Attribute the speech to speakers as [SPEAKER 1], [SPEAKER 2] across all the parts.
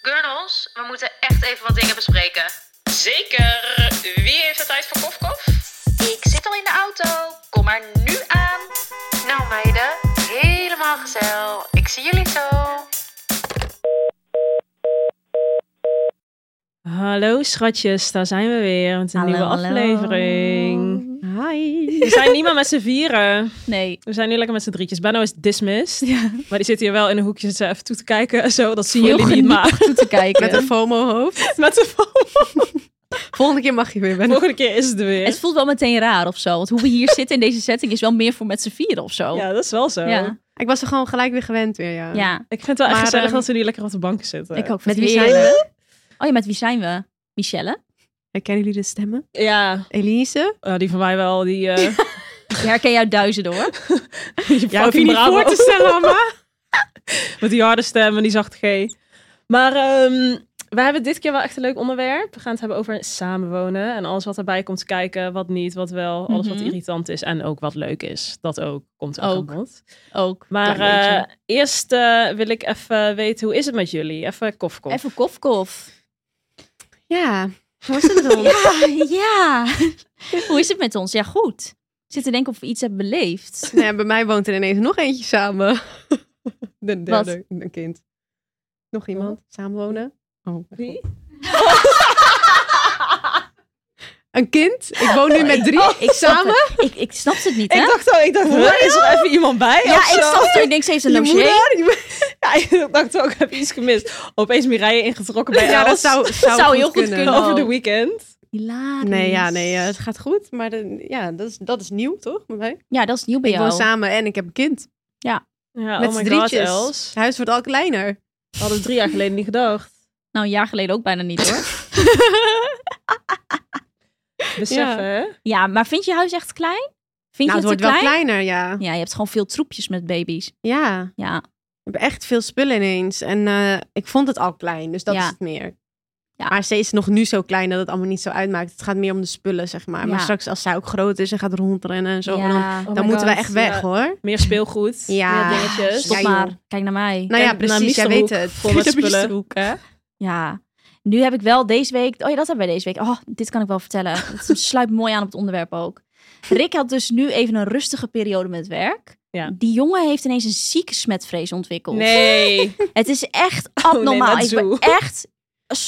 [SPEAKER 1] Gurnels, we moeten echt even wat dingen bespreken.
[SPEAKER 2] Zeker. Wie heeft de tijd voor kofkof?
[SPEAKER 1] Ik zit al in de auto. Kom maar nu aan. Nou meiden, helemaal gezellig. Ik zie jullie zo.
[SPEAKER 3] Hallo schatjes, daar zijn we weer met een
[SPEAKER 4] Hallo,
[SPEAKER 3] nieuwe
[SPEAKER 4] hallo.
[SPEAKER 3] aflevering.
[SPEAKER 4] Hi.
[SPEAKER 3] We zijn niet meer met z'n vieren.
[SPEAKER 4] Nee.
[SPEAKER 3] We zijn nu lekker met z'n drietjes. Benno is dismissed.
[SPEAKER 4] Ja,
[SPEAKER 3] Maar die zit hier wel in een hoekje zit ze even toe te kijken. en Zo, dat zien
[SPEAKER 4] Heel
[SPEAKER 3] jullie niet,
[SPEAKER 4] geniepig
[SPEAKER 3] maar
[SPEAKER 4] toe te kijken.
[SPEAKER 5] Met een FOMO-hoofd.
[SPEAKER 3] met de vol-
[SPEAKER 5] Volgende keer mag je weer wennen.
[SPEAKER 3] volgende keer is het er weer.
[SPEAKER 4] Het voelt wel meteen raar of zo. Want hoe we hier zitten in deze setting is wel meer voor met z'n vieren of zo.
[SPEAKER 3] Ja, dat is wel zo.
[SPEAKER 4] ja.
[SPEAKER 5] Ik was er gewoon gelijk weer gewend weer, ja.
[SPEAKER 4] Ja.
[SPEAKER 3] Ik vind het wel echt
[SPEAKER 5] Maar,
[SPEAKER 3] gezellig
[SPEAKER 5] ehm,
[SPEAKER 3] dat we nu lekker op de bank zitten.
[SPEAKER 4] Ik ook.
[SPEAKER 5] Met
[SPEAKER 4] Vind
[SPEAKER 5] wie
[SPEAKER 4] het
[SPEAKER 5] zijn
[SPEAKER 4] heerlijk.
[SPEAKER 5] we?
[SPEAKER 4] Oh ja, met wie zijn we? Michelle?
[SPEAKER 5] Herkennen jullie de stemmen?
[SPEAKER 3] Ja,
[SPEAKER 5] Elise?
[SPEAKER 3] nou, die van mij wel. Die, eh
[SPEAKER 4] Ik herken jou duizend hoor.
[SPEAKER 3] die
[SPEAKER 5] Ja, hoef je
[SPEAKER 3] fucking
[SPEAKER 5] niet voor
[SPEAKER 3] Bravo.
[SPEAKER 5] te stellen, mama.
[SPEAKER 3] Met die harde stem en die zacht G. Maar ehm, we hebben dit keer wel echt een leuk onderwerp. We gaan het hebben over samenwonen en alles wat erbij komt kijken, wat niet, wat wel, alles
[SPEAKER 4] Mhm.
[SPEAKER 3] wat irritant is en ook wat leuk is. Dat ook komt ook,
[SPEAKER 4] Ook.
[SPEAKER 3] aan bod.
[SPEAKER 4] Ook.
[SPEAKER 3] Maar
[SPEAKER 4] Klein beetje.
[SPEAKER 3] eh, eerst eh, wil ik even weten hoe is het met jullie? Even kof kof.
[SPEAKER 4] Even kof kof.
[SPEAKER 5] Ja, hoe is het met ons?
[SPEAKER 4] Ja, Ah, ja. hoe is het met ons? Ja, goed. Ik zit te denken of we iets hebben beleefd.
[SPEAKER 5] Nou ja, bij mij woont er ineens nog eentje samen. De derde, een kind. Nog iemand, samenwonen. Oh.
[SPEAKER 3] Wie?
[SPEAKER 5] Een kind? Oh, Ik woon nu met drie
[SPEAKER 4] Oh, Ik snap
[SPEAKER 5] samen.
[SPEAKER 4] het. Ik, ik snap het niet, hè?
[SPEAKER 3] Ik dacht al, ik dacht, huh, is er even iemand bij?
[SPEAKER 4] ja,
[SPEAKER 3] of
[SPEAKER 4] ik
[SPEAKER 3] zo?
[SPEAKER 4] snap het. Ik denk, ze heeft een
[SPEAKER 5] Je
[SPEAKER 4] logier.
[SPEAKER 5] moeder, je-
[SPEAKER 3] Ja, ik dacht ook, ik heb iets gemist. Opeens Mireille ingetrokken bij
[SPEAKER 5] Ja, dat
[SPEAKER 3] Els
[SPEAKER 5] zou,
[SPEAKER 4] Dat
[SPEAKER 5] zou,
[SPEAKER 4] zou
[SPEAKER 5] goed
[SPEAKER 4] heel goed kunnen.
[SPEAKER 3] over de weekend.
[SPEAKER 4] Hilarisch.
[SPEAKER 5] Nee, ja, nee, ja, het gaat goed. Maar de- ja, dat, is, dat is nieuw, toch? Bij mij.
[SPEAKER 4] Ja, dat is nieuw bij
[SPEAKER 5] Ik woon
[SPEAKER 4] jou.
[SPEAKER 5] samen en ik heb een kind.
[SPEAKER 3] Ja,
[SPEAKER 5] met
[SPEAKER 3] oh
[SPEAKER 5] z'n
[SPEAKER 3] my god,
[SPEAKER 5] drietjes.
[SPEAKER 3] Els.
[SPEAKER 5] Het huis wordt al kleiner.
[SPEAKER 3] We hadden drie jaar geleden niet gedacht.
[SPEAKER 4] Nou, een jaar geleden ook bijna niet hoor.
[SPEAKER 3] Beseffen, hè?
[SPEAKER 5] Ja.
[SPEAKER 4] ja, maar vind je huis echt klein? Vind
[SPEAKER 5] nou, het
[SPEAKER 4] je het
[SPEAKER 5] wordt
[SPEAKER 4] te klein?
[SPEAKER 5] wel kleiner, ja.
[SPEAKER 4] Ja, je hebt gewoon veel troepjes met baby's.
[SPEAKER 5] Ja,
[SPEAKER 4] Ja,
[SPEAKER 5] ik heb echt veel spullen ineens. En eh, ik vond het al klein, dus dat
[SPEAKER 4] Ja.
[SPEAKER 5] is het meer.
[SPEAKER 4] Ja.
[SPEAKER 5] Maar ze is nog nu zo klein dat het allemaal niet zo uitmaakt. Het gaat meer om de spullen, zeg maar. Maar
[SPEAKER 4] Ja.
[SPEAKER 5] straks als zij ook groot is en gaat rondrennen en zo,
[SPEAKER 4] ja.
[SPEAKER 5] en dan,
[SPEAKER 3] Oh my
[SPEAKER 5] dan moeten Ah,
[SPEAKER 3] god,
[SPEAKER 5] we echt
[SPEAKER 3] ja.
[SPEAKER 5] weg, hoor.
[SPEAKER 3] Meer speelgoed,
[SPEAKER 5] Ja.
[SPEAKER 3] meer dingetjes.
[SPEAKER 4] Stop
[SPEAKER 5] Ja, joh.
[SPEAKER 4] maar, kijk naar mij.
[SPEAKER 5] Nou ja,
[SPEAKER 3] Kijk naar
[SPEAKER 5] precies, jij
[SPEAKER 3] Miesterhoek,
[SPEAKER 5] weet het.
[SPEAKER 3] Vol met spullen.
[SPEAKER 4] Ja, nu heb ik wel deze week... Oh ja, dat hebben wij deze week. Oh, dit kan ik wel vertellen. Het sluit mooi aan op het onderwerp ook. Rick had dus nu even een rustige periode met werk.
[SPEAKER 3] Ja.
[SPEAKER 4] Die jongen heeft ineens een zieke smetvrees ontwikkeld.
[SPEAKER 3] Nee.
[SPEAKER 4] Het is echt abnormaal.
[SPEAKER 3] met
[SPEAKER 4] ik ben
[SPEAKER 3] Oh, Zoe.
[SPEAKER 4] echt.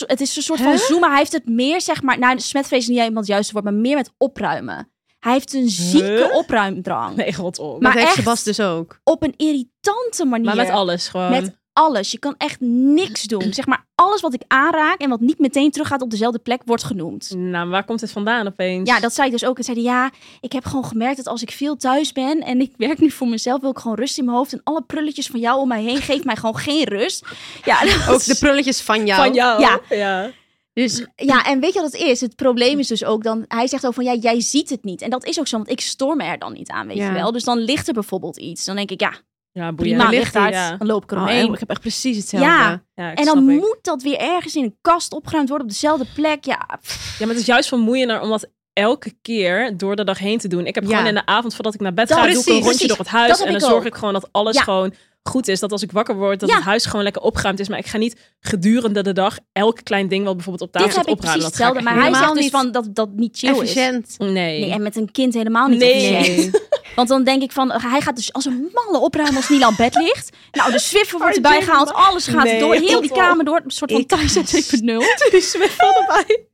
[SPEAKER 4] Het is een soort van zoom, maar hij heeft het meer, zeg maar. Nou, smetvrees is niet helemaal het juiste woord, maar meer met opruimen. Hij heeft een zieke
[SPEAKER 3] Huh?
[SPEAKER 4] opruimdrang.
[SPEAKER 3] Nee, god op.
[SPEAKER 4] Maar
[SPEAKER 5] Maar dat heeft
[SPEAKER 4] echt?
[SPEAKER 5] Sebas dus ook.
[SPEAKER 4] Op een irritante manier.
[SPEAKER 3] Maar met alles gewoon.
[SPEAKER 4] Met alles. Je kan echt niks doen. Zeg maar, alles wat ik aanraak en wat niet meteen teruggaat op dezelfde plek, wordt genoemd.
[SPEAKER 3] Nou, maar waar komt het vandaan opeens?
[SPEAKER 4] Ja, dat zei ik dus ook. En zeiden ja, ik heb gewoon gemerkt dat als ik veel thuis ben en ik werk nu voor mezelf, wil ik gewoon rust in mijn hoofd. En alle prulletjes van jou om mij heen geeft mij gewoon geen rust. Ja, dat-
[SPEAKER 5] Ook de prulletjes van jou.
[SPEAKER 3] Van jou.
[SPEAKER 4] Ja.
[SPEAKER 3] ja.
[SPEAKER 4] Dus ja, en weet je wat het is? Het probleem is dus ook dan, hij zegt ook van ja, jij ziet het niet. En dat is ook zo, want ik storm er dan niet aan, weet
[SPEAKER 5] Ja.
[SPEAKER 4] je wel. Dus dan ligt er bijvoorbeeld iets. Dan denk ik, ja,
[SPEAKER 3] Ja, boeien.
[SPEAKER 4] prima,
[SPEAKER 5] ligt
[SPEAKER 4] Nou, ligt daar.
[SPEAKER 3] ja.
[SPEAKER 4] Dan loop ik
[SPEAKER 5] Oh,
[SPEAKER 4] eromheen.
[SPEAKER 5] en ik heb echt precies hetzelfde.
[SPEAKER 4] Ja.
[SPEAKER 3] Ja, ik
[SPEAKER 4] en dan
[SPEAKER 3] snap het.
[SPEAKER 4] moet dat weer ergens in een kast opgeruimd worden op dezelfde plek. Ja, pff,
[SPEAKER 3] ja, maar het is juist vermoeiender om dat elke keer door de dag heen te doen. Ik heb
[SPEAKER 5] Ja.
[SPEAKER 3] gewoon in de avond voordat ik naar bed
[SPEAKER 4] Dat-
[SPEAKER 3] ga, doe ik
[SPEAKER 5] precies,
[SPEAKER 3] een rondje
[SPEAKER 4] precies.
[SPEAKER 3] door het huis.
[SPEAKER 4] Dat heb
[SPEAKER 3] en dan
[SPEAKER 4] ik
[SPEAKER 3] zorg
[SPEAKER 4] ook.
[SPEAKER 3] ik gewoon dat alles
[SPEAKER 4] Ja.
[SPEAKER 3] gewoon goed is. Dat als ik wakker word, dat
[SPEAKER 4] Ja.
[SPEAKER 3] het huis gewoon lekker opgeruimd is. Maar ik ga niet gedurende de dag elk klein ding wat bijvoorbeeld op tafel
[SPEAKER 4] dit
[SPEAKER 3] zit
[SPEAKER 4] heb ik
[SPEAKER 3] opruimen.
[SPEAKER 4] precies
[SPEAKER 3] Dat ga ik
[SPEAKER 4] hetzelfde. Maar
[SPEAKER 3] echt
[SPEAKER 4] hij
[SPEAKER 3] niet
[SPEAKER 4] zegt
[SPEAKER 5] Helemaal
[SPEAKER 4] dus
[SPEAKER 5] niet
[SPEAKER 4] van dat dat niet chill
[SPEAKER 5] Efficiënt.
[SPEAKER 3] doen.
[SPEAKER 4] is.
[SPEAKER 3] Nee.
[SPEAKER 4] Nee, en met een kind helemaal niet
[SPEAKER 3] Nee.
[SPEAKER 4] efficiënt. Want dan denk ik van, hij gaat dus als een malle opruimen als Nila op bed ligt. Nou, de Swiffer wordt erbij gehaald. Alles gaat
[SPEAKER 3] Oh, Nee,
[SPEAKER 4] door. Heel die
[SPEAKER 3] top.
[SPEAKER 4] kamer door. Een soort van
[SPEAKER 5] Ik-
[SPEAKER 4] thuis 2.0.
[SPEAKER 3] Die Swiffer erbij.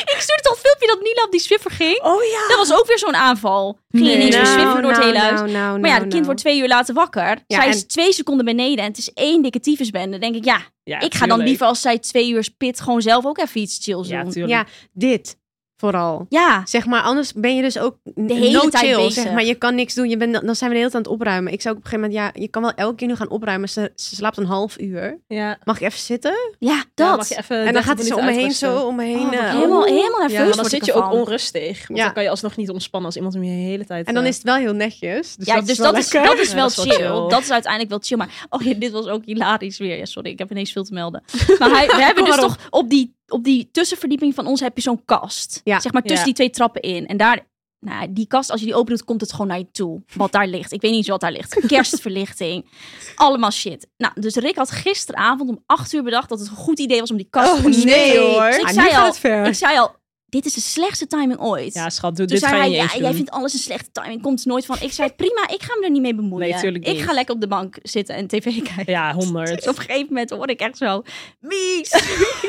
[SPEAKER 4] Ik stuurde toch een filmpje dat Nila op die Swiffer ging?
[SPEAKER 3] Oh ja.
[SPEAKER 4] Dat was ook weer zo'n aanval. Ging
[SPEAKER 3] Nee.
[SPEAKER 4] ineens
[SPEAKER 3] Nou,
[SPEAKER 4] verswiffen door het hele huis.
[SPEAKER 5] nou, nou,
[SPEAKER 4] maar ja,
[SPEAKER 5] nou,
[SPEAKER 4] het kind
[SPEAKER 5] nou.
[SPEAKER 4] wordt twee uur later wakker.
[SPEAKER 5] Ja,
[SPEAKER 4] zij
[SPEAKER 5] en-
[SPEAKER 4] is twee seconden beneden en het is één dikke tyfusbende. Dan denk ik, ja,
[SPEAKER 3] Ja,
[SPEAKER 4] ik ga dan
[SPEAKER 3] tuurlijk.
[SPEAKER 4] liever als zij twee uur spit gewoon zelf ook even iets chills
[SPEAKER 3] Ja,
[SPEAKER 4] doen.
[SPEAKER 3] tuurlijk.
[SPEAKER 5] Ja, dit vooral.
[SPEAKER 4] Ja,
[SPEAKER 5] Zeg maar, anders ben je dus ook de
[SPEAKER 4] hele
[SPEAKER 5] no
[SPEAKER 4] tijd
[SPEAKER 5] chill.
[SPEAKER 4] bezig.
[SPEAKER 5] Zeg maar, je kan niks doen. Je bent, dan zijn we de hele tijd aan het opruimen. Ik zou ook op een gegeven moment, ja, je kan wel elke keer nu gaan opruimen. Ze, ze slaapt een half uur.
[SPEAKER 3] Ja.
[SPEAKER 5] Mag ik even zitten?
[SPEAKER 4] ja,
[SPEAKER 3] Ja,
[SPEAKER 4] dat.
[SPEAKER 3] mag je even
[SPEAKER 5] en dan
[SPEAKER 3] 30
[SPEAKER 5] gaat hij zo om me
[SPEAKER 3] minuten
[SPEAKER 5] heen,
[SPEAKER 3] uitrusten.
[SPEAKER 5] zo om me heen.
[SPEAKER 4] Oh,
[SPEAKER 5] eh,
[SPEAKER 4] helemaal, helemaal nerveus
[SPEAKER 3] Ja, maar dan
[SPEAKER 4] word ik
[SPEAKER 3] zit je ook
[SPEAKER 4] ervan.
[SPEAKER 3] onrustig. Want
[SPEAKER 5] Ja.
[SPEAKER 3] dan kan je alsnog niet ontspannen als iemand om je de hele tijd...
[SPEAKER 5] en dan
[SPEAKER 3] eh,
[SPEAKER 5] is het wel heel netjes. Dus
[SPEAKER 4] ja,
[SPEAKER 5] dat
[SPEAKER 4] dus
[SPEAKER 5] is wel
[SPEAKER 4] dat, is,
[SPEAKER 5] lekker.
[SPEAKER 4] dat is
[SPEAKER 3] Ja,
[SPEAKER 4] wel
[SPEAKER 3] dat is wel
[SPEAKER 4] chill.
[SPEAKER 3] chill.
[SPEAKER 4] Dat is uiteindelijk wel chill. Maar oh ja, dit was ook hilarisch weer. Ja, sorry, ik heb ineens veel te melden. Maar hij, we hebben
[SPEAKER 5] Kom
[SPEAKER 4] dus
[SPEAKER 5] maar
[SPEAKER 4] toch op die, op die tussenverdieping van ons heb je zo'n kast.
[SPEAKER 5] Ja.
[SPEAKER 4] Zeg maar tussen
[SPEAKER 3] Ja.
[SPEAKER 4] die twee trappen in. En daar Nou, die kast, als je die open doet, komt het gewoon naar je toe. Wat daar ligt. Ik weet niet eens wat daar ligt. Kerstverlichting. allemaal shit. Nou, dus Rick had gisteravond om acht uur bedacht dat het een goed idee was om die kast te
[SPEAKER 5] Oh, nee,
[SPEAKER 4] ontspreken.
[SPEAKER 5] hoor.
[SPEAKER 4] Dus ik,
[SPEAKER 5] Ah, nu
[SPEAKER 4] zei
[SPEAKER 5] gaat
[SPEAKER 4] al,
[SPEAKER 5] het ver.
[SPEAKER 4] ik zei al, dit is de slechtste timing ooit.
[SPEAKER 3] Ja, schat, doe
[SPEAKER 4] Toen
[SPEAKER 3] dit
[SPEAKER 4] zei
[SPEAKER 3] ga
[SPEAKER 4] Dus hij,
[SPEAKER 3] je niet
[SPEAKER 4] ja,
[SPEAKER 3] eens
[SPEAKER 4] jij
[SPEAKER 3] doen.
[SPEAKER 4] vindt alles een slechte timing. Komt nooit van. Ik zei, prima, ik ga me er niet mee bemoeien.
[SPEAKER 3] Nee, tuurlijk
[SPEAKER 4] ik
[SPEAKER 3] niet.
[SPEAKER 4] ga lekker op de bank zitten en tv kijken.
[SPEAKER 3] Ja,
[SPEAKER 4] Dus
[SPEAKER 3] 100.
[SPEAKER 4] op een gegeven moment hoor ik echt zo, mies.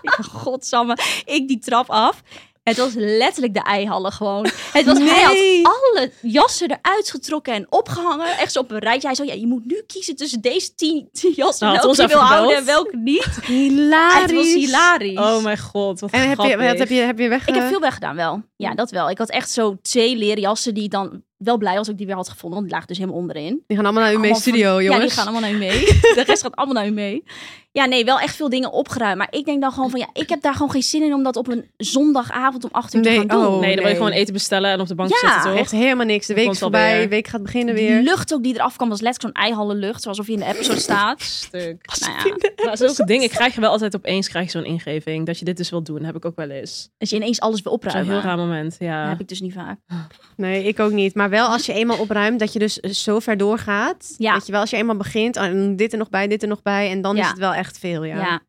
[SPEAKER 4] Ik dacht, Godsamme, ik die trap af. Het was letterlijk de eihallen gewoon. Het was, Hij
[SPEAKER 5] Nee.
[SPEAKER 4] had alle jassen eruit getrokken en opgehangen. Echt zo op een rijtje. Hij zei, ja, je moet nu kiezen tussen deze tien, tien jassen.
[SPEAKER 3] Hij Nou, had ons
[SPEAKER 4] welke je wil
[SPEAKER 3] even
[SPEAKER 4] houden en
[SPEAKER 3] gebeld.
[SPEAKER 4] welke niet.
[SPEAKER 5] Hilarisch.
[SPEAKER 4] Het was hilarisch.
[SPEAKER 3] Oh mijn god, wat
[SPEAKER 5] En heb je,
[SPEAKER 3] grappig.
[SPEAKER 5] wat heb je, heb je weg?
[SPEAKER 4] Ik heb veel weggedaan wel. Ja, dat wel. Ik had echt zo twee leren jassen die ik dan wel blij was dat ik die weer had gevonden. Want die lagen dus helemaal onderin.
[SPEAKER 5] Die gaan allemaal naar uw
[SPEAKER 4] Allemaal van-
[SPEAKER 5] studio, jongens.
[SPEAKER 4] Ja, die gaan allemaal naar u mee. De rest gaat allemaal naar u mee. Ja, nee, wel echt veel dingen opgeruimd. Maar ik denk dan gewoon van, ja, ik heb daar gewoon geen zin in om dat op een zondagavond om acht uur
[SPEAKER 5] Nee,
[SPEAKER 4] te gaan doen.
[SPEAKER 3] Nee,
[SPEAKER 5] oh.
[SPEAKER 3] dan wil
[SPEAKER 5] Nee.
[SPEAKER 3] je gewoon eten bestellen en op de bank
[SPEAKER 4] Ja,
[SPEAKER 3] zitten, toch?
[SPEAKER 5] Echt helemaal niks. De week
[SPEAKER 3] Komt
[SPEAKER 5] is voorbij,
[SPEAKER 3] alweer.
[SPEAKER 5] de week gaat beginnen
[SPEAKER 4] Die
[SPEAKER 5] weer.
[SPEAKER 4] lucht ook die eraf kwam was letterlijk zo'n eihallenlucht, zoals of je in de episode staat.
[SPEAKER 3] Stuk.
[SPEAKER 4] Nou ja,
[SPEAKER 3] Maar zulke dingen krijg je wel altijd opeens, krijg je zo'n ingeving. Dat je dit dus wilt doen, heb ik ook wel eens.
[SPEAKER 4] als je ineens alles wil
[SPEAKER 3] Zo'n
[SPEAKER 4] opruimen.
[SPEAKER 3] heel raar moment,
[SPEAKER 4] Dat
[SPEAKER 3] ja.
[SPEAKER 4] heb ik dus niet vaak.
[SPEAKER 5] Nee, ik ook niet. Maar wel als je eenmaal opruimt, dat je dus eh, zo ver doorgaat.
[SPEAKER 4] Ja.
[SPEAKER 5] Dat je wel, als je eenmaal begint, en dit er nog bij, dit er nog bij. En dan
[SPEAKER 4] Ja.
[SPEAKER 5] is het wel echt veel, ja. Dus
[SPEAKER 4] Ja.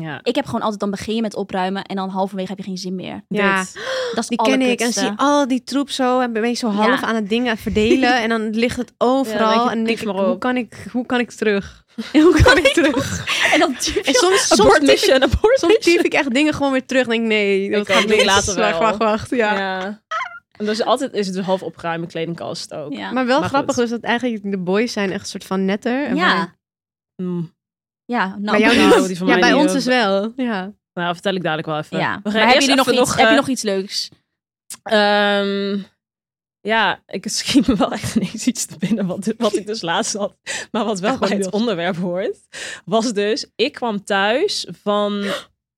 [SPEAKER 3] Ja,
[SPEAKER 4] Ik heb gewoon altijd, dan begin je met opruimen en dan halverwege heb je geen zin meer.
[SPEAKER 5] Ja.
[SPEAKER 3] dit.
[SPEAKER 4] Dat is
[SPEAKER 5] Die
[SPEAKER 4] het
[SPEAKER 5] ken ik en
[SPEAKER 4] allerkutste.
[SPEAKER 5] zie al die troep zo en ben je zo half
[SPEAKER 4] Ja.
[SPEAKER 5] aan het dingen aan het verdelen en dan ligt het
[SPEAKER 3] Ja,
[SPEAKER 5] overal
[SPEAKER 3] dan denk je,
[SPEAKER 5] en denk
[SPEAKER 3] pief
[SPEAKER 5] ik,
[SPEAKER 3] maar
[SPEAKER 5] hoe
[SPEAKER 3] op.
[SPEAKER 5] kan ik, hoe kan ik terug?
[SPEAKER 4] Hoe kan
[SPEAKER 5] Kan ik
[SPEAKER 4] ik-
[SPEAKER 5] terug?
[SPEAKER 4] En dan duw je-
[SPEAKER 5] En soms, soms,
[SPEAKER 3] Abort
[SPEAKER 5] typ, ik,
[SPEAKER 3] mission, abort
[SPEAKER 5] soms typ
[SPEAKER 3] mission.
[SPEAKER 5] ik echt dingen gewoon weer terug. En denk ik, nee, dat
[SPEAKER 3] ook,
[SPEAKER 5] gaat
[SPEAKER 3] doe ik
[SPEAKER 5] niks.
[SPEAKER 3] later wel.
[SPEAKER 5] Wacht, wacht, wacht. Ja.
[SPEAKER 3] Ja. En dus altijd is het dus half opruimen, kledingkast ook.
[SPEAKER 4] Ja.
[SPEAKER 5] Maar wel
[SPEAKER 3] Maar
[SPEAKER 5] grappig
[SPEAKER 3] goed.
[SPEAKER 5] dus dat eigenlijk de boys zijn echt een soort van netter. En wij-
[SPEAKER 4] ja.
[SPEAKER 3] Mm.
[SPEAKER 4] Ja, nou,
[SPEAKER 5] bij jou
[SPEAKER 3] Nou,
[SPEAKER 5] niet.
[SPEAKER 3] die van
[SPEAKER 5] ja,
[SPEAKER 3] mij
[SPEAKER 5] bij
[SPEAKER 3] niet,
[SPEAKER 5] ons
[SPEAKER 3] hoor.
[SPEAKER 5] dus wel. Ja.
[SPEAKER 3] Nou, vertel ik dadelijk wel even.
[SPEAKER 4] Ja.
[SPEAKER 3] We gaan
[SPEAKER 4] Maar hebben
[SPEAKER 3] eerst
[SPEAKER 4] jullie nog
[SPEAKER 3] even
[SPEAKER 4] iets, heb je
[SPEAKER 3] eh,
[SPEAKER 4] nog iets leuks?
[SPEAKER 3] Ehm, ja, ik schiet me wel echt ineens iets te binnen wat, wat ik dus laatst had. Maar wat wel
[SPEAKER 5] Echt
[SPEAKER 3] bij het
[SPEAKER 5] goeiedag.
[SPEAKER 3] onderwerp hoort, was dus... Ik kwam thuis van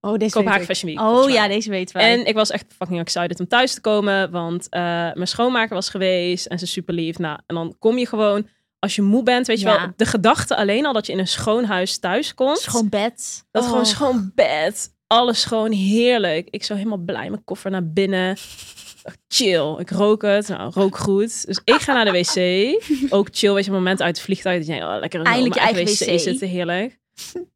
[SPEAKER 5] Oh, deze
[SPEAKER 3] Kopenhagen
[SPEAKER 5] weet ik.
[SPEAKER 3] Fashion Week.
[SPEAKER 4] Oh
[SPEAKER 3] volgens mij.
[SPEAKER 4] ja, deze weten wij.
[SPEAKER 3] En ik was echt fucking excited om thuis te komen, want eh, mijn schoonmaker was geweest en ze is super lief. Nou, en dan kom je gewoon, als je moe bent, weet je
[SPEAKER 4] Ja.
[SPEAKER 3] wel, de gedachte alleen al dat je in een schoon huis thuis komt.
[SPEAKER 4] Schoon bed.
[SPEAKER 3] Dat
[SPEAKER 5] Oh.
[SPEAKER 3] gewoon schoon bed. Alles gewoon heerlijk. Ik zo helemaal blij. Mijn koffer naar binnen. Chill. Ik rook het. Nou, rook goed. Dus ik ga naar de wc. Ook chill. Weet je, moment uit het vliegtuig. Dat je denkt, oh, lekker in
[SPEAKER 4] Eindelijk
[SPEAKER 3] mijn
[SPEAKER 4] je eigen wc.
[SPEAKER 3] zitten. Heerlijk.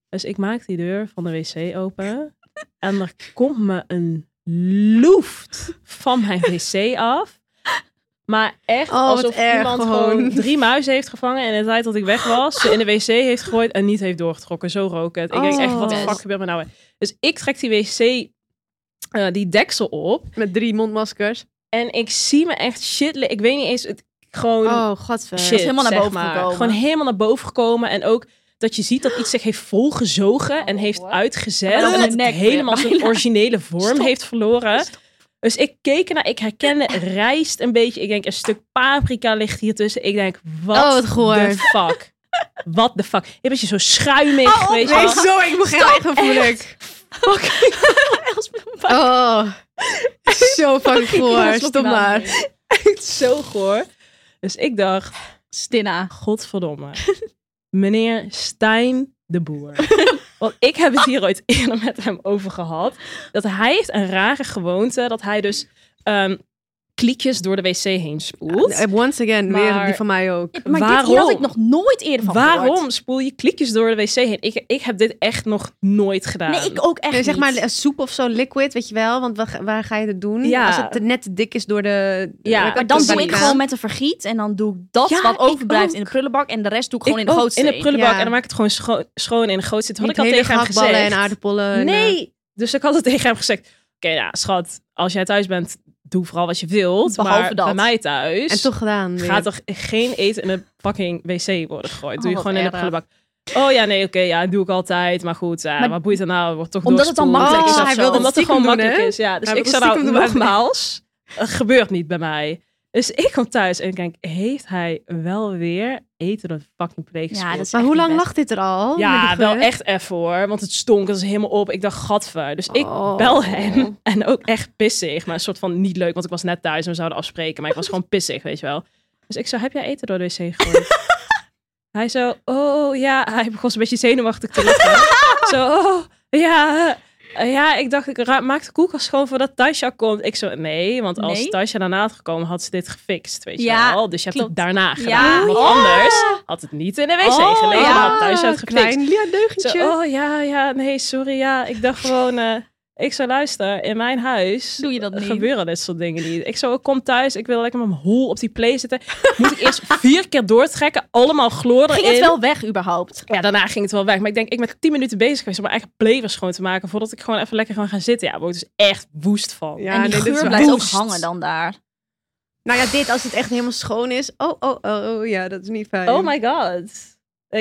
[SPEAKER 3] Dus ik maak die deur van de wc open. En er komt me een loeft van mijn wc af. Maar echt
[SPEAKER 5] Oh, wat
[SPEAKER 3] alsof
[SPEAKER 5] erg
[SPEAKER 3] iemand
[SPEAKER 5] gewoon.
[SPEAKER 3] gewoon. drie muizen heeft gevangen in de tijd dat ik weg was. Ze in de wc heeft gegooid en niet heeft doorgetrokken. Zo rook het. Ik denk echt, wat de
[SPEAKER 5] Oh.
[SPEAKER 3] fuck gebeurt me nou? weer? Dus ik trek die wc, eh, die deksel op.
[SPEAKER 5] Met drie mondmaskers.
[SPEAKER 3] En ik zie me echt shit. li- Ik weet niet eens, het, gewoon
[SPEAKER 5] Oh, godver.
[SPEAKER 3] shit,
[SPEAKER 4] eh, helemaal naar
[SPEAKER 3] zeg
[SPEAKER 4] boven
[SPEAKER 3] maar.
[SPEAKER 4] gekomen.
[SPEAKER 3] Gewoon helemaal naar boven gekomen. En ook dat je ziet dat iets zich heeft volgezogen en heeft uitgezet.
[SPEAKER 4] En
[SPEAKER 3] En
[SPEAKER 4] dan
[SPEAKER 3] dat
[SPEAKER 4] met
[SPEAKER 3] het
[SPEAKER 4] de nek weer,
[SPEAKER 3] helemaal zijn
[SPEAKER 4] bijna.
[SPEAKER 3] originele vorm
[SPEAKER 4] Stop.
[SPEAKER 3] heeft verloren. Dus ik keek ernaar, ik herkende rijst een beetje. Ik denk, een stuk paprika ligt hier tussen. Ik denk, wat,
[SPEAKER 5] Oh, wat goor.
[SPEAKER 3] de fuck? Wat de fuck? Een beetje zo schuimig,
[SPEAKER 4] Oh,
[SPEAKER 3] weet je
[SPEAKER 5] Nee,
[SPEAKER 3] wel.
[SPEAKER 5] zo, ik begrijp echt gevoelig. Oh, zo fucking goor. Stop maar.
[SPEAKER 3] Echt zo goor. Dus ik dacht,
[SPEAKER 4] Stinna.
[SPEAKER 3] godverdomme. Meneer Stijn de Boer. Want ik heb het hier ooit eerder met hem over gehad. Dat hij heeft een rare gewoonte. Dat hij dus ehm kliekjes door de wc heen spoelt.
[SPEAKER 5] Eh, Once again, weer
[SPEAKER 3] Maar-
[SPEAKER 5] die van mij ook.
[SPEAKER 4] Maar dit hier had
[SPEAKER 3] Waarom?
[SPEAKER 4] ik nog nooit eerder van
[SPEAKER 3] Waarom
[SPEAKER 4] gehoord.
[SPEAKER 3] spoel je kliekjes door de wc heen? Ik, ik heb dit echt nog nooit gedaan.
[SPEAKER 4] Nee, ik ook echt
[SPEAKER 5] Nee, zeg maar
[SPEAKER 4] niet.
[SPEAKER 5] eh, soep of zo, liquid, weet je wel. Want waar, waar ga je het doen?
[SPEAKER 3] Ja.
[SPEAKER 5] Als het te- net te dik is door de... Eh,
[SPEAKER 3] Ja,
[SPEAKER 5] de-
[SPEAKER 4] Maar dan doe ik
[SPEAKER 5] Ja.
[SPEAKER 4] gewoon met een vergiet en dan doe ik dat
[SPEAKER 3] Ja,
[SPEAKER 4] wat overblijft
[SPEAKER 3] ik
[SPEAKER 4] in de prullenbak en de rest doe ik gewoon
[SPEAKER 3] Ik
[SPEAKER 4] in de
[SPEAKER 3] ook,
[SPEAKER 4] gootsteen.
[SPEAKER 3] In de prullenbak.
[SPEAKER 5] Ja.
[SPEAKER 3] En dan maak ik het gewoon scho- schoon in de gootsteen. Had
[SPEAKER 5] Met
[SPEAKER 3] ik al
[SPEAKER 5] hele
[SPEAKER 3] tegen hem
[SPEAKER 5] gehaktballen
[SPEAKER 3] gezegd.
[SPEAKER 5] en aardappelen. en, eh,
[SPEAKER 3] Nee. Dus ik had het tegen hem gezegd. Oké, nou, schat. Als jij thuis bent, doe vooral wat je wilt.
[SPEAKER 4] Behalve
[SPEAKER 3] maar
[SPEAKER 4] dat.
[SPEAKER 3] bij mij thuis
[SPEAKER 5] en toch gedaan. weer.
[SPEAKER 3] gaat er geen eten in een fucking wc worden gegooid.
[SPEAKER 4] Oh,
[SPEAKER 3] doe je
[SPEAKER 4] wat
[SPEAKER 3] gewoon in de
[SPEAKER 4] erg.
[SPEAKER 3] prullenbak. Oh ja, nee, oké. ja, doe ik altijd. Maar goed, eh
[SPEAKER 4] Maar-
[SPEAKER 3] wat boeit het nou? Wordt toch
[SPEAKER 4] Omdat het dan
[SPEAKER 3] doorgespoeld.
[SPEAKER 4] makkelijk is
[SPEAKER 5] Oh,
[SPEAKER 4] of
[SPEAKER 5] hij
[SPEAKER 4] zo.
[SPEAKER 5] wil dat
[SPEAKER 3] Omdat het
[SPEAKER 5] stiekem
[SPEAKER 3] gewoon
[SPEAKER 5] doen,
[SPEAKER 3] makkelijk
[SPEAKER 5] hè?
[SPEAKER 3] is. Ja, dus
[SPEAKER 5] Hij wil
[SPEAKER 3] ik zou
[SPEAKER 5] dat
[SPEAKER 3] nou
[SPEAKER 5] stiekem doen.
[SPEAKER 3] nogmaals, het gebeurt niet bij mij. Dus ik kom thuis en ik denk, heeft hij wel weer eten door de fucking pleeg
[SPEAKER 4] Ja, dat
[SPEAKER 3] gespoeld?
[SPEAKER 4] is
[SPEAKER 5] Maar
[SPEAKER 4] echt
[SPEAKER 5] hoe
[SPEAKER 4] niet
[SPEAKER 5] lang
[SPEAKER 4] best.
[SPEAKER 5] lag dit er al? Met
[SPEAKER 3] Ja,
[SPEAKER 5] die
[SPEAKER 3] wel
[SPEAKER 5] geur?
[SPEAKER 3] echt even hoor. Want het stonk, het was helemaal op. Ik dacht, gadver. Dus ik
[SPEAKER 5] Oh.
[SPEAKER 3] bel hem. En ook echt pissig. Maar een soort van niet leuk, want ik was net thuis en we zouden afspreken. Maar ik was gewoon pissig, weet je wel. Dus ik zei, heb jij eten door de wc gegooid? hij zo, oh ja. Hij begon een beetje zenuwachtig te lachen. zo, oh ja. Eh, ja, ik dacht, ik ra- maak de koelkast gewoon voordat Tasha komt. Ik zo, nee, want als
[SPEAKER 4] Nee.
[SPEAKER 3] Tasha daarna had gekomen, had ze dit gefixt, weet
[SPEAKER 4] Ja,
[SPEAKER 3] je wel. Dus je hebt
[SPEAKER 4] klopt.
[SPEAKER 3] het daarna
[SPEAKER 4] Ja. Oh,
[SPEAKER 3] gedaan. Want
[SPEAKER 4] Ja.
[SPEAKER 3] anders had het niet in de wc
[SPEAKER 4] Oh,
[SPEAKER 3] gelegen,
[SPEAKER 4] ja.
[SPEAKER 3] had Tasha het gefixt.
[SPEAKER 5] klein ja,
[SPEAKER 3] Zo,
[SPEAKER 5] deugentje.
[SPEAKER 3] oh ja, ja, nee, sorry, ja. Ik dacht gewoon, eh, ik zou luisteren, in mijn huis
[SPEAKER 4] Doe je dat niet?
[SPEAKER 3] gebeuren dit soort dingen niet. Ik zou ik kom thuis, ik wil lekker met mijn hol op die play zitten. Moet ik eerst vier keer doortrekken, allemaal chloor
[SPEAKER 4] Ging
[SPEAKER 3] erin.
[SPEAKER 4] het wel weg überhaupt?
[SPEAKER 3] Ja, daarna ging het wel weg. Maar ik denk, ik ben tien minuten bezig geweest om mijn eigen plevers schoon te maken. Voordat ik gewoon even lekker kan gaan zitten. Ja, daar word ik dus echt woest van.
[SPEAKER 5] Ja,
[SPEAKER 4] en die
[SPEAKER 5] nee, dit is
[SPEAKER 4] geur
[SPEAKER 5] wel-
[SPEAKER 4] blijft ook
[SPEAKER 3] woest.
[SPEAKER 4] hangen dan daar.
[SPEAKER 5] Nou ja, dit als het echt helemaal schoon is. Oh, oh, oh, oh ja, dat is niet fijn.
[SPEAKER 3] Oh my god. Ik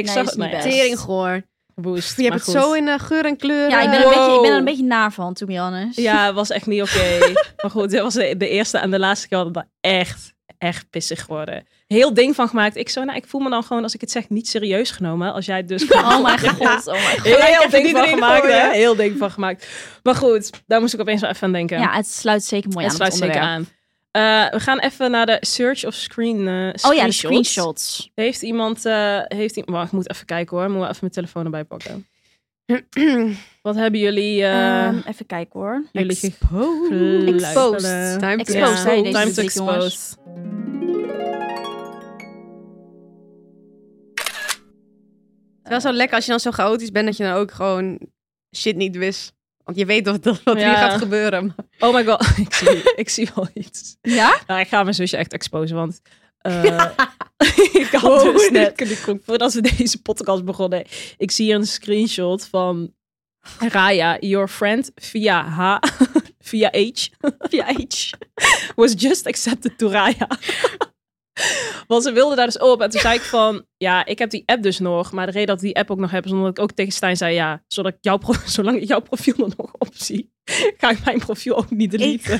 [SPEAKER 4] Nee,
[SPEAKER 3] zag
[SPEAKER 4] is
[SPEAKER 3] het maar
[SPEAKER 4] niet
[SPEAKER 3] echt.
[SPEAKER 4] best.
[SPEAKER 5] Teringgoor.
[SPEAKER 3] Woest,
[SPEAKER 5] Je hebt
[SPEAKER 3] maar
[SPEAKER 5] het
[SPEAKER 3] goed.
[SPEAKER 5] zo in eh, geur en kleur.
[SPEAKER 4] Ja, ik ben, er
[SPEAKER 3] Wow.
[SPEAKER 4] een beetje, ik ben er een beetje naar van, to be honest.
[SPEAKER 3] Ja, was echt niet oké. maar goed, dit was de, de eerste en de laatste keer hadden we echt, echt pissig geworden. Heel ding van gemaakt. Ik zo, nou, ik voel me dan gewoon, als ik het zeg, niet serieus genomen. Als jij het dus...
[SPEAKER 4] Oh mijn god, oh mijn god.
[SPEAKER 3] Heel,
[SPEAKER 5] Gelijk even
[SPEAKER 3] ding
[SPEAKER 5] die
[SPEAKER 3] van
[SPEAKER 5] erin
[SPEAKER 3] gemaakt, hè?
[SPEAKER 5] gooien.
[SPEAKER 3] Heel ding van gemaakt. Maar goed, daar moest ik opeens wel even aan denken.
[SPEAKER 4] Ja, het sluit zeker mooi
[SPEAKER 3] het
[SPEAKER 4] aan
[SPEAKER 3] sluit
[SPEAKER 4] het
[SPEAKER 3] zeker
[SPEAKER 4] onderwerp.
[SPEAKER 3] aan. Eh, we gaan even naar de search of screen eh, screenshots.
[SPEAKER 4] Oh ja, de screenshots.
[SPEAKER 3] Heeft iemand... eh heeft i- Wacht, ik moet even kijken hoor. Moet wel even mijn telefoon erbij pakken. Wat hebben jullie... eh,
[SPEAKER 4] Ehm, even kijken hoor.
[SPEAKER 3] jullie
[SPEAKER 5] Exposed.
[SPEAKER 3] Exposed.
[SPEAKER 5] Time to
[SPEAKER 4] Exposed,
[SPEAKER 5] expose.
[SPEAKER 4] zei deze
[SPEAKER 3] time to
[SPEAKER 4] muziek, jongens.
[SPEAKER 3] expose.
[SPEAKER 5] Het was wel lekker als je dan zo chaotisch bent dat je dan ook gewoon shit niet wist. Want je weet wat, wat hier
[SPEAKER 3] Ja.
[SPEAKER 5] gaat gebeuren. Maar
[SPEAKER 3] Oh my god, ik zie, ik zie wel iets.
[SPEAKER 4] Ja?
[SPEAKER 3] Nou, ik ga mijn zusje echt exposen, want eh, ik had dus net, voordat we deze podcast begonnen, ik zie hier een screenshot van Raya, your friend via H, via H,
[SPEAKER 4] Ja, iets.
[SPEAKER 3] was just accepted to Raya. Want ze wilde daar dus op. En toen zei ik van, ja, ik heb die app dus nog. Maar de reden dat ik die app ook nog heb, is omdat ik ook tegen Stijn zei, ja, zodat ik jouw pro- zolang ik jouw profiel er nog op zie, ga ik mijn profiel ook niet deleten.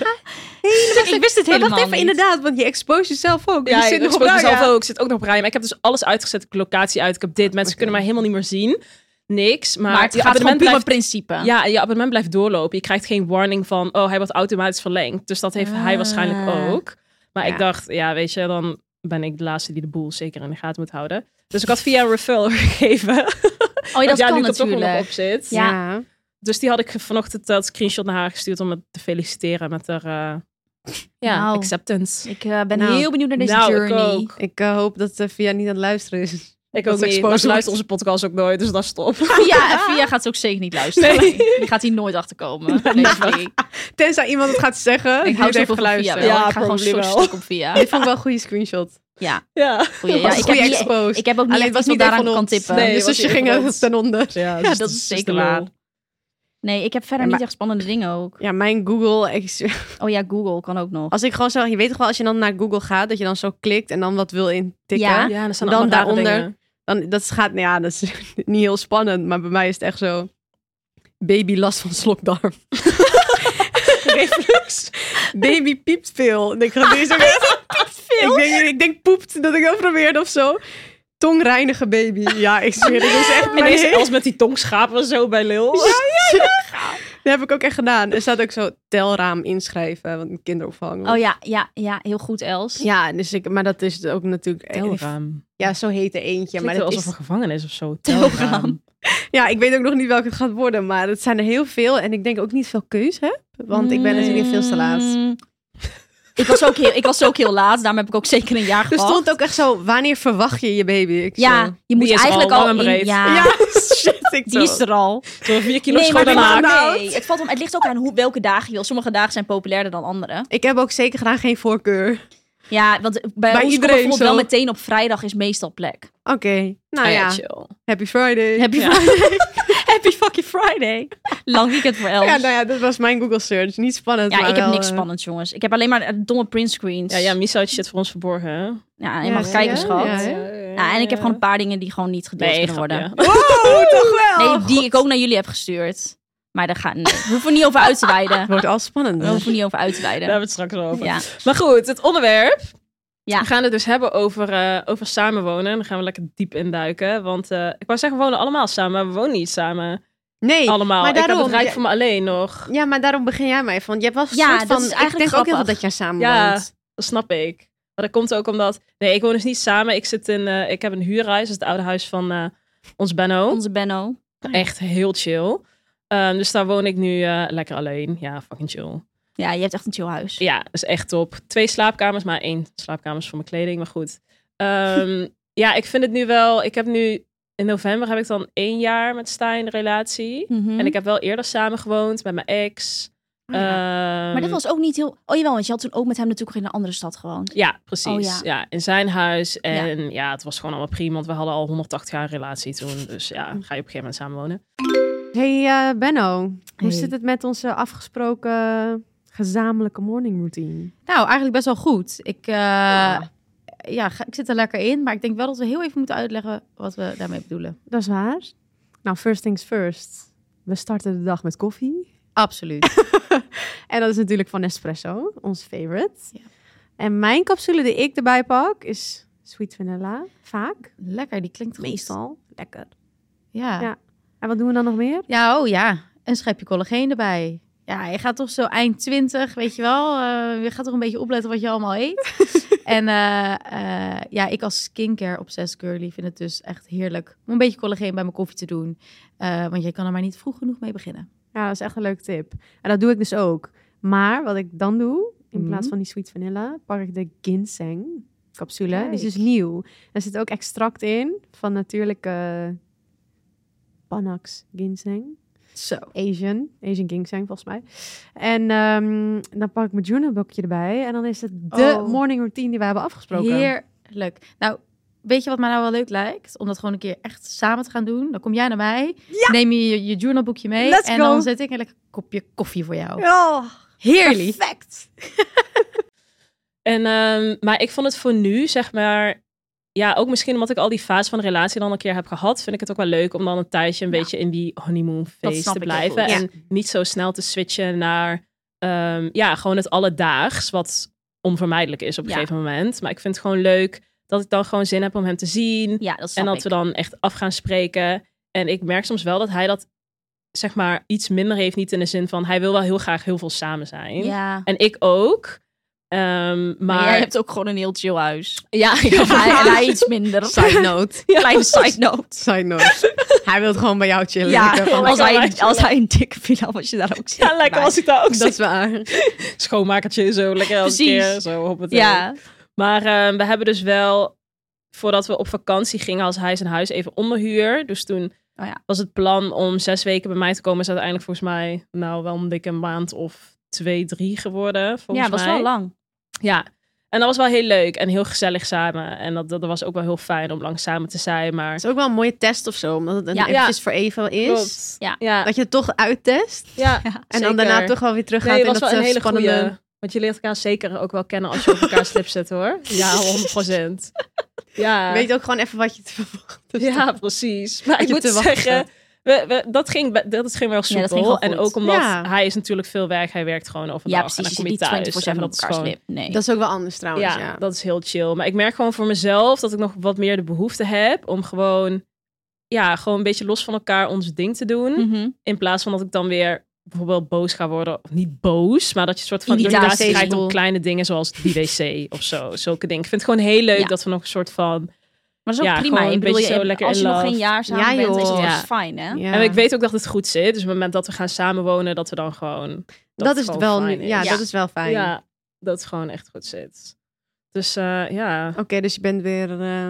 [SPEAKER 4] Ik wist het
[SPEAKER 5] Maar
[SPEAKER 4] helemaal
[SPEAKER 5] wacht even,
[SPEAKER 4] niet.
[SPEAKER 5] inderdaad, want je expose jezelf ook.
[SPEAKER 3] Ja,
[SPEAKER 4] Dus
[SPEAKER 5] je zit
[SPEAKER 3] ik
[SPEAKER 5] nog op
[SPEAKER 3] spook mezelf
[SPEAKER 5] Raya.
[SPEAKER 3] ook. Ik zit ook nog op Ryan. Maar ik heb dus alles uitgezet. Ik heb locatie uit. Ik heb dit. Mensen kunnen mij helemaal niet meer zien. Niks. Maar,
[SPEAKER 4] Maar het
[SPEAKER 3] je
[SPEAKER 4] gaat gewoon
[SPEAKER 3] abonnement
[SPEAKER 4] puur om
[SPEAKER 3] blijft...
[SPEAKER 4] principe.
[SPEAKER 3] Ja, je abonnement blijft doorlopen. Je krijgt geen warning van... Oh, hij wordt automatisch verlengd. Dus dat heeft hij waarschijnlijk
[SPEAKER 4] Ah.
[SPEAKER 3] ook. Maar
[SPEAKER 5] Ja.
[SPEAKER 3] ik dacht... Ja, weet je, dan ben ik de laatste die de boel zeker in de gaten moet houden. Dus ik had via een referral gegeven.
[SPEAKER 4] Oh ja, dat
[SPEAKER 3] ja,
[SPEAKER 4] kan
[SPEAKER 3] nu ik er toch wel nog op
[SPEAKER 4] natuurlijk.
[SPEAKER 3] zit.
[SPEAKER 4] Ja.
[SPEAKER 3] Dus die had ik vanochtend dat screenshot naar haar gestuurd... om me te feliciteren met haar... eh, ja,
[SPEAKER 4] Nou.
[SPEAKER 3] acceptance.
[SPEAKER 4] Ik eh, ben
[SPEAKER 5] Nou,
[SPEAKER 4] heel benieuwd naar deze
[SPEAKER 3] nou, ik
[SPEAKER 4] journey.
[SPEAKER 3] ook.
[SPEAKER 5] Ik eh, hoop dat eh, Via niet aan het luisteren is.
[SPEAKER 3] Ik
[SPEAKER 5] Dat
[SPEAKER 3] ook niet.
[SPEAKER 5] exposed
[SPEAKER 3] Maar ze
[SPEAKER 5] wordt.
[SPEAKER 3] luistert onze podcast ook nooit, dus dat is top.
[SPEAKER 4] Via, en Via gaat ze ook zeker niet luisteren.
[SPEAKER 3] Nee.
[SPEAKER 4] Die gaat hier nooit achterkomen. Nee, ik.
[SPEAKER 5] Tenzij iemand het gaat zeggen.
[SPEAKER 4] ik hou
[SPEAKER 5] het
[SPEAKER 4] zoveel
[SPEAKER 5] even
[SPEAKER 4] van Via
[SPEAKER 5] geluisterd.
[SPEAKER 4] wel.
[SPEAKER 5] Ja.
[SPEAKER 3] Ja,
[SPEAKER 4] ik ga gewoon zo
[SPEAKER 3] probably wel.
[SPEAKER 4] stuk op Via.
[SPEAKER 5] Dit vond ik wel een goede screenshot.
[SPEAKER 4] Ja,
[SPEAKER 3] Ja.
[SPEAKER 4] goeie.
[SPEAKER 5] was
[SPEAKER 4] ja ik,
[SPEAKER 5] goeie
[SPEAKER 4] heb niet,
[SPEAKER 5] exposed.
[SPEAKER 4] ik heb ook niet
[SPEAKER 5] Alleen
[SPEAKER 4] echt
[SPEAKER 5] het was
[SPEAKER 4] iets wat daaraan
[SPEAKER 5] niet van
[SPEAKER 4] kan
[SPEAKER 5] ons. dus
[SPEAKER 4] tippen.
[SPEAKER 3] Nee.
[SPEAKER 5] je
[SPEAKER 3] was
[SPEAKER 5] zusje
[SPEAKER 3] niet
[SPEAKER 5] ging
[SPEAKER 3] van
[SPEAKER 5] er
[SPEAKER 3] ons.
[SPEAKER 5] ten onder.
[SPEAKER 3] Dus Ja,
[SPEAKER 4] dat is zeker waar. Nee, ik heb verder
[SPEAKER 5] Ja, maar-
[SPEAKER 4] niet echt spannende dingen ook.
[SPEAKER 5] Ja, mijn Google. ex-
[SPEAKER 4] Oh ja, Google kan ook nog.
[SPEAKER 5] Als ik gewoon zo. Je weet toch wel, als je dan naar Google gaat, dat je dan zo klikt en dan wat wil intikken.
[SPEAKER 4] Ja.
[SPEAKER 3] Ja, dat
[SPEAKER 5] staan
[SPEAKER 3] zijn
[SPEAKER 5] Dan
[SPEAKER 3] dan
[SPEAKER 5] allemaal rare daaronder.
[SPEAKER 3] daaronder.
[SPEAKER 5] dingen. Dan, dat gaat, nou ja, dat is niet heel spannend, maar bij mij is het echt zo. Baby last van slokdarm. Reflux. Baby piept veel. En Ik ga deze ook veel. Ik denk, ik denk poept dat ik dat probeerde of zo. Tongreinigen baby. Ja, ik zweer, dat is echt
[SPEAKER 3] En
[SPEAKER 5] mijn
[SPEAKER 3] deze
[SPEAKER 5] hele...
[SPEAKER 3] als met die tongschapen zo bij Lil.
[SPEAKER 5] Dat heb ik ook echt gedaan. Er staat ook zo telraam inschrijven, want een kinderopvang.
[SPEAKER 4] Oh ja, ja, ja, heel goed Els.
[SPEAKER 5] Ja, dus ik, maar dat is ook natuurlijk... Ja, zo heet er eentje.
[SPEAKER 3] Ja,
[SPEAKER 5] maar
[SPEAKER 3] maar
[SPEAKER 5] dat
[SPEAKER 3] alsof
[SPEAKER 5] is,
[SPEAKER 3] een gevangenis of zo.
[SPEAKER 4] Telraam.
[SPEAKER 3] Telraam.
[SPEAKER 5] Ja, ik weet ook nog niet welke het gaat worden, maar het zijn er heel veel. En ik denk ook niet veel keus heb, want ik ben natuurlijk veel te laat.
[SPEAKER 4] Mm. Ik was, ook heel, ik was ook heel laat, daarom heb ik ook zeker een jaar
[SPEAKER 5] Er
[SPEAKER 4] gewacht.
[SPEAKER 5] stond ook echt zo, wanneer verwacht je je baby? Ik zo,
[SPEAKER 4] ja, je moet
[SPEAKER 3] Die is
[SPEAKER 4] eigenlijk
[SPEAKER 3] al
[SPEAKER 4] al,
[SPEAKER 3] lang en
[SPEAKER 4] in-
[SPEAKER 3] breed.
[SPEAKER 4] ja,
[SPEAKER 5] ja, shit, ik
[SPEAKER 4] die
[SPEAKER 5] zo.
[SPEAKER 4] is er al.
[SPEAKER 3] Zo'n vier kilo
[SPEAKER 4] nee, maar
[SPEAKER 3] schone
[SPEAKER 4] het,
[SPEAKER 5] daarna-
[SPEAKER 4] ligt-
[SPEAKER 3] haak.
[SPEAKER 5] daarna-
[SPEAKER 4] nee, het, valt om, het ligt ook aan hoe, welke dagen je wil. Sommige dagen zijn populairder dan andere.
[SPEAKER 5] Ik heb ook zeker gedaan geen voorkeur. Oké,
[SPEAKER 4] Ja, want bij, ons komt
[SPEAKER 5] iedereen
[SPEAKER 4] bijvoorbeeld
[SPEAKER 5] zo.
[SPEAKER 4] wel meteen op vrijdag is meestal plek.
[SPEAKER 5] nou ja,
[SPEAKER 3] chill.
[SPEAKER 5] happy Friday.
[SPEAKER 4] Happy,
[SPEAKER 3] Ja.
[SPEAKER 4] Friday. Happy fucking Friday. Lang weekend voor Els.
[SPEAKER 5] Ja,
[SPEAKER 4] Ja,
[SPEAKER 5] nou ja, dat was mijn Google search. Niet spannend, maar
[SPEAKER 4] ik heb
[SPEAKER 5] wel,
[SPEAKER 4] niks
[SPEAKER 5] eh,
[SPEAKER 4] spannends, jongens. Ik heb alleen maar eh, domme printscreens.
[SPEAKER 3] Ja, ja, Misa had je shit voor ons verborgen, hè?
[SPEAKER 4] ja, je
[SPEAKER 5] Ja,
[SPEAKER 4] mag
[SPEAKER 5] zie
[SPEAKER 4] kijken,
[SPEAKER 5] je?
[SPEAKER 4] schat.
[SPEAKER 5] Ja, hè?
[SPEAKER 4] Ja, en ik heb gewoon een paar dingen die gewoon niet gedeeld
[SPEAKER 3] Nee,
[SPEAKER 4] kunnen worden.
[SPEAKER 3] grapje.
[SPEAKER 5] Wow, toch wel!
[SPEAKER 3] Oh,
[SPEAKER 4] Nee, die ik ook naar jullie heb gestuurd. Maar daar gaat nee. We hoeven niet over uit te
[SPEAKER 5] Het
[SPEAKER 4] wijden.
[SPEAKER 5] wordt al spannend.
[SPEAKER 4] We hoeven niet over uit te
[SPEAKER 3] Daar
[SPEAKER 4] wijden.
[SPEAKER 3] hebben we het straks wel over.
[SPEAKER 4] Ja.
[SPEAKER 3] Maar goed, het onderwerp.
[SPEAKER 4] Ja.
[SPEAKER 3] We gaan het dus hebben over, eh, over samenwonen. Dan gaan we lekker diep induiken. Want eh, ik wou zeggen, we wonen allemaal samen. Maar we wonen niet samen.
[SPEAKER 5] Nee,
[SPEAKER 3] allemaal.
[SPEAKER 5] maar
[SPEAKER 3] ik heb
[SPEAKER 5] daarom-
[SPEAKER 3] het rijk voor me alleen nog.
[SPEAKER 5] ja, maar daarom begin jij mij van. Je hebt wel een
[SPEAKER 4] Ja,
[SPEAKER 5] soort
[SPEAKER 4] dat
[SPEAKER 5] van,
[SPEAKER 4] is
[SPEAKER 5] ik
[SPEAKER 4] eigenlijk
[SPEAKER 5] denk ook heel veel
[SPEAKER 4] grappig.
[SPEAKER 5] dat jij samen
[SPEAKER 3] Ja.
[SPEAKER 5] woont.
[SPEAKER 3] Dat snap ik. Maar dat komt ook omdat... Nee, ik woon dus niet samen. Ik zit in... eh, ik heb een huurhuis. Dat is het oude huis van eh, ons Benno.
[SPEAKER 4] Onze Benno.
[SPEAKER 3] Echt heel chill. Ehm, dus daar woon ik nu eh, lekker alleen. Ja, fucking chill.
[SPEAKER 4] Ja, je hebt echt een chill huis.
[SPEAKER 3] Ja, dat is echt top. Twee slaapkamers, maar één slaapkamer is voor mijn kleding, maar goed. Ehm, ja, ik vind het nu wel. Ik heb nu in november heb ik dan één jaar met Stijn relatie.
[SPEAKER 4] Mhm.
[SPEAKER 3] En ik heb wel eerder samen gewoond met mijn ex.
[SPEAKER 5] Oh ja.
[SPEAKER 4] maar dit
[SPEAKER 3] Ehm,
[SPEAKER 4] was ook niet heel... Oh jawel, want je had toen ook met hem natuurlijk in een andere stad gewoond.
[SPEAKER 3] Ja, precies.
[SPEAKER 4] Oh, ja.
[SPEAKER 3] ja. in zijn huis. En ja. het was gewoon allemaal prima, want we hadden al 180 jaar een relatie toen. Dus ja, ga
[SPEAKER 6] Mm.
[SPEAKER 3] je op een gegeven moment samen wonen.
[SPEAKER 5] Hey eh, Benno, hoe
[SPEAKER 4] Hey.
[SPEAKER 5] zit het met onze afgesproken gezamenlijke morning routine?
[SPEAKER 6] Nou, eigenlijk best wel goed. Ik, eh, ja. ga- ik zit er lekker in, maar ik denk wel dat we heel even moeten uitleggen wat we daarmee bedoelen.
[SPEAKER 5] Dat is waar. Nou, first things first. We starten de dag met koffie.
[SPEAKER 6] Absoluut.
[SPEAKER 5] En dat is natuurlijk van Nespresso, ons favorite.
[SPEAKER 6] Ja.
[SPEAKER 5] En mijn capsule die ik erbij pak is sweet vanilla. Vaak.
[SPEAKER 6] lekker, die klinkt goed.
[SPEAKER 5] Meestal. Lekker.
[SPEAKER 6] Ja.
[SPEAKER 5] Ja.
[SPEAKER 6] ja.
[SPEAKER 5] En wat doen we dan nog meer?
[SPEAKER 6] oh ja. Een schepje collageen erbij. Ja, je gaat toch zo eind 20, weet je wel. eh, je gaat toch een beetje opletten wat je allemaal eet. en eh, eh, ja, ik als skincare obsessed girly vind het dus echt heerlijk om een beetje collageen bij mijn koffie te doen. Eh, want je kan er maar niet vroeg genoeg mee beginnen.
[SPEAKER 5] Ja, dat is echt een leuke tip. En dat doe ik dus ook. Maar wat ik dan doe, in
[SPEAKER 6] Mhm.
[SPEAKER 5] plaats van die sweet vanilla, pak ik de ginseng capsule. Die is dus
[SPEAKER 6] Kijk.
[SPEAKER 5] nieuw. Er zit ook extract in van natuurlijke Panax ginseng.
[SPEAKER 6] Zo.
[SPEAKER 5] Asian. Asian ginseng, volgens mij. En ehm, dan pak ik mijn journalboekje erbij. En dan is het de
[SPEAKER 6] Oh.
[SPEAKER 5] morning routine die we hebben afgesproken.
[SPEAKER 6] Heerlijk. Nou, weet je wat mij nou wel leuk lijkt? Om dat gewoon een keer echt samen te gaan doen. Dan kom jij naar mij, neem je je, je journalboekje mee
[SPEAKER 5] Let's
[SPEAKER 6] en
[SPEAKER 5] go.
[SPEAKER 6] dan zet ik een lekker kopje koffie voor jou.
[SPEAKER 5] Oh,
[SPEAKER 6] Heerlijk.
[SPEAKER 5] perfect.
[SPEAKER 3] En, ehm, maar ik vond het voor nu, zeg maar. Ja, ook misschien omdat ik al die fase van de relatie dan een keer heb gehad, vind ik het ook wel leuk om dan een tijdje een
[SPEAKER 6] Ja.
[SPEAKER 3] beetje in die honeymoon
[SPEAKER 6] Dat
[SPEAKER 3] phase
[SPEAKER 6] snap
[SPEAKER 3] te
[SPEAKER 6] ik heel
[SPEAKER 3] blijven.
[SPEAKER 6] goed.
[SPEAKER 3] En niet zo snel te switchen naar ehm, ja, gewoon het alledaags, wat onvermijdelijk is op een
[SPEAKER 4] Ja.
[SPEAKER 3] gegeven moment. Maar ik vind het gewoon leuk dat ik dan gewoon zin heb om hem te zien.
[SPEAKER 4] Ja, dat
[SPEAKER 3] En
[SPEAKER 4] snap
[SPEAKER 3] dat
[SPEAKER 4] ik.
[SPEAKER 3] we dan echt af gaan spreken. En ik merk soms wel dat hij dat zeg maar iets minder heeft. Niet in de zin van hij wil wel heel graag heel veel samen zijn.
[SPEAKER 4] Ja.
[SPEAKER 3] En ik ook. Ehm, maar,
[SPEAKER 4] Maar jij hebt ook gewoon een heel chill huis.
[SPEAKER 3] ja,
[SPEAKER 4] Ja, en hij iets minder.
[SPEAKER 5] Side note.
[SPEAKER 4] Kleine side note.
[SPEAKER 5] Side note. Hij wil gewoon bij jou chillen.
[SPEAKER 4] Ja,
[SPEAKER 5] Ik heb al-
[SPEAKER 4] als
[SPEAKER 3] lekker
[SPEAKER 4] hij,
[SPEAKER 3] wijsje.
[SPEAKER 4] als hij een dikke villa was je daar ook zit.
[SPEAKER 3] ja, lekker als ik daar ook
[SPEAKER 5] Dat
[SPEAKER 3] zit.
[SPEAKER 5] is waar.
[SPEAKER 3] Schoonmakertje zo lekker als een
[SPEAKER 4] Precies.
[SPEAKER 3] keer. Zo, hoppatee.
[SPEAKER 4] Ja.
[SPEAKER 3] Maar ehm, we hebben dus wel, voordat we op vakantie gingen, als hij zijn huis even onderhuur. Dus toen
[SPEAKER 4] Oh ja.
[SPEAKER 3] was het plan om zes weken bij mij te komen. Is uiteindelijk volgens mij nou wel een dikke maand of twee, drie geworden. Volgens
[SPEAKER 4] ja, dat was
[SPEAKER 3] mij.
[SPEAKER 4] wel lang.
[SPEAKER 3] Ja, en dat was wel heel leuk en heel gezellig samen. En dat, dat, dat was ook wel heel fijn om lang samen te zijn. Maar
[SPEAKER 5] Het is ook wel een mooie test of zo. Omdat het een
[SPEAKER 4] Ja.
[SPEAKER 5] eventjes voor even is.
[SPEAKER 3] Klopt.
[SPEAKER 4] Ja.
[SPEAKER 3] ja.
[SPEAKER 5] Dat je het toch uittest.
[SPEAKER 3] Ja,
[SPEAKER 5] En dan daarna toch wel weer terug gaat
[SPEAKER 3] nee,
[SPEAKER 5] in
[SPEAKER 3] was
[SPEAKER 5] dat
[SPEAKER 3] wel een
[SPEAKER 5] eh,
[SPEAKER 3] hele
[SPEAKER 5] spannende...
[SPEAKER 3] goede. Want je leert elkaar zeker ook wel kennen als je op elkaar slip zit hoor. Ja, 100 Ja.
[SPEAKER 5] Weet ook gewoon even wat je te verwachten
[SPEAKER 3] ja, precies. Maar
[SPEAKER 5] Wat
[SPEAKER 3] ik
[SPEAKER 5] je
[SPEAKER 3] moet
[SPEAKER 5] te wachten
[SPEAKER 3] zeggen, we, we, dat, ging, be- dat ging wel
[SPEAKER 4] Ja, dat
[SPEAKER 3] soepel.
[SPEAKER 4] ging wel
[SPEAKER 3] en
[SPEAKER 4] goed.
[SPEAKER 3] ook omdat
[SPEAKER 5] Ja.
[SPEAKER 3] hij is natuurlijk veel werk. Hij werkt gewoon overdag.
[SPEAKER 4] Ja, precies. Je
[SPEAKER 3] En
[SPEAKER 4] zit
[SPEAKER 3] dan kom
[SPEAKER 4] niet 24-7
[SPEAKER 3] je thuis. En
[SPEAKER 4] op
[SPEAKER 3] dat is
[SPEAKER 4] elkaar
[SPEAKER 3] gewoon
[SPEAKER 4] slip. Nee.
[SPEAKER 5] Dat is ook wel anders trouwens,
[SPEAKER 3] ja,
[SPEAKER 5] ja.
[SPEAKER 3] dat is heel chill. Maar ik merk gewoon voor mezelf dat ik nog wat meer de behoefte heb om gewoon, ja, gewoon een beetje los van elkaar ons ding te doen.
[SPEAKER 4] Mhm.
[SPEAKER 3] In plaats van dat ik dan weer bijvoorbeeld boos ga worden. Of niet boos, maar dat je een soort van
[SPEAKER 4] Irritatie.
[SPEAKER 3] irritatie krijgt om kleine dingen zoals die wc of zo. Zulke dingen. Ik vind het gewoon heel leuk
[SPEAKER 4] Ja.
[SPEAKER 3] dat we nog een soort van...
[SPEAKER 4] Maar dat is ook
[SPEAKER 3] Ja,
[SPEAKER 4] prima.
[SPEAKER 3] gewoon
[SPEAKER 4] Ik
[SPEAKER 3] een
[SPEAKER 4] bedoel,
[SPEAKER 3] beetje
[SPEAKER 4] je,
[SPEAKER 3] zo lekker
[SPEAKER 4] als
[SPEAKER 3] in
[SPEAKER 4] je nog
[SPEAKER 3] love.
[SPEAKER 4] geen jaar samen
[SPEAKER 5] Ja,
[SPEAKER 4] bent, is
[SPEAKER 5] joh.
[SPEAKER 4] het
[SPEAKER 3] Ja.
[SPEAKER 4] dus fijn, hè?
[SPEAKER 5] Ja.
[SPEAKER 3] En ik weet ook dat het goed zit. Dus op het moment dat we gaan samenwonen, dat we dan gewoon...
[SPEAKER 5] dat, is
[SPEAKER 3] gewoon
[SPEAKER 5] wel,
[SPEAKER 3] fijn
[SPEAKER 5] nu- ja,
[SPEAKER 3] is.
[SPEAKER 5] dat is wel fijn.
[SPEAKER 3] Ja, dat het gewoon echt goed zit. Dus eh, ja...
[SPEAKER 5] Oké, dus je bent weer eh,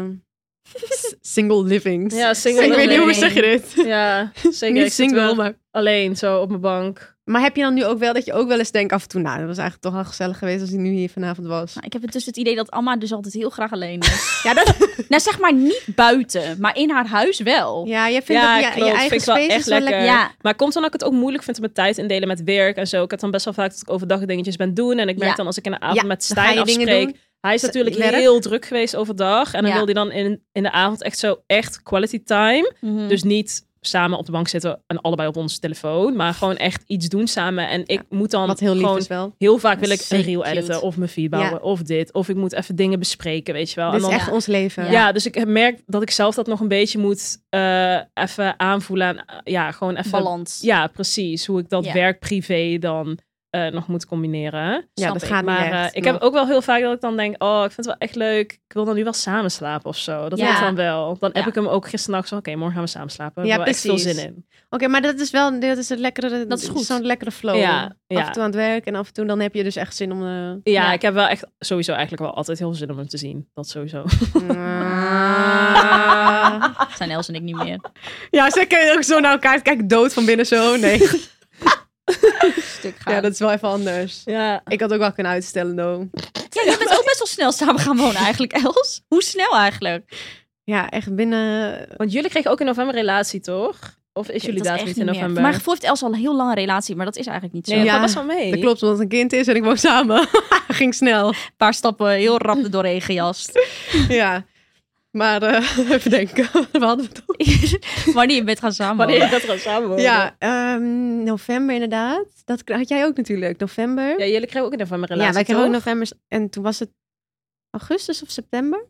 [SPEAKER 5] s- single living.
[SPEAKER 3] Ja, single
[SPEAKER 5] ik weet niet hoe
[SPEAKER 3] living.
[SPEAKER 5] zeg je dit.
[SPEAKER 3] Ja, zeker. Ik
[SPEAKER 5] niet
[SPEAKER 3] zit wel
[SPEAKER 5] single, maar...
[SPEAKER 3] Alleen, zo op mijn bank.
[SPEAKER 5] Maar heb je dan nu ook wel dat je ook wel eens denkt af en toe... Nou, dat was eigenlijk toch wel gezellig geweest als hij nu hier vanavond was.
[SPEAKER 4] Nou, ik heb intussen het idee dat Amma dus altijd heel graag alleen is.
[SPEAKER 5] Ja, dat...
[SPEAKER 4] nou, zeg maar niet buiten, maar in haar huis wel.
[SPEAKER 5] ja jij vindt dat je, je
[SPEAKER 3] klopt.
[SPEAKER 5] eigen
[SPEAKER 3] vind ik wel
[SPEAKER 5] space
[SPEAKER 3] echt
[SPEAKER 5] is wel lekker.
[SPEAKER 3] lekker.
[SPEAKER 4] Ja.
[SPEAKER 3] Maar komt dan dat ik het ook moeilijk vind om mijn tijd indelen met werk en zo. Ik heb dan best wel vaak dat ik overdag dingetjes ben doen. En ik merk
[SPEAKER 4] Ja.
[SPEAKER 3] dan als ik in de avond
[SPEAKER 5] Ja,
[SPEAKER 3] met
[SPEAKER 5] dan ga
[SPEAKER 3] Stijn
[SPEAKER 5] je dingen
[SPEAKER 3] afspreek. Hij is
[SPEAKER 5] Z-
[SPEAKER 3] natuurlijk
[SPEAKER 5] werk.
[SPEAKER 3] heel druk geweest overdag. En dan
[SPEAKER 4] Ja.
[SPEAKER 3] wil hij dan in, in de avond echt zo echt quality time.
[SPEAKER 5] Mm.
[SPEAKER 4] Mhm.
[SPEAKER 3] Dus niet samen op de bank zitten en allebei op onze telefoon. Maar gewoon echt iets doen samen. En ik moet dan
[SPEAKER 5] Wat heel lief
[SPEAKER 3] gewoon...
[SPEAKER 5] is wel.
[SPEAKER 3] Heel vaak wil
[SPEAKER 4] Dat
[SPEAKER 3] ik
[SPEAKER 4] is
[SPEAKER 3] een
[SPEAKER 4] zeker
[SPEAKER 3] reel
[SPEAKER 4] cute.
[SPEAKER 3] editen of mijn feed bouwen of dit. Of ik moet even dingen bespreken, weet je wel.
[SPEAKER 5] Dit
[SPEAKER 3] en
[SPEAKER 5] is
[SPEAKER 3] dan
[SPEAKER 5] echt ons leven.
[SPEAKER 3] ja. dus ik merk dat ik zelf dat nog een beetje moet eh, even aanvoelen. En, eh, ja, gewoon even...
[SPEAKER 4] balans.
[SPEAKER 3] Ja, precies. Hoe ik dat
[SPEAKER 4] Ja.
[SPEAKER 3] werk privé dan eh, nog moet combineren.
[SPEAKER 5] Ja,
[SPEAKER 6] Snap
[SPEAKER 5] dat
[SPEAKER 6] ik,
[SPEAKER 5] gaat
[SPEAKER 3] Maar
[SPEAKER 5] niet
[SPEAKER 3] eh,
[SPEAKER 5] echt.
[SPEAKER 3] ik
[SPEAKER 5] nog.
[SPEAKER 3] heb ook wel heel vaak dat ik dan denk, oh, ik vind het wel echt leuk. Ik wil dan nu wel samen slapen of zo. Dat
[SPEAKER 6] Ja.
[SPEAKER 3] heb ik dan wel. Dan heb
[SPEAKER 4] Ja.
[SPEAKER 3] ik hem ook gisteren nacht zo, oké, morgen gaan we samen slapen. Ik
[SPEAKER 5] Ja,
[SPEAKER 3] heb wel echt veel
[SPEAKER 5] precies.
[SPEAKER 3] zin in.
[SPEAKER 5] Oké, maar dat is wel dat is een lekkere,
[SPEAKER 4] Dat is goed.
[SPEAKER 5] zo'n lekkere flow.
[SPEAKER 3] Ja,
[SPEAKER 5] Af en
[SPEAKER 3] ja.
[SPEAKER 5] toe aan het werk en af en toe dan heb je dus echt zin om... eh,
[SPEAKER 3] Ja,
[SPEAKER 4] Ja.
[SPEAKER 3] ik heb wel echt sowieso eigenlijk wel altijd heel veel zin om hem te zien. Dat sowieso.
[SPEAKER 5] Ah.
[SPEAKER 4] Dat zijn Els en ik niet meer.
[SPEAKER 5] ja, ze kijken ook zo naar elkaar. Kijk, dood van binnen zo. Nee,
[SPEAKER 4] Stuk gaan.
[SPEAKER 5] ja,
[SPEAKER 4] Ja,
[SPEAKER 5] dat is wel even anders.
[SPEAKER 3] Ja.
[SPEAKER 5] Ik had ook wel kunnen uitstellen, though.
[SPEAKER 4] je bent ook best wel snel samen gaan wonen eigenlijk, Els. Hoe snel eigenlijk?
[SPEAKER 5] Ja, echt binnen...
[SPEAKER 3] Want jullie kregen ook in november een relatie, toch? Of is jullie
[SPEAKER 4] Dat
[SPEAKER 3] datum
[SPEAKER 4] echt
[SPEAKER 3] niet in
[SPEAKER 4] meer.
[SPEAKER 3] november?
[SPEAKER 4] Maar gevoel heeft Els al een heel lange relatie, maar dat is eigenlijk niet zo.
[SPEAKER 3] nee, dat
[SPEAKER 5] Ja.
[SPEAKER 3] valt best wel mee.
[SPEAKER 5] Dat klopt, omdat het een kind is en ik woon samen. Ging snel.
[SPEAKER 4] Een paar stappen heel rap er doorheen gejast.
[SPEAKER 5] Ja. Maar eh, even denken. Waar hadden we het over?
[SPEAKER 4] Wanneer je bent gaan samen
[SPEAKER 3] Wanneer dat gaan samen wonen.
[SPEAKER 5] Ja, ehm, november inderdaad. Dat k- had jij ook natuurlijk. November.
[SPEAKER 3] Ja, jullie kregen ook in november een
[SPEAKER 5] Ja,
[SPEAKER 3] relatie,
[SPEAKER 5] wij kregen ook
[SPEAKER 3] toch?
[SPEAKER 5] november. En toen was het augustus of september?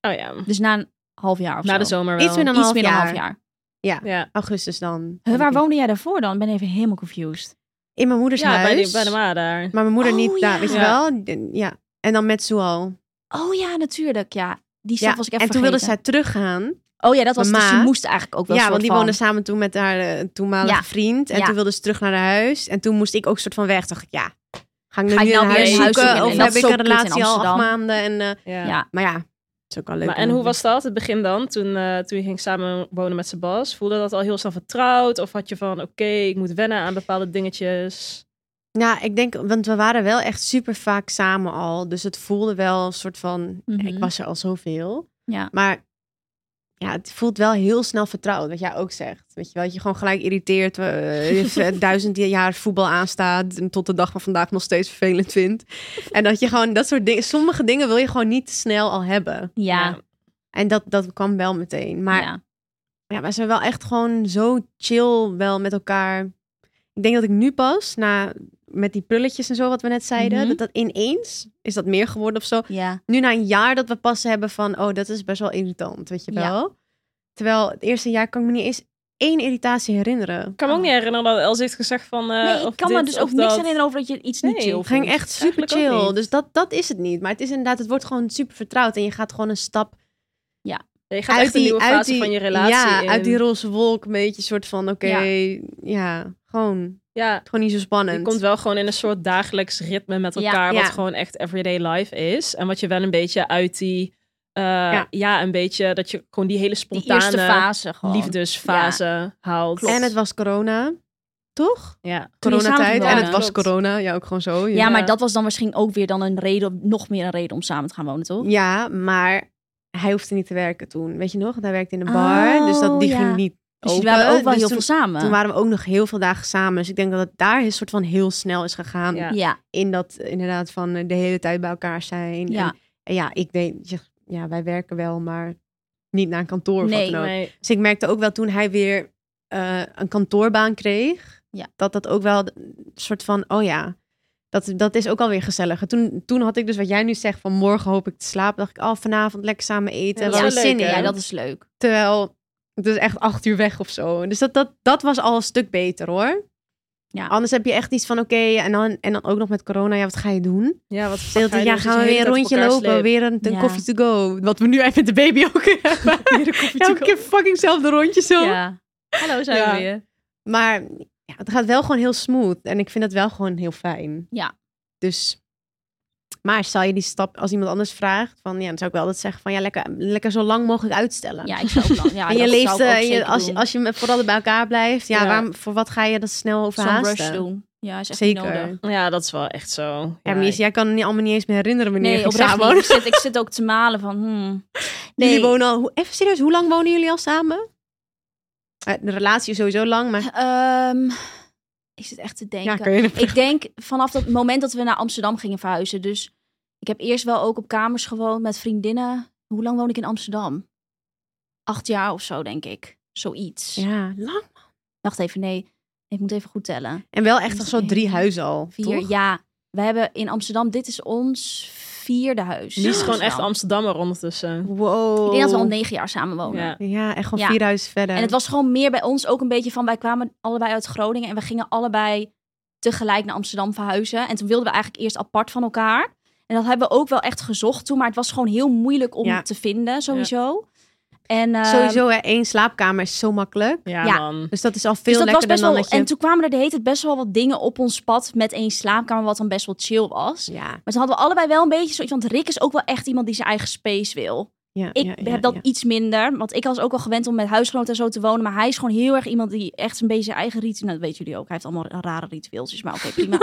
[SPEAKER 3] Oh ja,
[SPEAKER 4] Dus na een half jaar of
[SPEAKER 3] na
[SPEAKER 4] zo.
[SPEAKER 3] de zomer wel.
[SPEAKER 5] Iets meer dan een
[SPEAKER 4] Iets
[SPEAKER 5] half
[SPEAKER 4] meer dan
[SPEAKER 5] jaar.
[SPEAKER 4] een half jaar.
[SPEAKER 3] Ja,
[SPEAKER 5] Augustus dan.
[SPEAKER 4] Huh, waar woonde jij daarvoor dan? Ik ben even helemaal confused.
[SPEAKER 5] In mijn moeders
[SPEAKER 3] ja
[SPEAKER 5] huis.
[SPEAKER 3] bij, die, bij de ma daar.
[SPEAKER 5] Maar mijn moeder
[SPEAKER 4] Oh,
[SPEAKER 5] niet
[SPEAKER 4] ja.
[SPEAKER 5] daar, weet je
[SPEAKER 3] Ja.
[SPEAKER 5] wel? Ja. En dan met Zoal.
[SPEAKER 4] Oh ja, natuurlijk, ja. Die stap
[SPEAKER 5] Ja.
[SPEAKER 4] Dus was ik
[SPEAKER 5] en
[SPEAKER 4] even
[SPEAKER 5] toen wilde zij
[SPEAKER 4] vergeten.
[SPEAKER 5] teruggaan.
[SPEAKER 4] Oh ja, dat was
[SPEAKER 5] Mijn
[SPEAKER 4] dus
[SPEAKER 5] ma-
[SPEAKER 4] je moest eigenlijk ook wel
[SPEAKER 5] Ja,
[SPEAKER 4] soort
[SPEAKER 5] want die
[SPEAKER 4] van...
[SPEAKER 5] woonde samen toen met haar eh, toenmalige
[SPEAKER 4] Ja.
[SPEAKER 5] vriend. En
[SPEAKER 4] Ja.
[SPEAKER 5] toen wilde ze terug naar haar huis. En toen moest ik ook soort van weg. Dacht ik, ja, ga ik nu
[SPEAKER 4] Ga ik
[SPEAKER 5] weer
[SPEAKER 4] nou
[SPEAKER 5] een
[SPEAKER 4] weer
[SPEAKER 5] huis
[SPEAKER 3] een
[SPEAKER 5] zoeken?
[SPEAKER 3] huis zoeken?
[SPEAKER 5] Of
[SPEAKER 3] En dat
[SPEAKER 5] heb
[SPEAKER 4] is
[SPEAKER 5] ik
[SPEAKER 4] zo
[SPEAKER 5] een
[SPEAKER 4] kut in
[SPEAKER 5] relatie al acht
[SPEAKER 4] Amsterdam.
[SPEAKER 5] maanden? En, eh,
[SPEAKER 3] Ja.
[SPEAKER 4] Ja.
[SPEAKER 5] maar ja, het is ook wel leuk.
[SPEAKER 3] Maar,
[SPEAKER 5] om-
[SPEAKER 3] en hoe was dat, het begin dan? Toen, eh, toen je ging samen wonen met Sebas, voelde dat al heel snel vertrouwd? Of had je van, oké, ik moet wennen aan bepaalde dingetjes?
[SPEAKER 5] Nou, ik denk, want we waren wel echt super vaak samen al. Dus het voelde wel een soort van,
[SPEAKER 4] Mhm.
[SPEAKER 5] ik was er al zoveel.
[SPEAKER 4] Ja.
[SPEAKER 5] Maar ja, het voelt wel heel snel vertrouwd, wat jij ook zegt. Weet je wel, dat je gewoon gelijk irriteert, eh, dat je duizend jaar voetbal aanstaat en tot de dag van vandaag nog steeds vervelend vindt. En dat je gewoon dat soort dingen, sommige dingen wil je gewoon niet te snel al hebben.
[SPEAKER 4] Mhm. Ja,
[SPEAKER 3] Ja.
[SPEAKER 5] En dat, dat kwam wel meteen. Maar
[SPEAKER 4] ja.
[SPEAKER 5] ja, wij zijn wel echt gewoon zo chill wel met elkaar. Ik denk dat ik nu pas, na, met die prulletjes en zo wat we net zeiden,
[SPEAKER 4] Mhm.
[SPEAKER 5] dat dat ineens is dat meer geworden of zo.
[SPEAKER 4] ja.
[SPEAKER 5] Nu na een jaar dat we pas hebben van, oh, dat is best wel irritant, weet je
[SPEAKER 4] Ja.
[SPEAKER 5] wel. Terwijl het eerste jaar kan ik me niet eens één irritatie herinneren.
[SPEAKER 3] Ik kan me ook
[SPEAKER 4] Oh.
[SPEAKER 3] niet herinneren dat Els heeft gezegd van... eh,
[SPEAKER 4] Nee, ik
[SPEAKER 3] of
[SPEAKER 4] kan me
[SPEAKER 3] dit
[SPEAKER 4] dus
[SPEAKER 3] of
[SPEAKER 4] ook niks
[SPEAKER 3] dat.
[SPEAKER 4] herinneren over dat je iets
[SPEAKER 3] Nee,
[SPEAKER 4] niet chill
[SPEAKER 3] ik
[SPEAKER 5] Het ging
[SPEAKER 3] vond
[SPEAKER 5] echt
[SPEAKER 3] het
[SPEAKER 5] super
[SPEAKER 3] eigenlijk ook
[SPEAKER 5] chill.
[SPEAKER 3] niet.
[SPEAKER 5] Dus dat, dat is het niet. Maar het is inderdaad, het wordt gewoon super vertrouwd. En je gaat gewoon een stap
[SPEAKER 3] Ja, Je gaat uit echt een nieuwe fase van je relatie
[SPEAKER 5] ja,
[SPEAKER 3] in.
[SPEAKER 5] uit die roze wolk. Een beetje soort van, oké, ja. gewoon,
[SPEAKER 3] ja,
[SPEAKER 5] gewoon niet zo spannend.
[SPEAKER 3] je komt wel gewoon in een soort dagelijks ritme met
[SPEAKER 4] Ja.
[SPEAKER 3] elkaar,
[SPEAKER 5] Ja.
[SPEAKER 3] wat gewoon echt everyday life is. En wat je wel een beetje uit die... eh, ja. een beetje dat je gewoon die hele
[SPEAKER 4] Die eerste
[SPEAKER 3] spontane
[SPEAKER 4] fase gewoon.
[SPEAKER 3] liefdesfase haalt.
[SPEAKER 5] En het was corona, toch?
[SPEAKER 3] ja.
[SPEAKER 4] Toen je
[SPEAKER 5] Coronatijd.
[SPEAKER 4] samen
[SPEAKER 5] En
[SPEAKER 4] wonen.
[SPEAKER 5] het was
[SPEAKER 3] Klopt.
[SPEAKER 5] corona. Ja, ook gewoon zo.
[SPEAKER 4] Ja, maar
[SPEAKER 3] Ja.
[SPEAKER 4] dat was dan waarschijnlijk ook weer dan een reden, nog meer een reden om samen te gaan wonen, toch?
[SPEAKER 5] Ja, maar hij hoefde niet te werken toen. Weet je nog? Want hij werkte in een bar. dus dat, die
[SPEAKER 4] Oh,
[SPEAKER 5] ging
[SPEAKER 4] ja.
[SPEAKER 5] niet
[SPEAKER 4] Dus
[SPEAKER 5] open.
[SPEAKER 4] jullie waren ook wel
[SPEAKER 5] Dus
[SPEAKER 4] heel
[SPEAKER 5] toen,
[SPEAKER 4] veel samen.
[SPEAKER 5] Toen waren we ook nog heel veel dagen samen. Dus ik denk dat het daar een soort van heel snel is gegaan.
[SPEAKER 3] Ja.
[SPEAKER 4] Ja,
[SPEAKER 5] In dat eh, inderdaad van eh, de hele tijd bij elkaar zijn.
[SPEAKER 4] ja.
[SPEAKER 5] En, en ja, ik deed... je zegt, Ja, wij werken wel, maar niet naar een kantoor of wat
[SPEAKER 4] Nee.
[SPEAKER 5] dan ook.
[SPEAKER 3] Nee.
[SPEAKER 5] Dus ik merkte ook wel toen hij weer eh, een kantoorbaan kreeg,
[SPEAKER 4] Ja.
[SPEAKER 5] dat dat ook wel een soort van, oh ja, dat, dat is ook alweer gezellig. En toen, toen had ik dus wat jij nu zegt, van morgen hoop ik te slapen, dacht ik, oh vanavond lekker samen eten,
[SPEAKER 3] Ja,
[SPEAKER 4] dat
[SPEAKER 5] wel weer
[SPEAKER 4] is
[SPEAKER 3] wel
[SPEAKER 5] zin
[SPEAKER 3] leuk,
[SPEAKER 5] in.
[SPEAKER 3] hè?
[SPEAKER 4] ja, dat is leuk.
[SPEAKER 5] Terwijl het is echt acht uur weg of zo. Dus dat, dat, dat was al een stuk beter hoor.
[SPEAKER 4] Ja.
[SPEAKER 5] Anders heb je echt iets van, oké, en, dan, en dan ook nog met corona, ja, wat ga je doen?
[SPEAKER 3] Ja, wat
[SPEAKER 5] De hele tijd, ja, gaan we weer dus een rondje lopen, weer een, een
[SPEAKER 4] Ja.
[SPEAKER 5] coffee to go. Wat we nu even met de baby ook hebben. Elke keer fucking zelfde rondje zo.
[SPEAKER 4] Ja. Hallo, zijn
[SPEAKER 5] Ja.
[SPEAKER 4] we weer.
[SPEAKER 5] Maar ja, het gaat wel gewoon heel smooth. En ik vind dat wel gewoon heel fijn.
[SPEAKER 4] Ja.
[SPEAKER 5] Dus, maar zal je die stap, als iemand anders vraagt, van ja, dan zou ik wel altijd zeggen van ja, lekker, lekker zo lang mogelijk uitstellen.
[SPEAKER 4] Ja, ik zou ook lang. Ja,
[SPEAKER 5] en je
[SPEAKER 4] dat zou
[SPEAKER 5] leeft,
[SPEAKER 4] ik ook
[SPEAKER 5] eh, en je,
[SPEAKER 4] zeker
[SPEAKER 5] als, je-
[SPEAKER 4] doen.
[SPEAKER 5] als je met- vooral bij elkaar blijft, ja,
[SPEAKER 3] Ja.
[SPEAKER 5] Waarom, voor wat ga je dat snel
[SPEAKER 4] zo'n
[SPEAKER 5] overhaasten?
[SPEAKER 4] rush doen. Ja, is echt Zeker.
[SPEAKER 5] eh, Zeker.
[SPEAKER 3] Ja, dat is wel echt zo.
[SPEAKER 5] Ja, maar je- jij kan het niet, allemaal niet eens meer herinneren wanneer
[SPEAKER 4] Nee,
[SPEAKER 5] je ging
[SPEAKER 4] oprecht
[SPEAKER 5] samen
[SPEAKER 4] niet. Ik
[SPEAKER 5] wonen.
[SPEAKER 4] zit, ik zit ook te malen van... hmm.
[SPEAKER 5] Jullie
[SPEAKER 4] Nee,
[SPEAKER 5] wonen al, hoe- even serieus, hoe lang wonen jullie al samen? Eh, De relatie is sowieso lang, maar
[SPEAKER 4] ehm, ik zit echt te denken.
[SPEAKER 5] ja, kan je
[SPEAKER 4] Ik denk vanaf dat moment dat we naar Amsterdam gingen verhuizen. Dus ik heb eerst wel ook op kamers gewoond met vriendinnen. Hoe lang woon ik in Amsterdam? Acht jaar of zo, denk ik. Zoiets.
[SPEAKER 5] Ja, lang.
[SPEAKER 4] Wacht even, nee. Ik moet even goed tellen.
[SPEAKER 5] En wel echt zo drie huizen al,
[SPEAKER 4] Vier,
[SPEAKER 5] toch?
[SPEAKER 4] ja. We hebben in Amsterdam, dit is ons vierde huis.
[SPEAKER 3] Die is
[SPEAKER 4] in
[SPEAKER 3] gewoon echt
[SPEAKER 4] Amsterdam.
[SPEAKER 3] Amsterdammer ondertussen.
[SPEAKER 5] Wow.
[SPEAKER 4] Ik denk dat we al negen jaar samen wonen.
[SPEAKER 3] Ja.
[SPEAKER 5] Ja, echt gewoon
[SPEAKER 4] Ja.
[SPEAKER 5] vier huizen verder.
[SPEAKER 4] En het was gewoon meer bij ons ook een beetje van... Wij kwamen allebei uit Groningen en we gingen allebei tegelijk naar Amsterdam verhuizen. En toen wilden we eigenlijk eerst apart van elkaar. En dat hebben we ook wel echt gezocht toen. Maar het was gewoon heel moeilijk om
[SPEAKER 5] Ja.
[SPEAKER 4] te vinden, sowieso. En, eh,
[SPEAKER 5] Sowieso, hè, één slaapkamer is zo makkelijk.
[SPEAKER 3] Ja,
[SPEAKER 4] Ja.
[SPEAKER 3] man.
[SPEAKER 5] Dus dat is al veel
[SPEAKER 4] Dus dat was
[SPEAKER 5] lekkerder
[SPEAKER 4] best
[SPEAKER 5] dan
[SPEAKER 4] wel,
[SPEAKER 5] dat je...
[SPEAKER 4] En toen kwamen er de hele tijd best wel wat dingen op ons pad met één slaapkamer, wat dan best wel chill was.
[SPEAKER 5] Ja,
[SPEAKER 4] Maar toen hadden we allebei wel een beetje zoiets, want Rick is ook wel echt iemand die zijn eigen space wil.
[SPEAKER 5] ja,
[SPEAKER 4] Ik
[SPEAKER 5] ja, ja,
[SPEAKER 4] heb dat
[SPEAKER 5] ja.
[SPEAKER 4] iets minder, want ik was ook wel gewend om met huisgenoten en zo te wonen. Maar hij is gewoon heel erg iemand die echt een beetje zijn eigen ritueel... Nou, dat weten jullie ook, hij heeft allemaal rare ritueeltjes, maar oké, prima.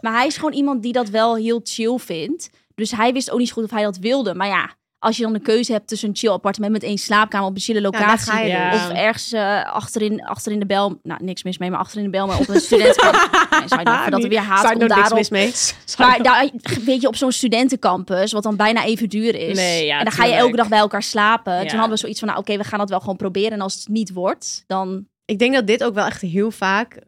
[SPEAKER 4] maar hij is gewoon iemand die dat wel heel chill vindt. Dus hij wist ook niet zo goed of hij dat wilde. Maar ja, als je dan de keuze hebt tussen een chill appartement met één slaapkamer op een chille
[SPEAKER 5] Ja, daar
[SPEAKER 4] locatie...
[SPEAKER 5] ga je
[SPEAKER 3] Ja.
[SPEAKER 5] dus.
[SPEAKER 4] Of ergens eh, achterin, achterin de bel. Nou, niks mis mee, maar achterin de bel. Maar op een studentenkamp. nee, zou je dan voordat er weer haat
[SPEAKER 5] Zou
[SPEAKER 4] komt
[SPEAKER 5] er nog niks
[SPEAKER 4] daarop.
[SPEAKER 5] mis mee?
[SPEAKER 4] Maar daar, weet je, op zo'n studentencampus, wat dan bijna even duur is.
[SPEAKER 3] Nee, ja,
[SPEAKER 4] en dan ga je
[SPEAKER 3] tuurlijk.
[SPEAKER 4] elke dag bij elkaar slapen.
[SPEAKER 3] Ja.
[SPEAKER 4] Toen hadden we zoiets van, nou oké, we gaan dat wel gewoon proberen. En als het niet wordt, dan...
[SPEAKER 5] Ik denk dat dit ook wel echt heel vaak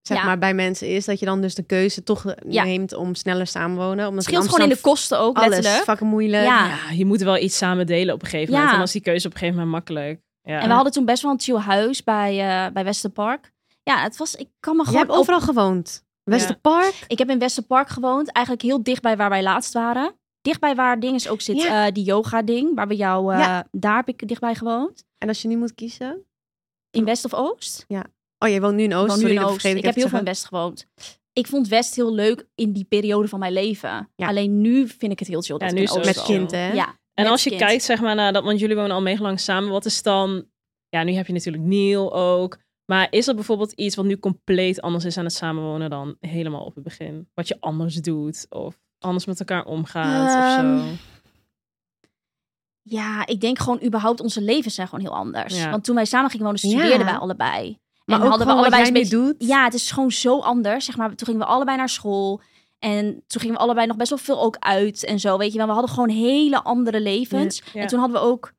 [SPEAKER 5] zeg
[SPEAKER 4] Ja.
[SPEAKER 5] maar, bij mensen is. Dat je dan dus de keuze toch
[SPEAKER 4] Ja.
[SPEAKER 5] neemt om sneller samenwonen.
[SPEAKER 4] Het
[SPEAKER 5] Omdat
[SPEAKER 4] scheelt gewoon in de kosten ook,
[SPEAKER 5] alles
[SPEAKER 4] letterlijk.
[SPEAKER 5] fucking moeilijk.
[SPEAKER 4] Ja.
[SPEAKER 3] Ja, je moet wel iets samen delen op een gegeven
[SPEAKER 4] Ja.
[SPEAKER 3] moment. En dan is die keuze op een gegeven moment makkelijk. Ja.
[SPEAKER 4] En we hadden toen best wel een chill huis bij, eh bij Westerpark. Ja, het was, ik kan me
[SPEAKER 5] Jij
[SPEAKER 4] gewoon
[SPEAKER 5] hebt overal gewoond. Westerpark.
[SPEAKER 4] Ik heb in Westerpark gewoond, eigenlijk heel dichtbij waar wij laatst waren. Dichtbij waar dinges ook zit,
[SPEAKER 5] Ja.
[SPEAKER 4] eh, die yoga-ding, waar we jou, eh,
[SPEAKER 5] Ja.
[SPEAKER 4] daar heb ik dichtbij gewoond.
[SPEAKER 5] En als je nu moet kiezen?
[SPEAKER 4] In West of Oost?
[SPEAKER 5] Oh, jij woont nu in Oost.
[SPEAKER 4] Ik woon nu
[SPEAKER 5] sorry,
[SPEAKER 4] in
[SPEAKER 5] dat
[SPEAKER 4] Oost.
[SPEAKER 5] vergeet
[SPEAKER 4] Ik heb heel veel
[SPEAKER 5] even
[SPEAKER 4] in
[SPEAKER 5] te
[SPEAKER 4] West gewoond. Ik vond West heel leuk in die periode van mijn leven.
[SPEAKER 5] Ja.
[SPEAKER 4] Alleen nu vind ik het heel chill.
[SPEAKER 3] Ja,
[SPEAKER 4] Dat
[SPEAKER 3] nu
[SPEAKER 4] ik
[SPEAKER 3] is
[SPEAKER 4] in
[SPEAKER 3] het
[SPEAKER 4] Oost
[SPEAKER 5] zeggen.
[SPEAKER 3] Met
[SPEAKER 5] Met
[SPEAKER 3] Oost.
[SPEAKER 5] kind, hè?
[SPEAKER 4] woon. Ja,
[SPEAKER 3] En
[SPEAKER 4] met
[SPEAKER 3] als je
[SPEAKER 4] kind.
[SPEAKER 3] kijkt zeg maar, naar dat, want jullie wonen al mega lang samen. Wat is dan, ja, nu heb je natuurlijk Neil ook. Maar is er bijvoorbeeld iets wat nu compleet anders is aan het samenwonen dan helemaal op het begin? Wat je anders doet of anders met elkaar omgaat of zo?
[SPEAKER 4] Ehm, ja, ik denk gewoon überhaupt onze levens zijn gewoon heel anders.
[SPEAKER 3] Ja.
[SPEAKER 4] Want toen wij samen gingen wonen,
[SPEAKER 5] Ja.
[SPEAKER 4] studeerden wij allebei.
[SPEAKER 5] Maar
[SPEAKER 4] en
[SPEAKER 5] ook
[SPEAKER 4] hadden we
[SPEAKER 5] gewoon wat
[SPEAKER 4] allebei
[SPEAKER 5] jij
[SPEAKER 4] een
[SPEAKER 5] nu
[SPEAKER 4] beetje
[SPEAKER 5] doet.
[SPEAKER 4] Ja, het is gewoon zo anders. Zeg maar, toen gingen we allebei naar school. En toen gingen we allebei nog best wel veel ook uit en zo. Weet je wel, we hadden gewoon hele andere levens.
[SPEAKER 3] Ja.
[SPEAKER 4] En toen hadden we ook,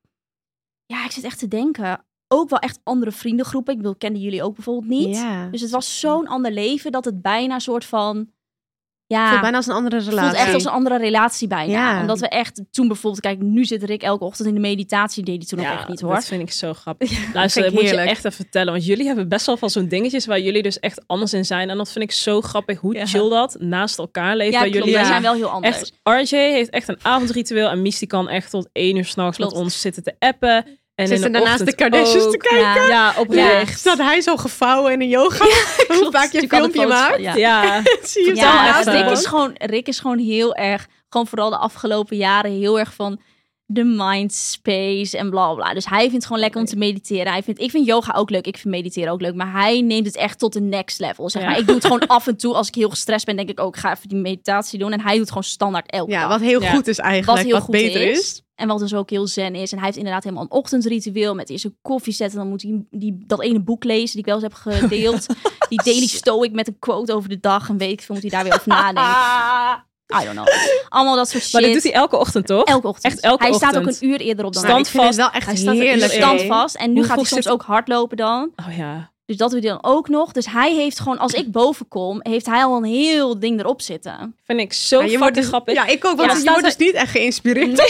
[SPEAKER 4] ja, ik zit echt te denken, ook wel echt andere vriendengroepen. Ik bedoel, kenden jullie ook bijvoorbeeld niet.
[SPEAKER 5] Ja.
[SPEAKER 4] Dus het was zo'n ander leven dat het bijna een soort van,
[SPEAKER 5] Het
[SPEAKER 4] ja,
[SPEAKER 5] voelt bijna als een andere
[SPEAKER 4] het
[SPEAKER 5] relatie.
[SPEAKER 4] voelt echt als een andere relatie bijna.
[SPEAKER 5] Ja.
[SPEAKER 4] Omdat we echt toen bijvoorbeeld, kijk, nu zit Rick elke ochtend in de meditatie, deed hij toen
[SPEAKER 3] ja,
[SPEAKER 4] ook echt niet hoor.
[SPEAKER 3] dat vind ik zo grappig. Luister,
[SPEAKER 5] vind
[SPEAKER 3] dat
[SPEAKER 5] ik
[SPEAKER 3] moet je
[SPEAKER 5] heerlijk.
[SPEAKER 3] echt even vertellen. Want jullie hebben best wel van zo'n dingetjes waar jullie dus echt anders in zijn. En dat vind ik zo grappig hoe
[SPEAKER 5] Ja.
[SPEAKER 3] chill dat naast elkaar leeft
[SPEAKER 4] Ja,
[SPEAKER 3] bij
[SPEAKER 4] klopt,
[SPEAKER 3] jullie.
[SPEAKER 4] wij
[SPEAKER 5] ja.
[SPEAKER 4] zijn wel heel anders.
[SPEAKER 3] Echt, RJ heeft echt een avondritueel en Misty kan echt tot één uur s'nachts met
[SPEAKER 4] Klopt.
[SPEAKER 3] ons zitten te appen. En
[SPEAKER 5] Ze
[SPEAKER 3] in
[SPEAKER 5] zitten
[SPEAKER 3] de
[SPEAKER 5] daarnaast de
[SPEAKER 3] ochtend
[SPEAKER 5] Kardashians
[SPEAKER 3] ook.
[SPEAKER 5] te kijken.
[SPEAKER 4] Ja,
[SPEAKER 3] Ja,
[SPEAKER 4] Ja.
[SPEAKER 3] oprecht.
[SPEAKER 5] Staat hij zo gevouwen in een yoga? Hoe
[SPEAKER 4] klopt.
[SPEAKER 5] vaak je een
[SPEAKER 4] Natuurlijk alle
[SPEAKER 5] filmpje
[SPEAKER 4] foto's van-
[SPEAKER 5] maakt?
[SPEAKER 4] ja.
[SPEAKER 3] Ja.
[SPEAKER 5] Zie je
[SPEAKER 3] Vertel
[SPEAKER 4] Ja,
[SPEAKER 3] maar
[SPEAKER 4] en
[SPEAKER 3] even.
[SPEAKER 4] Rick is, gewoon, Rick is gewoon heel erg, gewoon vooral de afgelopen jaren, heel erg van de mind space en bla bla. Dus hij vindt het gewoon lekker om te mediteren. Hij vindt, ik vind yoga ook leuk, ik vind mediteren ook leuk, maar hij neemt het echt tot de next level. Zeg
[SPEAKER 3] Ja.
[SPEAKER 4] maar. Ik doe het gewoon af en toe, als ik heel gestrest ben, denk ik ook, ik ga even die meditatie doen. En hij doet het gewoon standaard elke
[SPEAKER 5] Ja,
[SPEAKER 4] dag.
[SPEAKER 5] wat heel
[SPEAKER 3] Ja.
[SPEAKER 5] goed is eigenlijk.
[SPEAKER 4] Wat heel goed
[SPEAKER 5] beter
[SPEAKER 4] is.
[SPEAKER 5] is.
[SPEAKER 4] En wat dus ook heel zen is. En hij heeft inderdaad helemaal een ochtendritueel met eerst een koffie zetten. Dan moet hij die, dat ene boek lezen die ik wel eens heb gedeeld. die Daily Stoic met een quote over de dag. En weet ik veel, moet hij daar weer over nadenken. I don't know. Allemaal dat soort shit.
[SPEAKER 3] Maar dat doet hij elke ochtend, toch?
[SPEAKER 4] elke ochtend.
[SPEAKER 3] Echt elke
[SPEAKER 4] hij staat ook
[SPEAKER 3] ochtend.
[SPEAKER 4] een uur eerder op dan
[SPEAKER 5] Nou, ik
[SPEAKER 3] Stand-
[SPEAKER 5] vind het
[SPEAKER 3] Standvast.
[SPEAKER 5] wel echt
[SPEAKER 4] Hij staat een uur
[SPEAKER 5] heerlijk.
[SPEAKER 4] standvast. En nu
[SPEAKER 3] Hoeveel
[SPEAKER 4] gaat hij soms
[SPEAKER 3] zit-
[SPEAKER 4] ook hardlopen dan.
[SPEAKER 3] Oh ja.
[SPEAKER 4] Dus dat doet hij dan ook nog. Dus hij heeft gewoon, als ik boven kom, heeft hij al een heel ding erop zitten.
[SPEAKER 3] Vind ik zo
[SPEAKER 5] Ja, je wordt
[SPEAKER 3] fucking
[SPEAKER 5] dus,
[SPEAKER 3] grappig.
[SPEAKER 5] ja, ik ook,
[SPEAKER 4] Ja,
[SPEAKER 5] want je
[SPEAKER 4] staat
[SPEAKER 5] wordt dus niet echt geïnspireerd.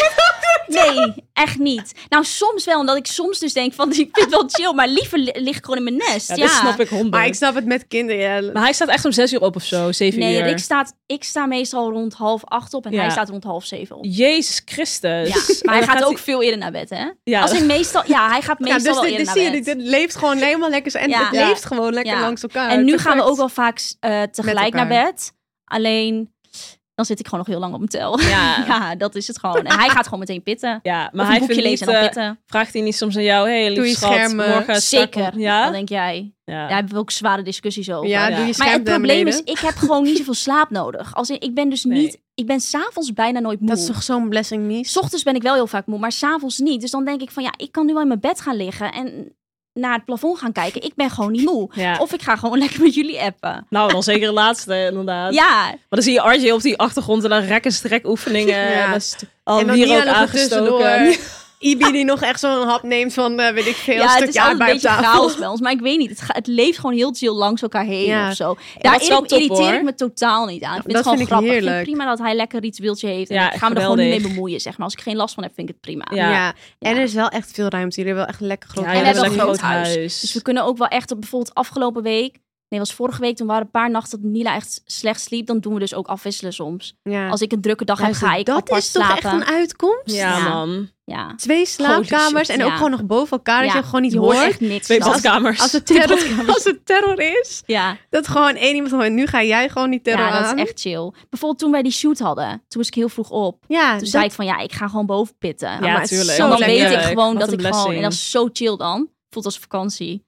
[SPEAKER 4] Nee, echt niet. Nou, soms wel, omdat ik soms dus denk van, ik vind het wel chill, maar liever li- lig ik gewoon in mijn nest. Ja,
[SPEAKER 3] Ja, dit snap ik honderd.
[SPEAKER 5] Maar ik snap het met kinderen. Ja,
[SPEAKER 3] Maar hij staat echt om zes uur op of zo, zeven
[SPEAKER 4] Nee,
[SPEAKER 3] uur.
[SPEAKER 4] Rick staat, ik sta meestal rond half acht op en
[SPEAKER 3] Ja.
[SPEAKER 4] hij staat rond half zeven op.
[SPEAKER 3] Jezus Christus.
[SPEAKER 4] Ja,
[SPEAKER 3] En
[SPEAKER 4] maar hij
[SPEAKER 3] dan
[SPEAKER 4] gaat ook veel eerder naar bed, hè?
[SPEAKER 3] Ja,
[SPEAKER 4] Als ik meestal, ja, hij gaat
[SPEAKER 5] Ja,
[SPEAKER 4] meestal
[SPEAKER 5] dus
[SPEAKER 4] wel
[SPEAKER 5] dit,
[SPEAKER 4] eerder
[SPEAKER 5] dit
[SPEAKER 4] naar
[SPEAKER 5] zie je,
[SPEAKER 4] bed.
[SPEAKER 5] dit, dit leeft gewoon helemaal lekker. En
[SPEAKER 4] Ja.
[SPEAKER 5] het
[SPEAKER 4] Ja.
[SPEAKER 5] leeft gewoon lekker
[SPEAKER 4] Ja.
[SPEAKER 5] langs elkaar.
[SPEAKER 4] En nu gaan we
[SPEAKER 5] eh, Perfect.
[SPEAKER 4] ook wel vaak eh, tegelijk naar
[SPEAKER 5] elkaar.
[SPEAKER 4] bed. Alleen, dan zit ik gewoon nog heel lang op mijn tel.
[SPEAKER 3] Ja.
[SPEAKER 4] ja, dat is het gewoon. En hij gaat gewoon meteen pitten.
[SPEAKER 3] Ja,
[SPEAKER 4] Maar
[SPEAKER 3] maar
[SPEAKER 4] of
[SPEAKER 3] hij
[SPEAKER 4] een boekje
[SPEAKER 3] vindt
[SPEAKER 4] lezen
[SPEAKER 3] niet,
[SPEAKER 4] en dan
[SPEAKER 3] eh,
[SPEAKER 4] pitten.
[SPEAKER 3] vraagt hij niet soms aan jou, hey, lief
[SPEAKER 5] Doe je
[SPEAKER 3] schat,
[SPEAKER 5] schermen.
[SPEAKER 3] morgen strak op.
[SPEAKER 4] Zeker,
[SPEAKER 3] Ja?
[SPEAKER 4] wat denk jij?
[SPEAKER 3] Ja.
[SPEAKER 4] Daar hebben we ook zware discussies over.
[SPEAKER 5] Ja,
[SPEAKER 3] Ja.
[SPEAKER 5] doe je
[SPEAKER 4] Maar het
[SPEAKER 5] scherm naar
[SPEAKER 4] probleem is,
[SPEAKER 5] beneden.
[SPEAKER 4] ik heb gewoon niet zoveel slaap nodig. Als in, ik ben dus
[SPEAKER 3] Nee.
[SPEAKER 4] niet, ik ben s'avonds bijna nooit moe.
[SPEAKER 5] Dat is toch zo'n blessing niet?
[SPEAKER 4] S ochtends ben ik wel heel vaak moe, maar s'avonds niet. Dus dan denk ik van ja, ik kan nu wel in mijn bed gaan liggen en naar het plafond gaan kijken. Ik ben gewoon niet moe.
[SPEAKER 3] Ja.
[SPEAKER 4] Of ik ga gewoon lekker met jullie appen.
[SPEAKER 3] Nou, dan zeker de laatste inderdaad.
[SPEAKER 4] Ja,
[SPEAKER 3] Maar dan zie je Arje op die achtergrond en dan rekken strek oefeningen.
[SPEAKER 5] Ja.
[SPEAKER 3] En dat is al
[SPEAKER 5] en dan
[SPEAKER 3] hier
[SPEAKER 5] Nina
[SPEAKER 3] ook
[SPEAKER 5] nog er
[SPEAKER 3] aangestoken.
[SPEAKER 5] tussendoor. Ibi die nog echt zo'n hap neemt van, eh, weet ik veel,
[SPEAKER 4] ja
[SPEAKER 5] een
[SPEAKER 4] het is
[SPEAKER 5] stukje
[SPEAKER 4] altijd een
[SPEAKER 5] aardbei op
[SPEAKER 4] beetje
[SPEAKER 5] tafel.
[SPEAKER 4] chaos bij ons. Maar ik weet niet, het, ga- het leeft gewoon heel chill langs elkaar heen
[SPEAKER 5] Ja.
[SPEAKER 4] of zo.
[SPEAKER 3] dat is
[SPEAKER 4] Daarin
[SPEAKER 3] wel top,
[SPEAKER 4] irriteer ik
[SPEAKER 3] hoor.
[SPEAKER 4] me totaal niet aan. Ik vind
[SPEAKER 5] Dat
[SPEAKER 4] het gewoon
[SPEAKER 5] vind ik
[SPEAKER 4] grappig. Ik
[SPEAKER 5] heerlijk.
[SPEAKER 4] vind het prima dat hij lekker ritueeltje heeft. En
[SPEAKER 3] Ja,
[SPEAKER 4] ik ga me er gewoon niet mee
[SPEAKER 3] geweldig.
[SPEAKER 4] bemoeien, zeg maar. Als ik geen last van heb, vind ik het prima.
[SPEAKER 3] Ja.
[SPEAKER 5] Ja. en
[SPEAKER 4] Ja.
[SPEAKER 5] er is wel echt veel ruimte. Jullie hebben wel echt een lekker groot
[SPEAKER 3] Ja,
[SPEAKER 4] En
[SPEAKER 3] ja,
[SPEAKER 4] we
[SPEAKER 3] dat is
[SPEAKER 4] hebben
[SPEAKER 3] een
[SPEAKER 4] een
[SPEAKER 3] groot
[SPEAKER 4] groot
[SPEAKER 3] huis.
[SPEAKER 4] Dus we kunnen ook wel echt, op- bijvoorbeeld afgelopen week Nee, was vorige week. Toen waren een paar nachten dat Nila echt slecht sliep. Dan doen we dus ook afwisselen soms.
[SPEAKER 5] Ja.
[SPEAKER 4] Als ik een drukke dag heb,
[SPEAKER 5] Luister,
[SPEAKER 4] ga ik
[SPEAKER 5] dat
[SPEAKER 4] apart
[SPEAKER 5] is toch
[SPEAKER 4] slapen.
[SPEAKER 5] echt een uitkomst?
[SPEAKER 3] Ja,
[SPEAKER 4] Ja.
[SPEAKER 3] man.
[SPEAKER 4] Ja.
[SPEAKER 5] Twee slaapkamers en ook
[SPEAKER 4] ja.
[SPEAKER 5] gewoon nog boven elkaar. Dat
[SPEAKER 4] Ja,
[SPEAKER 5] je gewoon niet
[SPEAKER 4] je
[SPEAKER 5] hoort.
[SPEAKER 4] hoort echt niks.
[SPEAKER 3] Twee
[SPEAKER 4] dan.
[SPEAKER 3] badkamers.
[SPEAKER 5] Als het, terror, als het terror is,
[SPEAKER 4] Ja,
[SPEAKER 5] dat gewoon één iemand gewoon... Nu ga jij gewoon die terror
[SPEAKER 4] ja, dat
[SPEAKER 5] aan.
[SPEAKER 4] is echt chill. Bijvoorbeeld toen wij die shoot hadden, toen was ik heel vroeg op.
[SPEAKER 5] Ja,
[SPEAKER 4] Toen
[SPEAKER 5] dat-
[SPEAKER 4] zei ik van ja, ik ga gewoon boven pitten.
[SPEAKER 3] Ja,
[SPEAKER 5] maar het is
[SPEAKER 3] tuurlijk.
[SPEAKER 5] zo
[SPEAKER 4] en dan
[SPEAKER 5] lekker.
[SPEAKER 4] weet ik gewoon
[SPEAKER 3] Wat
[SPEAKER 4] dat
[SPEAKER 3] een
[SPEAKER 4] ik gewoon... En
[SPEAKER 3] blessing.
[SPEAKER 4] dat is zo chill dan. Voelt als vakantie.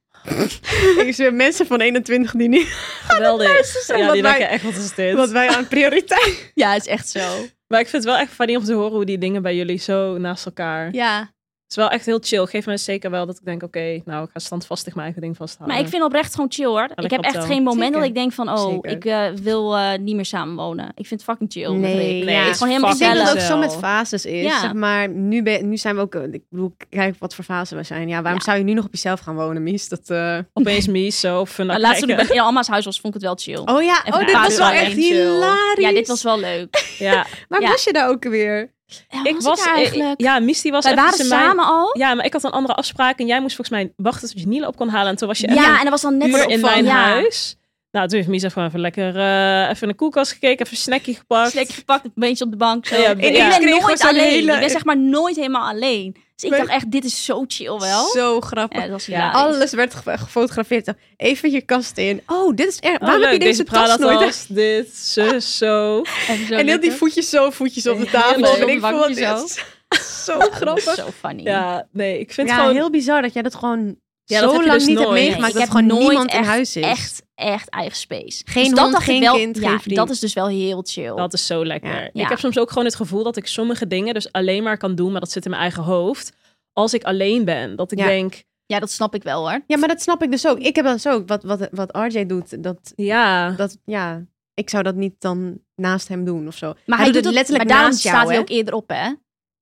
[SPEAKER 5] ik zie mensen van 21 die niet...
[SPEAKER 3] Geweldig.
[SPEAKER 5] zijn
[SPEAKER 3] Ja,
[SPEAKER 5] wat
[SPEAKER 3] die
[SPEAKER 5] wij-
[SPEAKER 3] denken echt, wat is dit?
[SPEAKER 5] Wat wij aan prioriteit...
[SPEAKER 4] Ja, is echt zo.
[SPEAKER 3] Maar ik vind het wel echt funny om te horen hoe die dingen bij jullie zo naast elkaar...
[SPEAKER 4] Ja.
[SPEAKER 3] Het is wel echt heel chill. Geef me zeker wel dat ik denk, oké, nou, ik ga standvastig mijn eigen ding vasthouden.
[SPEAKER 4] Maar ik vind oprecht gewoon chill hoor. Ik heb
[SPEAKER 3] klopt
[SPEAKER 4] echt
[SPEAKER 3] wel.
[SPEAKER 4] geen moment
[SPEAKER 5] Zeker.
[SPEAKER 4] dat ik denk van... Oh,
[SPEAKER 5] Zeker.
[SPEAKER 4] ik eh, wil eh, niet meer samenwonen. Ik vind het fucking chill. met
[SPEAKER 3] Nee,
[SPEAKER 4] Rick.
[SPEAKER 5] ja.
[SPEAKER 3] het
[SPEAKER 4] is gewoon helemaal
[SPEAKER 5] Ik denk dat het ook
[SPEAKER 3] gezellig.
[SPEAKER 5] zo met fases is.
[SPEAKER 4] Ja.
[SPEAKER 5] Zeg maar, nu, ben, nu zijn we ook... eh, Ik bedoel, kijk wat voor fase we zijn. Ja, waarom
[SPEAKER 4] Ja.
[SPEAKER 5] zou je nu nog op jezelf gaan wonen, Mies? Dat, eh,
[SPEAKER 3] Opeens Mies zo of
[SPEAKER 4] Maar laatst toen ik bij- in Alma's huis was, vond ik het wel chill.
[SPEAKER 5] Oh ja,
[SPEAKER 4] Even
[SPEAKER 5] oh, dit
[SPEAKER 4] een
[SPEAKER 5] was wel
[SPEAKER 4] paar uur
[SPEAKER 5] echt
[SPEAKER 4] alleen chill.
[SPEAKER 5] hilarisch.
[SPEAKER 4] Ja, dit was wel leuk.
[SPEAKER 3] Ja,
[SPEAKER 5] Waar
[SPEAKER 4] ja.
[SPEAKER 5] was je daar ook weer?
[SPEAKER 4] Ja,
[SPEAKER 3] ik was
[SPEAKER 4] daar
[SPEAKER 3] eh,
[SPEAKER 4] eigenlijk.
[SPEAKER 3] Ja, Mies die was
[SPEAKER 4] Wij
[SPEAKER 3] even
[SPEAKER 4] waren
[SPEAKER 3] in mijn-
[SPEAKER 4] samen al.
[SPEAKER 3] Ja, maar ik had een andere afspraak en jij moest volgens mij wachten tot je Nila op kon halen. En toen was je
[SPEAKER 4] Ja,
[SPEAKER 3] echt
[SPEAKER 4] en dat was dan
[SPEAKER 3] een
[SPEAKER 4] net
[SPEAKER 3] uur in
[SPEAKER 4] opvang.
[SPEAKER 3] mijn
[SPEAKER 4] Ja.
[SPEAKER 3] huis. Nou, toen heeft Mies even, even lekker eh, even in de koelkast gekeken, even een snackie gepakt.
[SPEAKER 4] Slecht dus gepakt, een beetje op de bank. Zo.
[SPEAKER 3] Ja,
[SPEAKER 4] En
[SPEAKER 3] ja.
[SPEAKER 4] ik ben
[SPEAKER 5] kreeg
[SPEAKER 4] nooit
[SPEAKER 5] zo'n
[SPEAKER 4] alleen.
[SPEAKER 5] hele-
[SPEAKER 4] Ik ben zeg maar nooit helemaal alleen. Dus ik
[SPEAKER 5] Maar-
[SPEAKER 4] dacht echt, dit is zo chill wel.
[SPEAKER 5] Zo grappig.
[SPEAKER 4] Ja, dat was
[SPEAKER 3] Ja,
[SPEAKER 4] hilarisch.
[SPEAKER 5] Alles werd ge- gefotografeerd. Even je kast in. Oh, dit is erg.
[SPEAKER 3] Oh,
[SPEAKER 5] Waarom
[SPEAKER 3] leuk,
[SPEAKER 5] heb je deze, tas
[SPEAKER 3] Prada
[SPEAKER 5] nooit?
[SPEAKER 3] tas, dit, zo, zo.
[SPEAKER 4] Even zo
[SPEAKER 5] En heel die
[SPEAKER 4] lekker.
[SPEAKER 5] voetjes zo, voetjes op de
[SPEAKER 4] Ja,
[SPEAKER 5] tafel.
[SPEAKER 3] leuk.
[SPEAKER 5] en ik
[SPEAKER 4] Op een
[SPEAKER 5] vond het
[SPEAKER 4] bankje
[SPEAKER 5] is zo
[SPEAKER 4] Ja, dat was
[SPEAKER 5] grappig.
[SPEAKER 4] Zo funny.
[SPEAKER 3] Ja, nee, ik vind
[SPEAKER 5] Ja,
[SPEAKER 3] gewoon...
[SPEAKER 5] heel bizar dat jij dat gewoon
[SPEAKER 3] Ja,
[SPEAKER 5] zo
[SPEAKER 3] dat heb je
[SPEAKER 5] lang
[SPEAKER 3] dus
[SPEAKER 5] niet hebt
[SPEAKER 3] nooit.
[SPEAKER 5] meegemaakt.
[SPEAKER 4] Nee,
[SPEAKER 5] dat
[SPEAKER 4] ik
[SPEAKER 5] gewoon
[SPEAKER 4] heb nooit
[SPEAKER 5] niemand in
[SPEAKER 4] echt-
[SPEAKER 5] huis is.
[SPEAKER 4] Echt, echt eigen space.
[SPEAKER 5] Geen
[SPEAKER 4] dus dat
[SPEAKER 5] hond,
[SPEAKER 4] dacht
[SPEAKER 5] geen
[SPEAKER 4] ik wel,
[SPEAKER 5] kind,
[SPEAKER 4] ja,
[SPEAKER 5] geen vriend.
[SPEAKER 4] dat is dus wel heel chill.
[SPEAKER 3] Dat is zo lekker.
[SPEAKER 5] Ja.
[SPEAKER 3] Ik heb soms ook gewoon het gevoel dat ik sommige dingen dus alleen maar kan doen, maar dat zit in mijn eigen hoofd. Als ik alleen ben, dat ik
[SPEAKER 5] Ja.
[SPEAKER 3] denk,
[SPEAKER 4] Ja, dat snap ik wel hoor.
[SPEAKER 5] Ja, maar dat snap ik dus ook. Ik heb dat dus ook. Wat, wat, wat RJ doet, dat,
[SPEAKER 3] ja,
[SPEAKER 5] dat, ja, ik zou dat niet dan naast hem doen of zo. Maar
[SPEAKER 4] Maar hij, doet het letterlijk
[SPEAKER 5] naast
[SPEAKER 4] maar daarom
[SPEAKER 5] jou,
[SPEAKER 4] staat hij
[SPEAKER 5] hè?
[SPEAKER 4] ook eerder op, hè?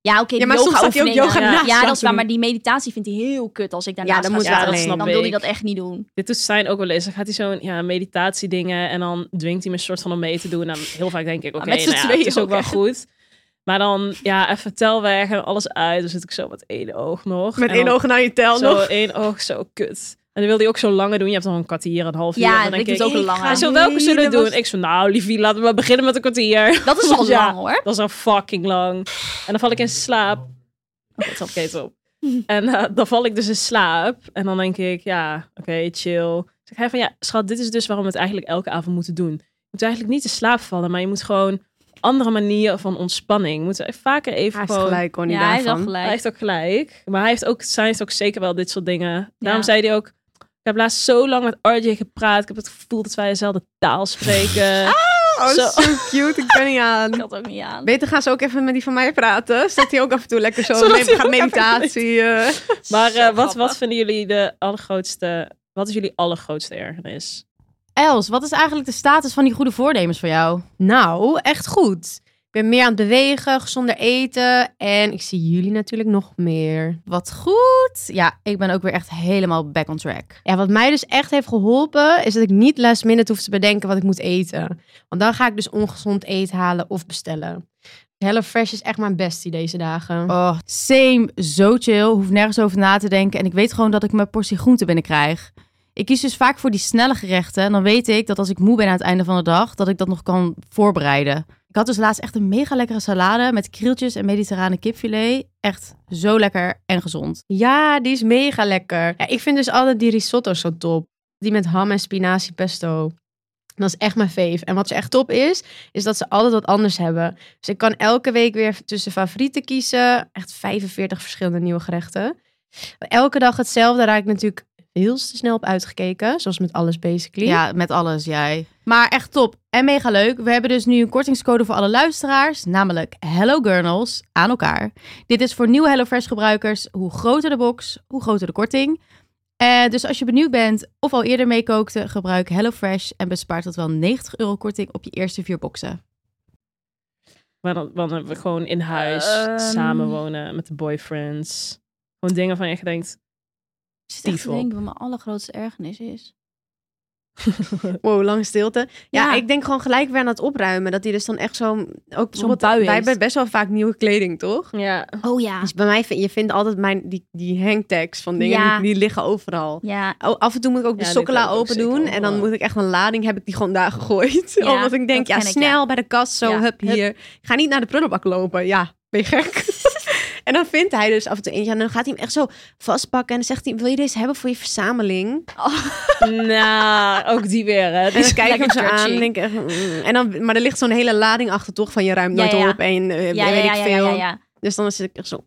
[SPEAKER 4] Ja, oké, die
[SPEAKER 5] maar soms staat hij ook
[SPEAKER 4] yoga-oefeningen.
[SPEAKER 5] yoga naast
[SPEAKER 4] Ja,
[SPEAKER 5] jou
[SPEAKER 4] dat is
[SPEAKER 5] te
[SPEAKER 4] waar,
[SPEAKER 5] doen.
[SPEAKER 4] maar die meditatie vindt hij heel kut als ik daarnaast
[SPEAKER 5] Ja, dan
[SPEAKER 4] ga
[SPEAKER 5] moet
[SPEAKER 3] ja,
[SPEAKER 4] staan.
[SPEAKER 3] dat
[SPEAKER 5] alleen.
[SPEAKER 3] snap
[SPEAKER 4] Dan wil hij
[SPEAKER 3] ik.
[SPEAKER 4] dat echt niet doen.
[SPEAKER 3] Dit doet Stijn ook wel eens. Dan gaat hij zo'n ja, meditatiedingen en dan dwingt hij me een soort van om mee te doen. En heel vaak denk ik, oké,
[SPEAKER 4] met z'n
[SPEAKER 3] nou ja,
[SPEAKER 4] tweeën
[SPEAKER 3] het is ook
[SPEAKER 4] ook,
[SPEAKER 3] wel
[SPEAKER 4] hè?
[SPEAKER 3] goed. Maar dan, ja, even tel weg en alles uit. Dan zit ik zo met één oog nog.
[SPEAKER 5] Met
[SPEAKER 3] En
[SPEAKER 5] één
[SPEAKER 3] dan
[SPEAKER 5] oog naar je tel
[SPEAKER 3] Oh. Zo
[SPEAKER 5] nog.
[SPEAKER 3] één oog, zo kut. En dan wil hij ook zo lange doen. Je hebt dan een kwartier, een half uur.
[SPEAKER 4] Ja,
[SPEAKER 3] dan
[SPEAKER 4] ik doe het ook een lange.
[SPEAKER 3] Hij zo, welke zullen we
[SPEAKER 5] Helemaal-
[SPEAKER 3] doen? Ik zo, nou liefie, laten we maar beginnen met een kwartier.
[SPEAKER 4] Dat is al
[SPEAKER 3] Ja.
[SPEAKER 4] lang hoor.
[SPEAKER 3] Dat is al fucking lang. En dan val ik in slaap. Oh, het zat Kate op. En eh, dan val ik dus in slaap. En dan denk ik, ja, oké, chill. Zeg hij van, ja, schat, dit is dus waarom we het eigenlijk elke avond moeten doen. Je moet eigenlijk niet in slaap vallen, maar je moet gewoon andere manieren van ontspanning. Moeten we vaker even
[SPEAKER 5] Hij is
[SPEAKER 3] gewoon...
[SPEAKER 5] gelijk, Connie,
[SPEAKER 4] Ja, hij is wel
[SPEAKER 5] daarvan.
[SPEAKER 3] Hij
[SPEAKER 4] gelijk.
[SPEAKER 3] heeft ook gelijk. Maar hij heeft ook, zij heeft ook zeker wel dit soort dingen. Daarom zei hij ook, ik heb laatst zo lang met RJ gepraat. Ik heb het gevoel dat wij dezelfde taal spreken.
[SPEAKER 5] Oh,
[SPEAKER 3] Zo.
[SPEAKER 5] zo cute. Ik ben niet aan.
[SPEAKER 4] Ik had ook niet aan.
[SPEAKER 5] Beter gaan ze ook even met die van mij praten. Zodat hij ook af en toe lekker zo
[SPEAKER 3] Zodat
[SPEAKER 5] mee,
[SPEAKER 3] hij
[SPEAKER 5] gaat
[SPEAKER 3] ook even
[SPEAKER 5] meditatie. eh.
[SPEAKER 3] Maar
[SPEAKER 4] Zo
[SPEAKER 3] eh, wat,
[SPEAKER 4] grappig.
[SPEAKER 3] wat vinden jullie de allergrootste... Wat is jullie allergrootste ergernis?
[SPEAKER 6] Els, wat is eigenlijk de status van die goede voornemens voor jou?
[SPEAKER 5] Nou, echt goed. Ik ben meer aan het bewegen, gezonder eten. En ik zie jullie natuurlijk nog meer.
[SPEAKER 6] Wat goed. Ja, ik ben ook weer echt helemaal back on track.
[SPEAKER 5] Ja, wat mij dus echt heeft geholpen, is dat ik niet last minute hoef te bedenken wat ik moet eten. Want dan ga ik dus ongezond eten halen of bestellen. HelloFresh is echt mijn bestie deze dagen.
[SPEAKER 6] Oh, same. Zo chill. Hoef nergens over na te denken. En ik weet gewoon dat ik mijn portie groente binnenkrijg. Ik kies dus vaak voor die snelle gerechten. En dan weet ik dat als ik moe ben aan het einde van de dag, dat ik dat nog kan voorbereiden. Ik had dus laatst echt een mega lekkere salade met krieltjes en mediterrane kipfilet. Echt zo lekker en gezond.
[SPEAKER 5] Ja, die is mega lekker. Ja, ik vind dus altijd die risotto zo top. Die met ham en spinazie pesto. Dat is echt mijn fave. En wat ze echt top is, is dat ze altijd wat anders hebben. Dus ik kan elke week weer tussen favorieten kiezen. Echt 45 verschillende nieuwe gerechten. Elke dag hetzelfde raak ik natuurlijk heel te snel op uitgekeken. Zoals met alles basically.
[SPEAKER 6] Ja, met alles, jij. Maar echt top en mega leuk. We hebben dus nu een kortingscode voor alle luisteraars, namelijk Hello Gurnals aan elkaar. Dit is voor nieuwe HelloFresh gebruikers. Hoe groter de box, hoe groter de korting. Eh, dus als je benieuwd bent of al eerder meekookte, gebruik HelloFresh en bespaart tot wel 90 euro korting op je eerste vier boxen.
[SPEAKER 3] Maar dan, dan hebben we gewoon in huis
[SPEAKER 6] Ehm.
[SPEAKER 3] samenwonen met de boyfriends. Gewoon dingen van je echt denkt.
[SPEAKER 4] Ik zit echt te
[SPEAKER 3] Stiefel.
[SPEAKER 4] denken wat mijn allergrootste ergernis is.
[SPEAKER 5] Wow, lange stilte. Ja,
[SPEAKER 4] Ja.
[SPEAKER 5] ik denk gewoon gelijk weer aan het opruimen. Dat hij dus dan echt zo'n... Ook bijvoorbeeld-
[SPEAKER 4] bui
[SPEAKER 5] Wij
[SPEAKER 4] heeft.
[SPEAKER 5] hebben best wel vaak nieuwe kleding, toch?
[SPEAKER 3] Ja.
[SPEAKER 4] Oh ja.
[SPEAKER 5] Dus bij mij, vind, je vindt altijd mijn, die, die hangtags van dingen,
[SPEAKER 4] Ja.
[SPEAKER 5] die, die liggen overal.
[SPEAKER 4] Ja.
[SPEAKER 5] O, Oh, af en toe moet ik ook de
[SPEAKER 3] Ja,
[SPEAKER 5] sokkela
[SPEAKER 3] dit ook,
[SPEAKER 5] open
[SPEAKER 3] zeker
[SPEAKER 5] doen. En dan
[SPEAKER 3] overal.
[SPEAKER 5] moet ik echt een lading, heb ik die gewoon daar gegooid.
[SPEAKER 4] Ja,
[SPEAKER 5] Omdat ik denk,
[SPEAKER 4] dat
[SPEAKER 5] ja,
[SPEAKER 4] ken ik,
[SPEAKER 5] snel bij de kast, zo,
[SPEAKER 4] Ja,
[SPEAKER 5] hup,
[SPEAKER 4] hup.
[SPEAKER 5] hier. Ga niet naar de prullenbak lopen. Ja, ben je gek? en dan vindt hij dus af en toe eentje. En dan gaat hij hem echt zo vastpakken. En dan zegt hij, wil je deze hebben voor je verzameling?
[SPEAKER 3] nou, ook die weer, hè.
[SPEAKER 5] En dan kijk ik
[SPEAKER 3] lekker
[SPEAKER 5] hem zo aan.
[SPEAKER 3] judgy.
[SPEAKER 5] En denk, ik echt, mm. en dan, maar er ligt zo'n hele lading achter, toch? Van je ruimt
[SPEAKER 4] Ja,
[SPEAKER 5] nooit
[SPEAKER 4] ja, ja.
[SPEAKER 5] op. En eh,
[SPEAKER 4] Ja, ja,
[SPEAKER 5] weet
[SPEAKER 4] ja,
[SPEAKER 5] ik
[SPEAKER 4] ja,
[SPEAKER 5] veel.
[SPEAKER 4] ja, ja.
[SPEAKER 5] Dus dan zit ik echt zo,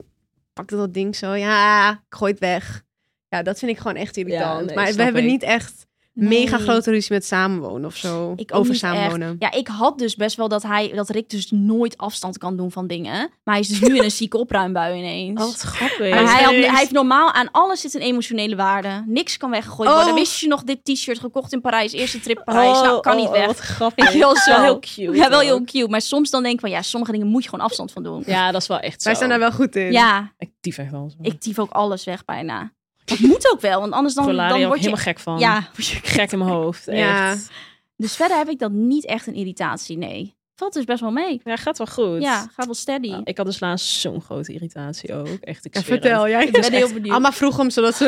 [SPEAKER 5] pak dat ding zo, ja, ik gooi het weg. Ja, dat vind ik gewoon echt irritant.
[SPEAKER 3] nee,
[SPEAKER 5] maar we
[SPEAKER 3] snap
[SPEAKER 5] hebben
[SPEAKER 3] ik.
[SPEAKER 5] niet echt
[SPEAKER 4] Nee.
[SPEAKER 5] mega grote ruzie met samenwonen of zo.
[SPEAKER 4] Ik ook
[SPEAKER 5] Over
[SPEAKER 4] niet echt.
[SPEAKER 5] samenwonen.
[SPEAKER 4] Ja, ik had dus best wel dat hij, dat Rick dus nooit afstand kan doen van dingen. Maar hij is dus nu in een zieke opruimbui ineens.
[SPEAKER 3] Oh, wat grappig.
[SPEAKER 4] Maar hij, had,
[SPEAKER 5] Serieus?
[SPEAKER 4] hij heeft normaal aan alles zit een emotionele waarde. Niks kan weggegooid
[SPEAKER 5] Oh.
[SPEAKER 4] worden. Wist je nog dit t-shirt gekocht in Parijs? Eerste trip Parijs. nou, kan niet weg.
[SPEAKER 3] Oh, Wat
[SPEAKER 4] Weet
[SPEAKER 3] grappig.
[SPEAKER 4] je wel zo.
[SPEAKER 3] Wel heel cute.
[SPEAKER 4] ja, wel
[SPEAKER 3] ook.
[SPEAKER 4] heel cute. Maar soms dan denk ik van ja, sommige dingen moet je gewoon afstand van doen.
[SPEAKER 3] Ja, dat is wel echt zo.
[SPEAKER 5] Wij zijn daar wel goed in.
[SPEAKER 4] Ja,
[SPEAKER 3] Ik dief echt wel zo.
[SPEAKER 4] ik dief ook alles weg bijna. Dat moet ook wel, want anders dan,
[SPEAKER 3] Volaria
[SPEAKER 4] dan
[SPEAKER 3] ook
[SPEAKER 4] word je...
[SPEAKER 3] helemaal gek van.
[SPEAKER 4] Ja,
[SPEAKER 3] Gek in mijn hoofd.
[SPEAKER 5] Ja.
[SPEAKER 3] Echt.
[SPEAKER 4] dus verder heb ik dat niet echt een irritatie, nee. Valt dus best wel mee.
[SPEAKER 3] Ja, gaat wel goed.
[SPEAKER 4] Ja, gaat wel steady.
[SPEAKER 3] Ja, Ik had dus laatst zo'n grote irritatie ook. Echt, ik
[SPEAKER 5] Ja,
[SPEAKER 3] zweer
[SPEAKER 5] vertel
[SPEAKER 3] het.
[SPEAKER 5] jij.
[SPEAKER 4] ik ben heel benieuwd.
[SPEAKER 5] Amma vroeg om, zodat ze...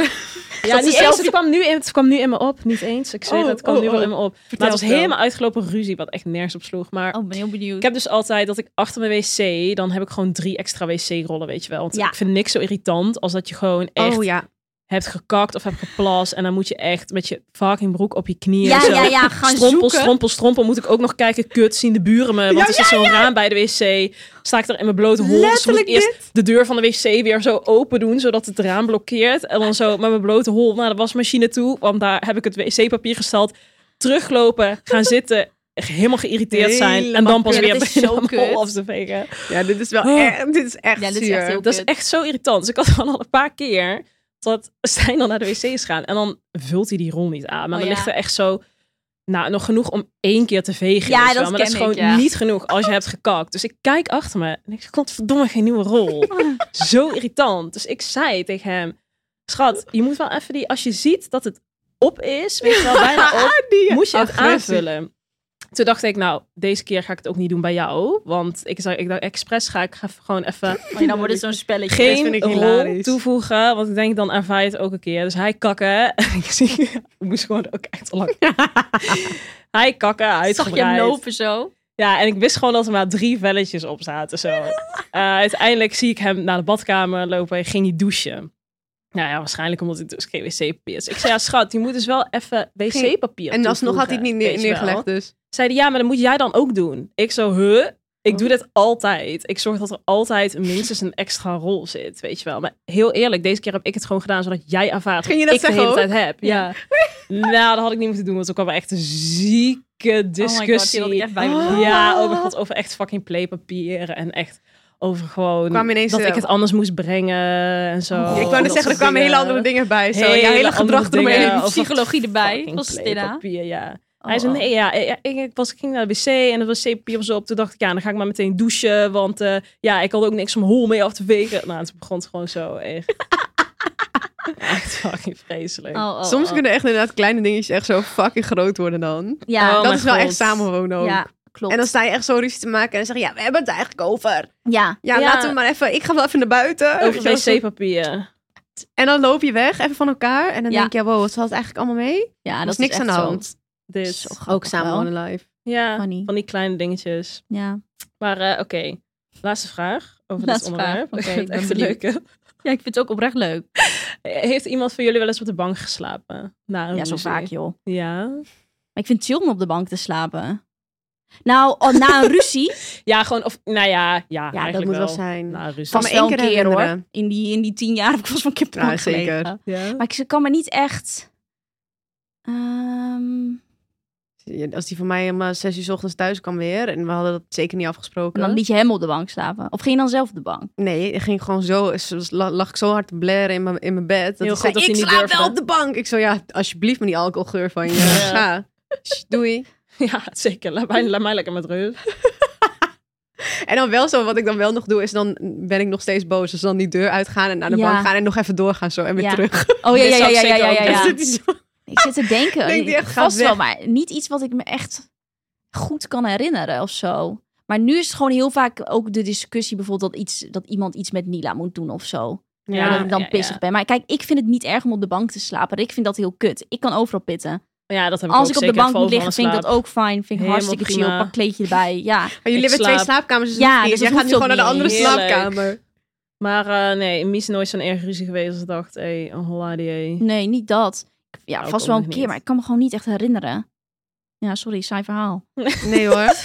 [SPEAKER 3] Ja, niet eens. Het kwam, nu in, het kwam nu in me op. Niet eens. Ik zweer
[SPEAKER 5] Oh,
[SPEAKER 3] het. Het kwam
[SPEAKER 5] oh,
[SPEAKER 3] nu wel
[SPEAKER 5] oh.
[SPEAKER 3] in me op.
[SPEAKER 5] Vertel
[SPEAKER 3] Maar het was
[SPEAKER 5] wel.
[SPEAKER 3] helemaal uitgelopen ruzie, wat echt nergens op sloeg. Maar
[SPEAKER 4] Oh, ik ben heel benieuwd.
[SPEAKER 3] ik heb dus altijd dat ik achter mijn wc, dan heb ik gewoon drie extra wc-rollen, weet je wel. Want
[SPEAKER 4] Ja.
[SPEAKER 3] ik vind niks zo irritant als dat je gewoon echt
[SPEAKER 5] Oh ja.
[SPEAKER 3] hebt gekakt of hebt geplast. En dan moet je echt met je fucking broek op je knieën
[SPEAKER 4] ja,
[SPEAKER 3] zo
[SPEAKER 4] ja, ja, gaan
[SPEAKER 3] strompel,
[SPEAKER 4] zoeken.
[SPEAKER 3] strompel, strompel. Moet ik ook nog kijken, kut, zien de buren me. Want er zit zo'n raam bij de wc. Sta ik er in mijn blote hond. Dus dan moet ik
[SPEAKER 5] Letterlijk
[SPEAKER 3] eerst de deur van de wc weer zo open doen, zodat het raam blokkeert. En dan zo met mijn blote hol naar de wasmachine toe. Want daar heb ik het wc-papier gestald. Teruglopen, gaan zitten. echt Helemaal geïrriteerd zijn. En
[SPEAKER 5] Helemaal
[SPEAKER 3] dan pas
[SPEAKER 4] kut.
[SPEAKER 3] weer
[SPEAKER 4] Ja, dat is
[SPEAKER 3] beginnen
[SPEAKER 4] zo
[SPEAKER 3] om mijn hol
[SPEAKER 4] kut.
[SPEAKER 3] af te vegen.
[SPEAKER 5] Ja, dit is wel
[SPEAKER 3] Oh.
[SPEAKER 5] echt, dit is echt
[SPEAKER 4] Ja, dit is
[SPEAKER 5] zuur.
[SPEAKER 4] echt heel
[SPEAKER 3] Dat is
[SPEAKER 4] kut.
[SPEAKER 3] echt zo irritant. Dus ik had al een paar keer dat Stijn dan naar de wc is gaan. En dan vult hij die rol niet aan. Maar
[SPEAKER 4] Oh,
[SPEAKER 3] dan
[SPEAKER 4] ja.
[SPEAKER 3] ligt er echt zo... Nou, nog genoeg om één keer te vegen.
[SPEAKER 4] Ja,
[SPEAKER 3] weet je
[SPEAKER 4] dat
[SPEAKER 3] wel. Maar dat is
[SPEAKER 4] ken
[SPEAKER 3] gewoon
[SPEAKER 4] ik, ja.
[SPEAKER 3] niet genoeg als je hebt gekakt. Dus ik kijk achter me en ik zeg, godverdomme, geen nieuwe rol. zo irritant. Dus ik zei tegen hem, schat, je moet wel even die... Als je ziet dat het op is, weet je wel, bijna op,
[SPEAKER 5] Die-
[SPEAKER 3] moest je het
[SPEAKER 5] agressie.
[SPEAKER 3] aanvullen. Toen dacht ik, nou, deze keer ga ik het ook niet doen bij jou. Want ik, zou, ik dacht, expres ga ik even- gewoon even
[SPEAKER 4] En dan wordt het zo'n spelletje.
[SPEAKER 5] Dat vind
[SPEAKER 3] geen
[SPEAKER 5] ik
[SPEAKER 3] rol
[SPEAKER 5] hilarisch.
[SPEAKER 3] toevoegen, want ik denk dan ervaar je het ook een keer. Dus hij kakken. ik zie, ik moest gewoon ook echt al lang. hij kakken,
[SPEAKER 4] Zag je hem
[SPEAKER 3] uitgebreid.
[SPEAKER 4] lopen zo?
[SPEAKER 3] Ja, en ik wist gewoon dat er maar drie velletjes op zaten. Zo. Eh, uiteindelijk zie ik hem naar de badkamer lopen. Hij ging niet douchen. Nou ja, waarschijnlijk omdat hij dus geen wc-papier is. Ik zei, ja, schat, je moet dus wel even wc-papier
[SPEAKER 5] En alsnog had
[SPEAKER 3] toevoegen,
[SPEAKER 5] hij het niet neer-
[SPEAKER 3] weet je wel."
[SPEAKER 5] neergelegd, dus.
[SPEAKER 3] zeiden ja, maar dat moet jij dan ook doen. Ik zo, huh? Ik
[SPEAKER 5] Oh.
[SPEAKER 3] doe dit altijd. Ik zorg dat er altijd minstens een extra rol zit, weet je wel. Maar heel eerlijk, deze keer heb ik het gewoon gedaan zodat jij ervaart
[SPEAKER 5] Ging je
[SPEAKER 3] wat
[SPEAKER 5] dat
[SPEAKER 3] ik de
[SPEAKER 5] zeggen
[SPEAKER 3] hele
[SPEAKER 5] ook?
[SPEAKER 3] tijd heb. Ja. nou, dat had ik niet moeten doen, want toen kwam er echt een
[SPEAKER 5] Oh
[SPEAKER 3] zieke discussie.
[SPEAKER 4] die had ik echt bij me moeten
[SPEAKER 5] Ah.
[SPEAKER 3] ja, oh mijn god, over echt fucking playpapier en echt over gewoon
[SPEAKER 5] Kwam ineens,
[SPEAKER 3] dat
[SPEAKER 5] eh,
[SPEAKER 3] ik het anders moest brengen en zo.
[SPEAKER 5] ik wou net zeggen, er kwamen hele andere dingen bij. Zo, ja, hele gedrag
[SPEAKER 4] dingen.
[SPEAKER 5] eromheen.
[SPEAKER 4] Of psychologie erbij. Was het dit, hè?
[SPEAKER 3] Playpapier, ja.
[SPEAKER 4] Oh,
[SPEAKER 3] Hij zei,
[SPEAKER 4] oh.
[SPEAKER 3] nee, ja, ja, ik, ik was, ik ging naar de wc en het was wc-papier was op. Toen dacht ik, ja, dan ga ik maar meteen douchen. Want eh, ja, ik had ook niks om hol mee af te vegen. Nou, toen begon het gewoon zo echt. echt fucking vreselijk.
[SPEAKER 4] Oh, oh,
[SPEAKER 5] Soms
[SPEAKER 4] oh.
[SPEAKER 5] kunnen echt inderdaad kleine dingetjes echt zo fucking groot worden dan.
[SPEAKER 4] Ja,
[SPEAKER 3] Oh,
[SPEAKER 5] dat
[SPEAKER 3] mijn
[SPEAKER 5] is wel
[SPEAKER 3] god.
[SPEAKER 5] echt samenwonen ook.
[SPEAKER 4] ja klopt.
[SPEAKER 5] En dan sta je echt zo ruzie te maken en dan zeg je, ja, we hebben het eigenlijk over.
[SPEAKER 4] ja.
[SPEAKER 5] Ja,
[SPEAKER 3] Ja.
[SPEAKER 5] laten we maar even, ik ga wel even naar buiten.
[SPEAKER 3] Over
[SPEAKER 5] Weet je wel,
[SPEAKER 3] wc-papier.
[SPEAKER 5] zo- En dan loop je weg, even van elkaar. En dan
[SPEAKER 4] Ja.
[SPEAKER 5] denk je, wow, wat valt het eigenlijk allemaal mee?
[SPEAKER 4] ja,
[SPEAKER 5] Er
[SPEAKER 4] dat
[SPEAKER 5] was niks
[SPEAKER 4] echt
[SPEAKER 5] aan de
[SPEAKER 4] zo.
[SPEAKER 5] hand.
[SPEAKER 3] Dit.
[SPEAKER 4] Zo grappig wel.
[SPEAKER 5] live.
[SPEAKER 3] ja,
[SPEAKER 4] Funny.
[SPEAKER 3] van die kleine dingetjes.
[SPEAKER 4] Ja.
[SPEAKER 3] Maar eh, oké, laatste vraag over
[SPEAKER 4] Laatste
[SPEAKER 3] dit
[SPEAKER 4] vraag.
[SPEAKER 3] onderwerp.
[SPEAKER 4] Oké,
[SPEAKER 3] Echt
[SPEAKER 4] ik ben
[SPEAKER 3] een
[SPEAKER 4] benieuwd.
[SPEAKER 3] leuke.
[SPEAKER 4] ja, ik vind het ook oprecht leuk.
[SPEAKER 3] Heeft iemand van jullie wel eens op de bank geslapen? Na een
[SPEAKER 4] Ja, zo
[SPEAKER 3] ruzie?
[SPEAKER 4] vaak, joh.
[SPEAKER 3] Ja.
[SPEAKER 4] Maar ik vind het chill om op de bank te slapen. Nou, oh, na een ruzie.
[SPEAKER 3] Ja, gewoon, of, nou ja, ja, eigenlijk
[SPEAKER 5] dat moet wel
[SPEAKER 3] wel Nou,
[SPEAKER 5] zijn.
[SPEAKER 3] Na een ruzie.
[SPEAKER 5] Van
[SPEAKER 4] Vast
[SPEAKER 5] één
[SPEAKER 4] wel een
[SPEAKER 5] keer
[SPEAKER 4] keer, hoor.
[SPEAKER 5] herinneren.
[SPEAKER 4] In die, in die tien jaar heb ik vast wel een keer op de
[SPEAKER 5] Ja,
[SPEAKER 4] bank gelegen.
[SPEAKER 5] Nou, zeker.
[SPEAKER 3] Ja.
[SPEAKER 4] Maar ik kan me niet echt... Ehm,
[SPEAKER 5] Ja, Als die van mij om eh, zes uur 's ochtends thuis kwam weer. En we hadden dat zeker niet afgesproken.
[SPEAKER 4] en dan liet je hem op de bank slapen. Of ging je dan zelf op de bank?
[SPEAKER 5] Nee, ik ging gewoon zo, zo- la- lag ik zo hard te blaren in mijn, in mijn bed. Dat
[SPEAKER 3] Heel
[SPEAKER 5] ik
[SPEAKER 3] goed
[SPEAKER 5] zei,
[SPEAKER 3] dat je
[SPEAKER 5] ik
[SPEAKER 3] niet
[SPEAKER 5] slaap wel
[SPEAKER 3] durfde.
[SPEAKER 5] op de bank. Ik zo, ja, alsjeblieft met die alcoholgeur van je.
[SPEAKER 3] Ja.
[SPEAKER 5] Ja. Sst, Doei.
[SPEAKER 3] Ja, zeker. Laat mij, laat mij lekker met rust.
[SPEAKER 5] En dan wel zo, wat ik dan wel nog doe, is dan ben ik nog steeds boos. Dus dan die deur uitgaan en naar de
[SPEAKER 4] Ja.
[SPEAKER 5] bank gaan en nog even doorgaan zo en weer
[SPEAKER 4] Ja.
[SPEAKER 5] terug.
[SPEAKER 4] Oh ja,
[SPEAKER 3] Dit
[SPEAKER 4] ja,
[SPEAKER 3] zou
[SPEAKER 4] ja,
[SPEAKER 3] ik
[SPEAKER 4] ja, ja,
[SPEAKER 3] zeker
[SPEAKER 4] ja,
[SPEAKER 3] ook doen.
[SPEAKER 4] ja,
[SPEAKER 5] Dus
[SPEAKER 4] ja.
[SPEAKER 5] dat is zo-
[SPEAKER 4] Ik zit te denken.
[SPEAKER 5] Denk die echt gaat
[SPEAKER 4] vast wel,
[SPEAKER 5] weg.
[SPEAKER 4] maar niet iets wat ik me echt goed kan herinneren of zo. Maar nu is het gewoon heel vaak ook de discussie bijvoorbeeld dat, iets, dat iemand iets met Nila moet doen of zo.
[SPEAKER 3] Ja,
[SPEAKER 4] Ja, dat ik dan
[SPEAKER 3] ja,
[SPEAKER 4] pissig
[SPEAKER 3] ja.
[SPEAKER 4] ben. Maar kijk, ik vind het niet erg om op de bank te slapen. Ik vind dat heel kut. Ik kan overal pitten.
[SPEAKER 3] Ja, dat heb ik
[SPEAKER 4] Als
[SPEAKER 3] ook
[SPEAKER 4] ik op de
[SPEAKER 3] zeker.
[SPEAKER 4] bank moet
[SPEAKER 3] val van
[SPEAKER 4] liggen, vind ik dat
[SPEAKER 3] slaap.
[SPEAKER 4] ook fijn. Vind ik
[SPEAKER 3] Helemaal
[SPEAKER 4] hartstikke
[SPEAKER 3] prima.
[SPEAKER 4] chill. Pak kleedje erbij. Ja.
[SPEAKER 5] Maar jullie
[SPEAKER 3] Ik
[SPEAKER 5] hebben twee
[SPEAKER 3] slaap.
[SPEAKER 5] slaapkamers, dus
[SPEAKER 4] Ja,
[SPEAKER 5] ja,
[SPEAKER 4] dus
[SPEAKER 5] Jij
[SPEAKER 4] het
[SPEAKER 5] gaat nu
[SPEAKER 4] hoeft ook
[SPEAKER 5] gewoon naar de andere
[SPEAKER 4] niet.
[SPEAKER 3] Heerlijk.
[SPEAKER 5] slaapkamer.
[SPEAKER 3] Maar eh, nee, Mies is nooit zo'n erg ruzie geweest als ik dacht. oh, Hé, een holladier.
[SPEAKER 4] Nee, niet dat. Ik-
[SPEAKER 3] Ook
[SPEAKER 4] Ja, vast wel een
[SPEAKER 3] nog
[SPEAKER 4] keer,
[SPEAKER 3] niet.
[SPEAKER 4] maar ik kan me gewoon niet echt herinneren. Ja, sorry, saai verhaal.
[SPEAKER 5] Nee hoor.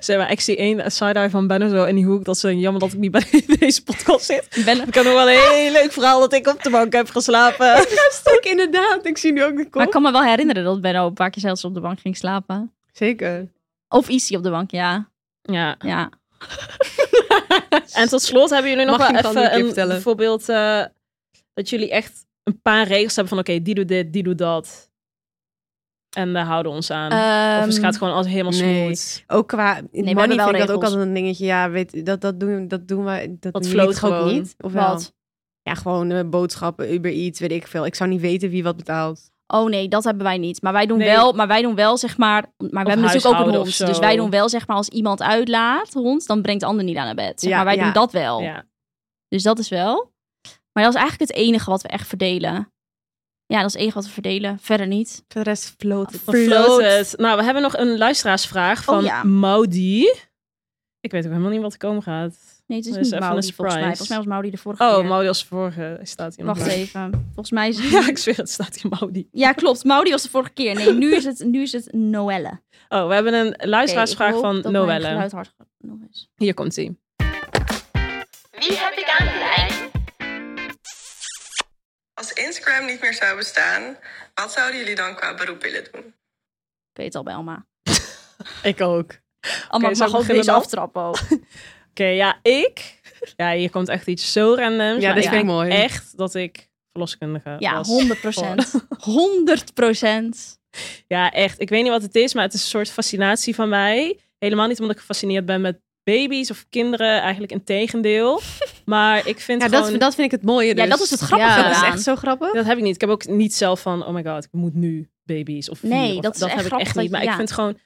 [SPEAKER 3] Zeg maar, ik zie één side-eye van Benno zo in die hoek. Dat ze, jammer dat ik niet bij deze podcast zit. Ik kan nog wel een heel leuk verhaal dat ik op de bank heb geslapen.
[SPEAKER 5] Stuk inderdaad. Ik zie nu ook de kop.
[SPEAKER 4] Maar ik kan me wel herinneren dat Benno een paar keer zelfs op de bank ging slapen.
[SPEAKER 5] Zeker.
[SPEAKER 4] Of Isi op de bank, ja.
[SPEAKER 3] Ja.
[SPEAKER 4] ja.
[SPEAKER 3] En tot slot hebben jullie nog
[SPEAKER 5] Mag
[SPEAKER 3] wel
[SPEAKER 5] je hem dan een
[SPEAKER 3] even
[SPEAKER 5] keer
[SPEAKER 3] een
[SPEAKER 5] vertellen?
[SPEAKER 3] bijvoorbeeld eh, dat jullie echt een paar regels hebben van oké, die doet dit, die doet dat. En we houden ons aan. of het
[SPEAKER 4] Ehm,
[SPEAKER 3] gaat gewoon altijd helemaal
[SPEAKER 5] nee.
[SPEAKER 3] smooth.
[SPEAKER 5] Ook qua in
[SPEAKER 4] hebben
[SPEAKER 5] money
[SPEAKER 4] wel
[SPEAKER 5] vind ik dat
[SPEAKER 4] regels.
[SPEAKER 5] ook altijd een dingetje. Ja, weet, dat, dat, doen, dat doen we. Dat,
[SPEAKER 3] Dat
[SPEAKER 5] doen
[SPEAKER 3] float
[SPEAKER 5] jullie toch ook
[SPEAKER 3] gewoon.
[SPEAKER 5] niet. Of wel?
[SPEAKER 4] Wat?
[SPEAKER 5] Ja, gewoon eh, boodschappen, Uber Eats, weet ik veel. Ik zou niet weten wie wat betaalt.
[SPEAKER 4] Oh nee, dat hebben wij niet. Maar wij doen
[SPEAKER 3] Nee.
[SPEAKER 4] wel, maar wij doen wel zeg maar. Maar we hebben natuurlijk ook een
[SPEAKER 3] huishouden of
[SPEAKER 4] hond.
[SPEAKER 3] zo.
[SPEAKER 4] Dus wij doen wel zeg maar als iemand uitlaat, hond, dan brengt de ander niet aan naar bed. Zeg
[SPEAKER 5] Ja,
[SPEAKER 4] maar wij
[SPEAKER 5] ja.
[SPEAKER 4] doen dat wel.
[SPEAKER 3] Ja.
[SPEAKER 4] Dus dat is wel. Maar dat is eigenlijk het enige wat we echt verdelen. Ja, dat is het enige wat we verdelen. Verder niet.
[SPEAKER 5] Voor de rest float het.
[SPEAKER 3] Dan float het. Nou, we hebben nog een luisteraarsvraag van
[SPEAKER 4] Oh, ja.
[SPEAKER 3] Maudi. Ik weet ook helemaal niet wat er komen gaat.
[SPEAKER 4] Nee, het is
[SPEAKER 3] Dat is
[SPEAKER 4] niet
[SPEAKER 3] even
[SPEAKER 4] Maudi
[SPEAKER 3] een
[SPEAKER 4] volgens mij.
[SPEAKER 3] surprise.
[SPEAKER 4] Volgens mij was Maudi de vorige
[SPEAKER 3] Oh,
[SPEAKER 4] keer.
[SPEAKER 3] Maudi als vorige. Staat hier nog
[SPEAKER 4] Wacht
[SPEAKER 3] bij.
[SPEAKER 4] even. Volgens mij is
[SPEAKER 3] Ja, ik zweer het staat hier Maudi.
[SPEAKER 4] Ja, klopt. Maudi was de vorige keer. Nee, nu is het, nu is het Noelle. Oké,
[SPEAKER 3] Oh, we hebben een luisteraarsvraag
[SPEAKER 4] ik hoop
[SPEAKER 3] van
[SPEAKER 4] dat mijn
[SPEAKER 3] Noelle.
[SPEAKER 4] geluid hard genoeg is.
[SPEAKER 3] Hier komt ie.
[SPEAKER 1] Wie heb ik aan de lijn?
[SPEAKER 7] Als Instagram niet meer zou bestaan, wat zouden jullie dan qua beroep willen doen?
[SPEAKER 4] Ik weet het al bij Alma.
[SPEAKER 3] Ik ook.
[SPEAKER 4] Alma
[SPEAKER 3] Oké, zal ik
[SPEAKER 4] mag
[SPEAKER 3] beginnen
[SPEAKER 4] ook deze
[SPEAKER 3] dan?
[SPEAKER 4] aftrappen ook.
[SPEAKER 3] Oké, ja, ik. Ja, hier komt echt iets zo randoms. maar
[SPEAKER 5] Ja, dat
[SPEAKER 3] ik
[SPEAKER 5] vind ik
[SPEAKER 3] denk
[SPEAKER 5] mooi.
[SPEAKER 3] Echt dat ik verloskundige
[SPEAKER 4] Ja,
[SPEAKER 3] was.
[SPEAKER 4] 100 procent. 100 procent.
[SPEAKER 3] Ja, echt. Ik weet niet wat het is, maar het is een soort fascinatie van mij. Helemaal niet omdat ik gefascineerd ben met baby's of kinderen. Eigenlijk een tegendeel. Maar ik vind
[SPEAKER 5] Ja,
[SPEAKER 3] gewoon...
[SPEAKER 5] dat, dat vind ik het mooie.
[SPEAKER 4] Ja,
[SPEAKER 5] dus.
[SPEAKER 4] dat is het grappige
[SPEAKER 5] Ja, dat is
[SPEAKER 4] eraan.
[SPEAKER 5] echt zo grappig.
[SPEAKER 3] Dat heb ik niet. Ik heb ook niet zelf van, oh my god, ik moet nu baby's of vier.
[SPEAKER 4] Nee,
[SPEAKER 3] of-
[SPEAKER 4] dat is echt
[SPEAKER 3] heb ik
[SPEAKER 4] grappig
[SPEAKER 3] echt
[SPEAKER 4] dat
[SPEAKER 3] niet.
[SPEAKER 4] je-
[SPEAKER 3] Maar ik
[SPEAKER 4] ja.
[SPEAKER 3] vind gewoon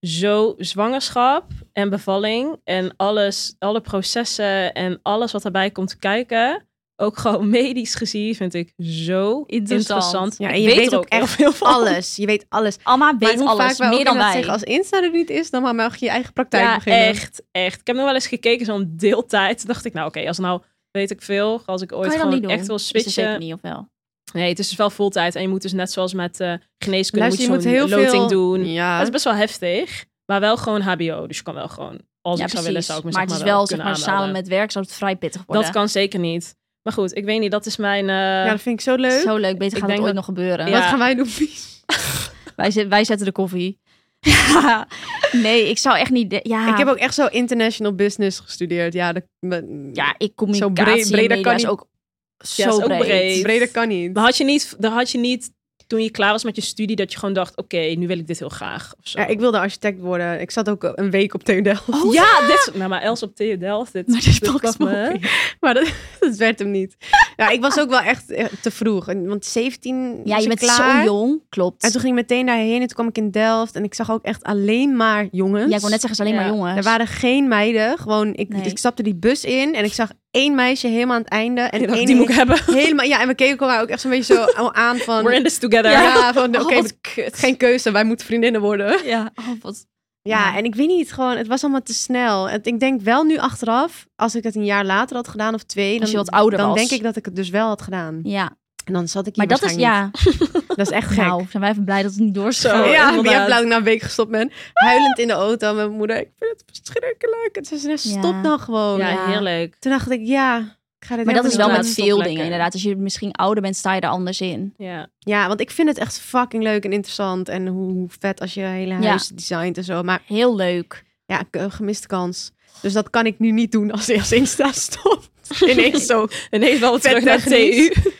[SPEAKER 3] zo zwangerschap en bevalling en alles, alle processen en alles wat daarbij komt kijken. Ook gewoon medisch gezien vind ik zo
[SPEAKER 4] Interessant.
[SPEAKER 3] interessant.
[SPEAKER 5] Ja, en
[SPEAKER 3] Ik
[SPEAKER 5] je weet
[SPEAKER 3] er
[SPEAKER 5] ook
[SPEAKER 3] heel
[SPEAKER 5] echt
[SPEAKER 3] veel van.
[SPEAKER 5] Alles. Je weet alles.
[SPEAKER 4] Alma weet
[SPEAKER 5] hoe
[SPEAKER 4] alles,
[SPEAKER 5] vaak wij ook
[SPEAKER 4] meer dan
[SPEAKER 5] inderdaad
[SPEAKER 4] wij.
[SPEAKER 5] zeggen, als Insta er niet is, dan maar mag je je eigen praktijk
[SPEAKER 3] Ja,
[SPEAKER 5] beginnen.
[SPEAKER 3] echt, echt. Ik heb nog wel eens gekeken, zo'n deeltijd. Toen dacht ik, nou oké, als nou weet ik veel, als ik
[SPEAKER 4] kan
[SPEAKER 3] ooit
[SPEAKER 4] je dan
[SPEAKER 3] gewoon
[SPEAKER 4] niet doen?
[SPEAKER 3] echt wil
[SPEAKER 4] Is er zeker
[SPEAKER 3] switchen.
[SPEAKER 4] niet, of wel?
[SPEAKER 3] Nee, het is dus wel voltijd. En je moet dus net zoals met eh, geneeskunde
[SPEAKER 5] Luister,
[SPEAKER 3] moet je zo'n loting doen.
[SPEAKER 5] Ja.
[SPEAKER 3] Dat is best wel heftig. Maar wel gewoon HBO. Dus je kan wel gewoon, als
[SPEAKER 4] ja,
[SPEAKER 3] ik zou willen, zou ik me
[SPEAKER 4] maar
[SPEAKER 3] zeg
[SPEAKER 4] het is
[SPEAKER 3] wel,
[SPEAKER 4] wel, zeg
[SPEAKER 3] kunnen
[SPEAKER 4] maar, samen
[SPEAKER 3] aanmelden.
[SPEAKER 4] met werk zou het vrij pittig worden.
[SPEAKER 3] Dat kan zeker niet. Maar goed, ik weet niet. Dat is mijn... eh,
[SPEAKER 5] ja, dat vind ik zo leuk.
[SPEAKER 4] Zo leuk, beter
[SPEAKER 3] Ik
[SPEAKER 4] gaat het
[SPEAKER 3] denk
[SPEAKER 4] ooit
[SPEAKER 3] dat-
[SPEAKER 4] nog gebeuren.
[SPEAKER 3] Ja.
[SPEAKER 5] Wat gaan wij doen?
[SPEAKER 4] Wij, zet- wij zetten de koffie. Ja. nee, ik zou echt niet... de- Ja,
[SPEAKER 5] Ik heb ook echt zo international business gestudeerd. Ja, dat, me-
[SPEAKER 4] ja ik
[SPEAKER 5] Zo
[SPEAKER 4] communicatie
[SPEAKER 5] breed-
[SPEAKER 4] en
[SPEAKER 5] breder
[SPEAKER 4] media
[SPEAKER 5] kan
[SPEAKER 4] is
[SPEAKER 5] niet.
[SPEAKER 4] ook
[SPEAKER 3] Ja, is
[SPEAKER 4] zo
[SPEAKER 3] ook
[SPEAKER 4] breed.
[SPEAKER 3] breed.
[SPEAKER 5] breder kan niet.
[SPEAKER 3] Maar had je niet, dan had je niet, toen je klaar was met je studie, dat je gewoon dacht, oké, nu wil ik dit heel graag. Of zo.
[SPEAKER 5] Ja, ik wilde architect worden. Ik zat ook een week op TU Delft.
[SPEAKER 3] Oh, ja, dit... Nou, maar Els op TU Delft, dit,
[SPEAKER 4] Maar dit
[SPEAKER 3] dit
[SPEAKER 4] pakt
[SPEAKER 3] pakt
[SPEAKER 4] me
[SPEAKER 3] me.
[SPEAKER 5] Maar dat, dat werd hem niet. Ja, ik was ook wel echt eh, te vroeg. En- Want 17
[SPEAKER 4] Ja,
[SPEAKER 5] was
[SPEAKER 4] je
[SPEAKER 5] ik
[SPEAKER 4] bent
[SPEAKER 5] klaar.
[SPEAKER 4] zo jong. Klopt.
[SPEAKER 5] En toen ging ik meteen daarheen en toen kwam ik in Delft. En ik zag ook echt alleen maar jongens.
[SPEAKER 4] Ja, ik wil net zeggen, het is alleen
[SPEAKER 3] Ja,
[SPEAKER 4] maar jongens.
[SPEAKER 5] Er waren geen meiden. Gewoon, ik,
[SPEAKER 4] Nee.
[SPEAKER 5] ik stapte die bus in en ik zag één meisje helemaal aan het einde. En
[SPEAKER 3] Je dacht,
[SPEAKER 5] één
[SPEAKER 3] die moet ik hebben.
[SPEAKER 5] helemaal. Ja, en we keken elkaar ook echt zo'n beetje zo aan van.
[SPEAKER 3] We're in this together.
[SPEAKER 5] ja, van oké,
[SPEAKER 4] Oh, wat
[SPEAKER 5] we- geen keuze. Wij moeten vriendinnen worden.
[SPEAKER 4] Ja. Oh, wat...
[SPEAKER 5] Ja,
[SPEAKER 4] Ja.
[SPEAKER 5] en ik weet niet, gewoon, het was allemaal te snel. Het, ik denk wel nu achteraf, als ik het een jaar later had gedaan of twee, dan,
[SPEAKER 4] Als je wat ouder
[SPEAKER 5] dan
[SPEAKER 4] was.
[SPEAKER 5] denk ik dat ik het dus wel had gedaan.
[SPEAKER 4] Ja,
[SPEAKER 5] En dan zat ik hier
[SPEAKER 4] maar dat is...
[SPEAKER 5] waarschijnlijk
[SPEAKER 4] Ja,
[SPEAKER 5] niet. Dat is echt gek.
[SPEAKER 4] nou, zijn wij even blij dat het niet door is
[SPEAKER 3] Zo.
[SPEAKER 4] gegaan.
[SPEAKER 3] Oh,
[SPEAKER 5] ja, ik
[SPEAKER 3] inderdaad.
[SPEAKER 5] heb blauw na een week gestopt ben. Huilend in de auto. Mijn moeder, ik vind het verschrikkelijk. En ze zei,
[SPEAKER 4] Ja.
[SPEAKER 5] stop nou gewoon.
[SPEAKER 3] Ja,
[SPEAKER 4] Ja.
[SPEAKER 3] heerlijk.
[SPEAKER 5] Toen dacht ik, ja, ik ga dit
[SPEAKER 4] Maar dat
[SPEAKER 5] helemaal
[SPEAKER 4] is wel
[SPEAKER 5] niet
[SPEAKER 4] met
[SPEAKER 5] doen.
[SPEAKER 3] is toch
[SPEAKER 4] veel
[SPEAKER 3] lekker.
[SPEAKER 4] dingen inderdaad. Als je misschien ouder bent, sta je er anders in.
[SPEAKER 3] Ja.
[SPEAKER 5] Ja, want ik vind het echt fucking leuk en interessant. En hoe, hoe vet als je hele
[SPEAKER 4] Ja.
[SPEAKER 5] huis designt en zo. Maar
[SPEAKER 4] Heel leuk.
[SPEAKER 5] ja, ik- eh, gemiste kans. Dus dat kan ik nu niet doen als als Insta stopt. Ineens zo
[SPEAKER 3] En heeft wel wat terug naar
[SPEAKER 5] technisch.
[SPEAKER 3] TU.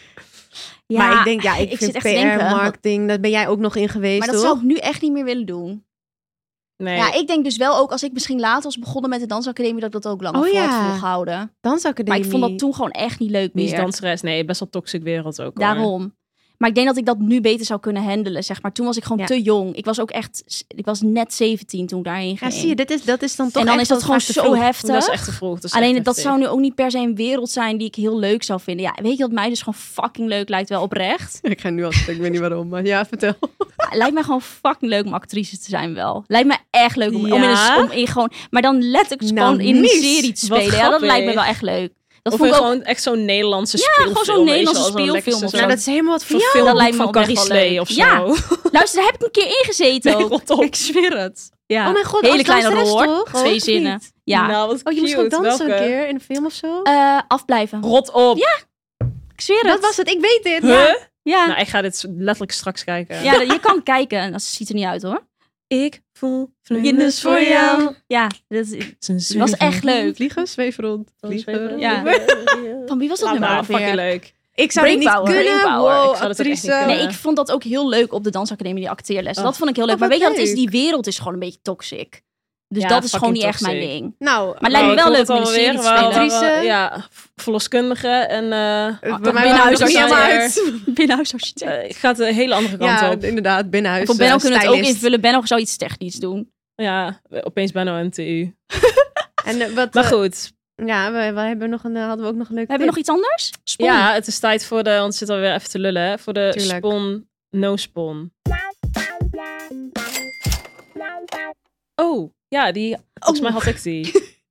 [SPEAKER 4] Ja,
[SPEAKER 5] maar ik denk, ja, ik,
[SPEAKER 4] ik zit
[SPEAKER 5] vind
[SPEAKER 4] echt te denken,
[SPEAKER 5] PR, marketing, daar ben jij ook nog in geweest,
[SPEAKER 4] maar dat
[SPEAKER 5] toch?
[SPEAKER 4] zou ik nu echt niet meer willen doen.
[SPEAKER 3] Nee.
[SPEAKER 4] Ja, ik denk dus wel ook als ik misschien later was begonnen met de dansacademie, dat ik dat ook langer
[SPEAKER 5] Oh,
[SPEAKER 4] voor
[SPEAKER 5] ja.
[SPEAKER 4] had volgehouden.
[SPEAKER 5] Dansacademie.
[SPEAKER 4] Maar ik vond dat toen gewoon echt niet leuk
[SPEAKER 3] Mies
[SPEAKER 4] meer.
[SPEAKER 3] danseres. Nee, best wel toxic wereld ook. hoor.
[SPEAKER 4] Daarom. Maar ik denk dat ik dat nu beter zou kunnen handelen, zeg maar. Toen was ik gewoon
[SPEAKER 5] Ja.
[SPEAKER 4] te jong. Ik was ook echt, s- ik was net 17 toen ik daarheen
[SPEAKER 5] Ja,
[SPEAKER 4] ging.
[SPEAKER 5] zie je, dit is, dat is dan toch
[SPEAKER 4] en dan
[SPEAKER 5] echt
[SPEAKER 4] is dat
[SPEAKER 5] wel
[SPEAKER 4] gewoon
[SPEAKER 5] vaak te
[SPEAKER 4] zo
[SPEAKER 5] vroeg.
[SPEAKER 4] heftig.
[SPEAKER 3] Dat is echt te vroeg. is
[SPEAKER 4] Alleen
[SPEAKER 3] echt
[SPEAKER 4] dat
[SPEAKER 3] heftig.
[SPEAKER 4] zou nu ook niet per se een wereld zijn die ik heel leuk zou vinden. Ja, weet je wat mij dus gewoon fucking leuk lijkt wel oprecht?
[SPEAKER 5] Ik ga nu al, ik weet niet waarom, maar ja, vertel.
[SPEAKER 4] Ja, lijkt mij gewoon fucking leuk om actrice te zijn wel. Lijkt mij echt leuk om, om in een
[SPEAKER 3] Ja?
[SPEAKER 4] om in gewoon, maar dan letterlijk
[SPEAKER 5] Nou,
[SPEAKER 4] gewoon in een
[SPEAKER 5] Mies.
[SPEAKER 4] serie te
[SPEAKER 3] Wat
[SPEAKER 4] spelen. Ja, dat
[SPEAKER 3] grappig.
[SPEAKER 4] lijkt me wel echt leuk. Dat
[SPEAKER 3] Of
[SPEAKER 4] vond ik ook
[SPEAKER 3] gewoon echt zo'n Nederlandse
[SPEAKER 4] gewoon
[SPEAKER 3] speelfilm. weet
[SPEAKER 4] zo'n
[SPEAKER 3] je wel,
[SPEAKER 4] Nederlandse
[SPEAKER 3] zo'n lekker
[SPEAKER 4] speelfilm of
[SPEAKER 3] zo'n
[SPEAKER 4] zo.
[SPEAKER 5] Nou, dat is helemaal wat
[SPEAKER 3] zo'n
[SPEAKER 5] voor jou.
[SPEAKER 3] filmboek
[SPEAKER 4] Dat lijkt me
[SPEAKER 3] van
[SPEAKER 4] oprecht wel
[SPEAKER 3] Carrie Slee
[SPEAKER 4] leuk.
[SPEAKER 3] of zo.
[SPEAKER 4] Ja. Luister, daar heb ik een keer ingezeten.
[SPEAKER 3] Nee,
[SPEAKER 4] ook.
[SPEAKER 3] rot op.
[SPEAKER 4] Ik zweer het. Ja.
[SPEAKER 5] Oh mijn god,
[SPEAKER 4] Hele
[SPEAKER 5] als
[SPEAKER 4] kleine rol
[SPEAKER 5] danseres
[SPEAKER 4] hoor.
[SPEAKER 5] toch?
[SPEAKER 4] Twee
[SPEAKER 5] Of
[SPEAKER 4] zinnen.
[SPEAKER 5] niet?
[SPEAKER 4] Ja.
[SPEAKER 3] Nou, wat
[SPEAKER 5] Oh, je moest
[SPEAKER 3] cute.
[SPEAKER 5] gaan dansen
[SPEAKER 3] Welke?
[SPEAKER 5] een keer in een film of zo?
[SPEAKER 4] Eh, afblijven.
[SPEAKER 3] Rot op. Ja.
[SPEAKER 4] Ik zweer het.
[SPEAKER 5] dat was het, ik weet dit.
[SPEAKER 4] Ja.
[SPEAKER 3] Nou, ik ga dit letterlijk straks kijken.
[SPEAKER 4] ja, je kan kijken. En dat ziet er niet uit hoor.
[SPEAKER 3] Ik voel
[SPEAKER 4] Vlinders voor jou. Ja, dat is-
[SPEAKER 3] Het
[SPEAKER 4] was echt leuk.
[SPEAKER 5] Vliegen, zweef Oh, rond. Vliegen.
[SPEAKER 4] Ja. Van wie was dat
[SPEAKER 3] Laat
[SPEAKER 4] nummer
[SPEAKER 3] maar,
[SPEAKER 4] alweer?
[SPEAKER 3] fucking leuk.
[SPEAKER 5] Ik zou het niet
[SPEAKER 4] Brainpower.
[SPEAKER 5] kunnen.
[SPEAKER 4] Brainpower.
[SPEAKER 5] Wow,
[SPEAKER 3] Ik zou het ook echt
[SPEAKER 5] actrice.
[SPEAKER 3] niet kunnen.
[SPEAKER 4] Nee, ik vond dat ook heel leuk op de dansacademie, die acteerles.
[SPEAKER 3] Oh.
[SPEAKER 4] Dat vond ik heel leuk.
[SPEAKER 5] Oh,
[SPEAKER 4] maar
[SPEAKER 5] wat
[SPEAKER 4] weet je wat het is?
[SPEAKER 5] leuk.
[SPEAKER 4] Die wereld is gewoon een beetje toxic. Dus
[SPEAKER 3] Ja,
[SPEAKER 4] dat is gewoon
[SPEAKER 3] fucking
[SPEAKER 4] niet echt mijn
[SPEAKER 3] toxic.
[SPEAKER 4] ding.
[SPEAKER 5] Nou,
[SPEAKER 4] Maar lijkt me
[SPEAKER 3] Oh, ik
[SPEAKER 4] wel
[SPEAKER 3] vond het
[SPEAKER 4] leuk om in een
[SPEAKER 3] alweer
[SPEAKER 4] serie te
[SPEAKER 3] wel-
[SPEAKER 4] spelen.
[SPEAKER 3] wel- wel-
[SPEAKER 5] Actrice.
[SPEAKER 3] Ja, v- verloskundige en... eh,
[SPEAKER 5] eh,
[SPEAKER 4] toch
[SPEAKER 5] bij mij
[SPEAKER 4] binnenhuis
[SPEAKER 5] maakt het niet
[SPEAKER 3] acteur.
[SPEAKER 5] helemaal uit.
[SPEAKER 4] Binnenhuisarchitect.
[SPEAKER 3] eh, ik ga het de hele andere kant
[SPEAKER 5] Ja,
[SPEAKER 3] op.
[SPEAKER 5] inderdaad, binnenhuis.
[SPEAKER 4] Voor Benno
[SPEAKER 5] eh,
[SPEAKER 4] kunnen we het ook
[SPEAKER 5] stylist.
[SPEAKER 4] invullen. Benno zou iets technisch doen.
[SPEAKER 3] Ja, opeens bijna een TU.
[SPEAKER 5] En eh, wat,
[SPEAKER 3] Maar
[SPEAKER 5] eh,
[SPEAKER 3] goed,
[SPEAKER 5] Ja, we, we hebben nog een, eh, hadden we ook nog een leuke
[SPEAKER 4] Hebben we nog iets anders? Spon.
[SPEAKER 3] Ja, het is tijd voor de, want het zit alweer even te lullen, hè, voor de
[SPEAKER 5] Tuurlijk.
[SPEAKER 3] spon, no spon. Oh, ja, die, volgens mij had ik die.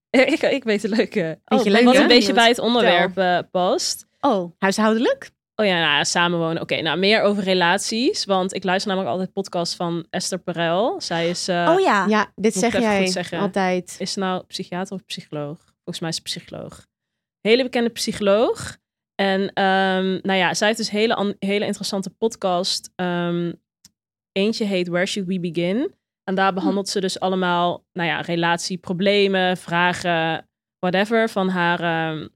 [SPEAKER 3] ik, ik weet de leuke. Oh,
[SPEAKER 5] Vind je leuk,
[SPEAKER 3] wat
[SPEAKER 5] hè?
[SPEAKER 3] een Oh. beetje bij het onderwerp
[SPEAKER 5] onderwerp,
[SPEAKER 3] eh, past.
[SPEAKER 4] Oh.
[SPEAKER 5] Huishoudelijk?
[SPEAKER 3] Oh ja, nou, samenwonen. Oké, nou meer over relaties, want ik luister namelijk altijd podcast van Esther Perel. Zij is, eh,
[SPEAKER 4] oh ja.
[SPEAKER 5] ja, dit
[SPEAKER 3] ik
[SPEAKER 5] zeg
[SPEAKER 3] even
[SPEAKER 5] jij
[SPEAKER 3] goed zeggen.
[SPEAKER 5] altijd.
[SPEAKER 3] is ze nou psychiater of psycholoog? Volgens mij is ze psycholoog. Hele bekende psycholoog. En ehm, nou ja, zij heeft dus hele, an- hele interessante podcast. Ehm, eentje heet Where Should We Begin? En daar behandelt ze dus allemaal, nou ja, relatieproblemen, vragen, whatever, van haar ehm,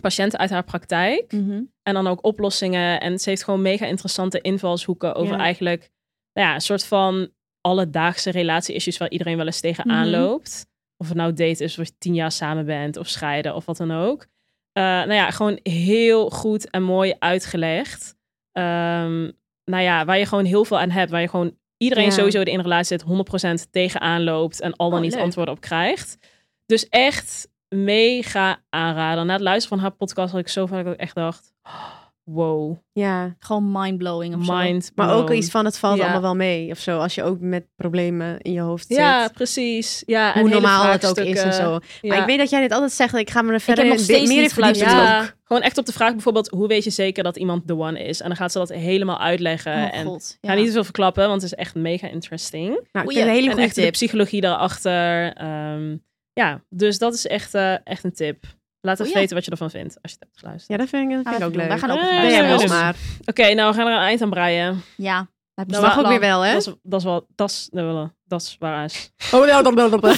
[SPEAKER 3] patiënten uit haar praktijk.
[SPEAKER 4] Mhm.
[SPEAKER 3] En dan ook oplossingen. En ze heeft gewoon mega interessante invalshoeken over
[SPEAKER 5] Ja.
[SPEAKER 3] eigenlijk nou ja, een soort van alledaagse relatie-issues waar iedereen wel eens tegenaan
[SPEAKER 4] Mhm.
[SPEAKER 3] loopt. Of het nou date is, of je tien jaar samen bent, of scheiden, of wat dan ook. Eh, nou ja, gewoon heel goed en mooi uitgelegd. Ehm, nou ja, waar je gewoon heel veel aan hebt. Waar je gewoon iedereen
[SPEAKER 5] Ja.
[SPEAKER 3] sowieso die in een relatie zit 100% tegenaan loopt. En al dan
[SPEAKER 4] Oh,
[SPEAKER 3] niet
[SPEAKER 4] leuk.
[SPEAKER 3] antwoorden op krijgt. Dus echt mega aanrader. Na het luisteren van haar podcast had ik zo vaak dat ik echt dacht... Wow,
[SPEAKER 5] Ja.
[SPEAKER 4] Gewoon mindblowing of zo.
[SPEAKER 3] mind
[SPEAKER 5] Maar ook
[SPEAKER 3] blown.
[SPEAKER 5] iets van het valt
[SPEAKER 3] Ja.
[SPEAKER 5] allemaal wel mee of zo. Als je ook met problemen in je hoofd zit.
[SPEAKER 3] Ja, precies. Ja, en
[SPEAKER 5] Hoe
[SPEAKER 3] hele
[SPEAKER 5] normaal het ook is en
[SPEAKER 3] vraagstukken.
[SPEAKER 5] zo.
[SPEAKER 3] Ja.
[SPEAKER 5] Maar ik weet dat jij dit altijd zegt. en Ik ga me er verder
[SPEAKER 4] heb nog
[SPEAKER 5] in-
[SPEAKER 4] steeds
[SPEAKER 5] meer
[SPEAKER 4] niet
[SPEAKER 5] in verdiepen.
[SPEAKER 4] geluisterd.
[SPEAKER 5] Ja.
[SPEAKER 3] Ja, gewoon echt op de vraag bijvoorbeeld, hoe weet je zeker dat iemand de one is? En dan gaat ze dat helemaal uitleggen.
[SPEAKER 4] Oh,
[SPEAKER 3] eh, en
[SPEAKER 4] god.
[SPEAKER 3] ik ga
[SPEAKER 4] ja.
[SPEAKER 3] niet te veel verklappen, want het is echt mega interesting.
[SPEAKER 5] Nou, ik
[SPEAKER 4] Oei,
[SPEAKER 5] vind een hele
[SPEAKER 3] en
[SPEAKER 5] goede
[SPEAKER 3] echt de
[SPEAKER 5] tip.
[SPEAKER 3] psychologie daarachter. ehm, ja, dus dat is echt, eh, echt een tip. Laat even
[SPEAKER 4] Oei, ja.
[SPEAKER 3] weten wat je ervan vindt als je het hebt geluisterd.
[SPEAKER 5] Ja, dat vind ik, dat
[SPEAKER 4] Gaan
[SPEAKER 5] vind
[SPEAKER 4] we
[SPEAKER 5] ik ook
[SPEAKER 4] even doen.
[SPEAKER 5] leuk.
[SPEAKER 4] Wij gaan
[SPEAKER 3] Eh,
[SPEAKER 4] ook even
[SPEAKER 5] Ben jij
[SPEAKER 3] ja,
[SPEAKER 4] luisteren.
[SPEAKER 5] boos
[SPEAKER 3] dus-
[SPEAKER 5] maar.
[SPEAKER 3] Oké, nou we gaan er een eind aan breien.
[SPEAKER 4] Ja. lijkt me
[SPEAKER 5] Dat
[SPEAKER 4] zo'n
[SPEAKER 5] mag ook
[SPEAKER 4] plan.
[SPEAKER 5] weer wel, hè?
[SPEAKER 3] Dat is, dat is wel, dat is, dat wel- dat is waar is.
[SPEAKER 5] Oh, ja, dan dan dan.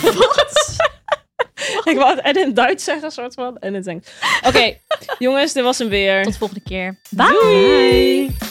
[SPEAKER 3] ik wou het en in het Duits zeggen, soort van. En in het Engels. Oké, jongens, dit was hem weer.
[SPEAKER 4] Tot de volgende keer. Bye.
[SPEAKER 3] Doei.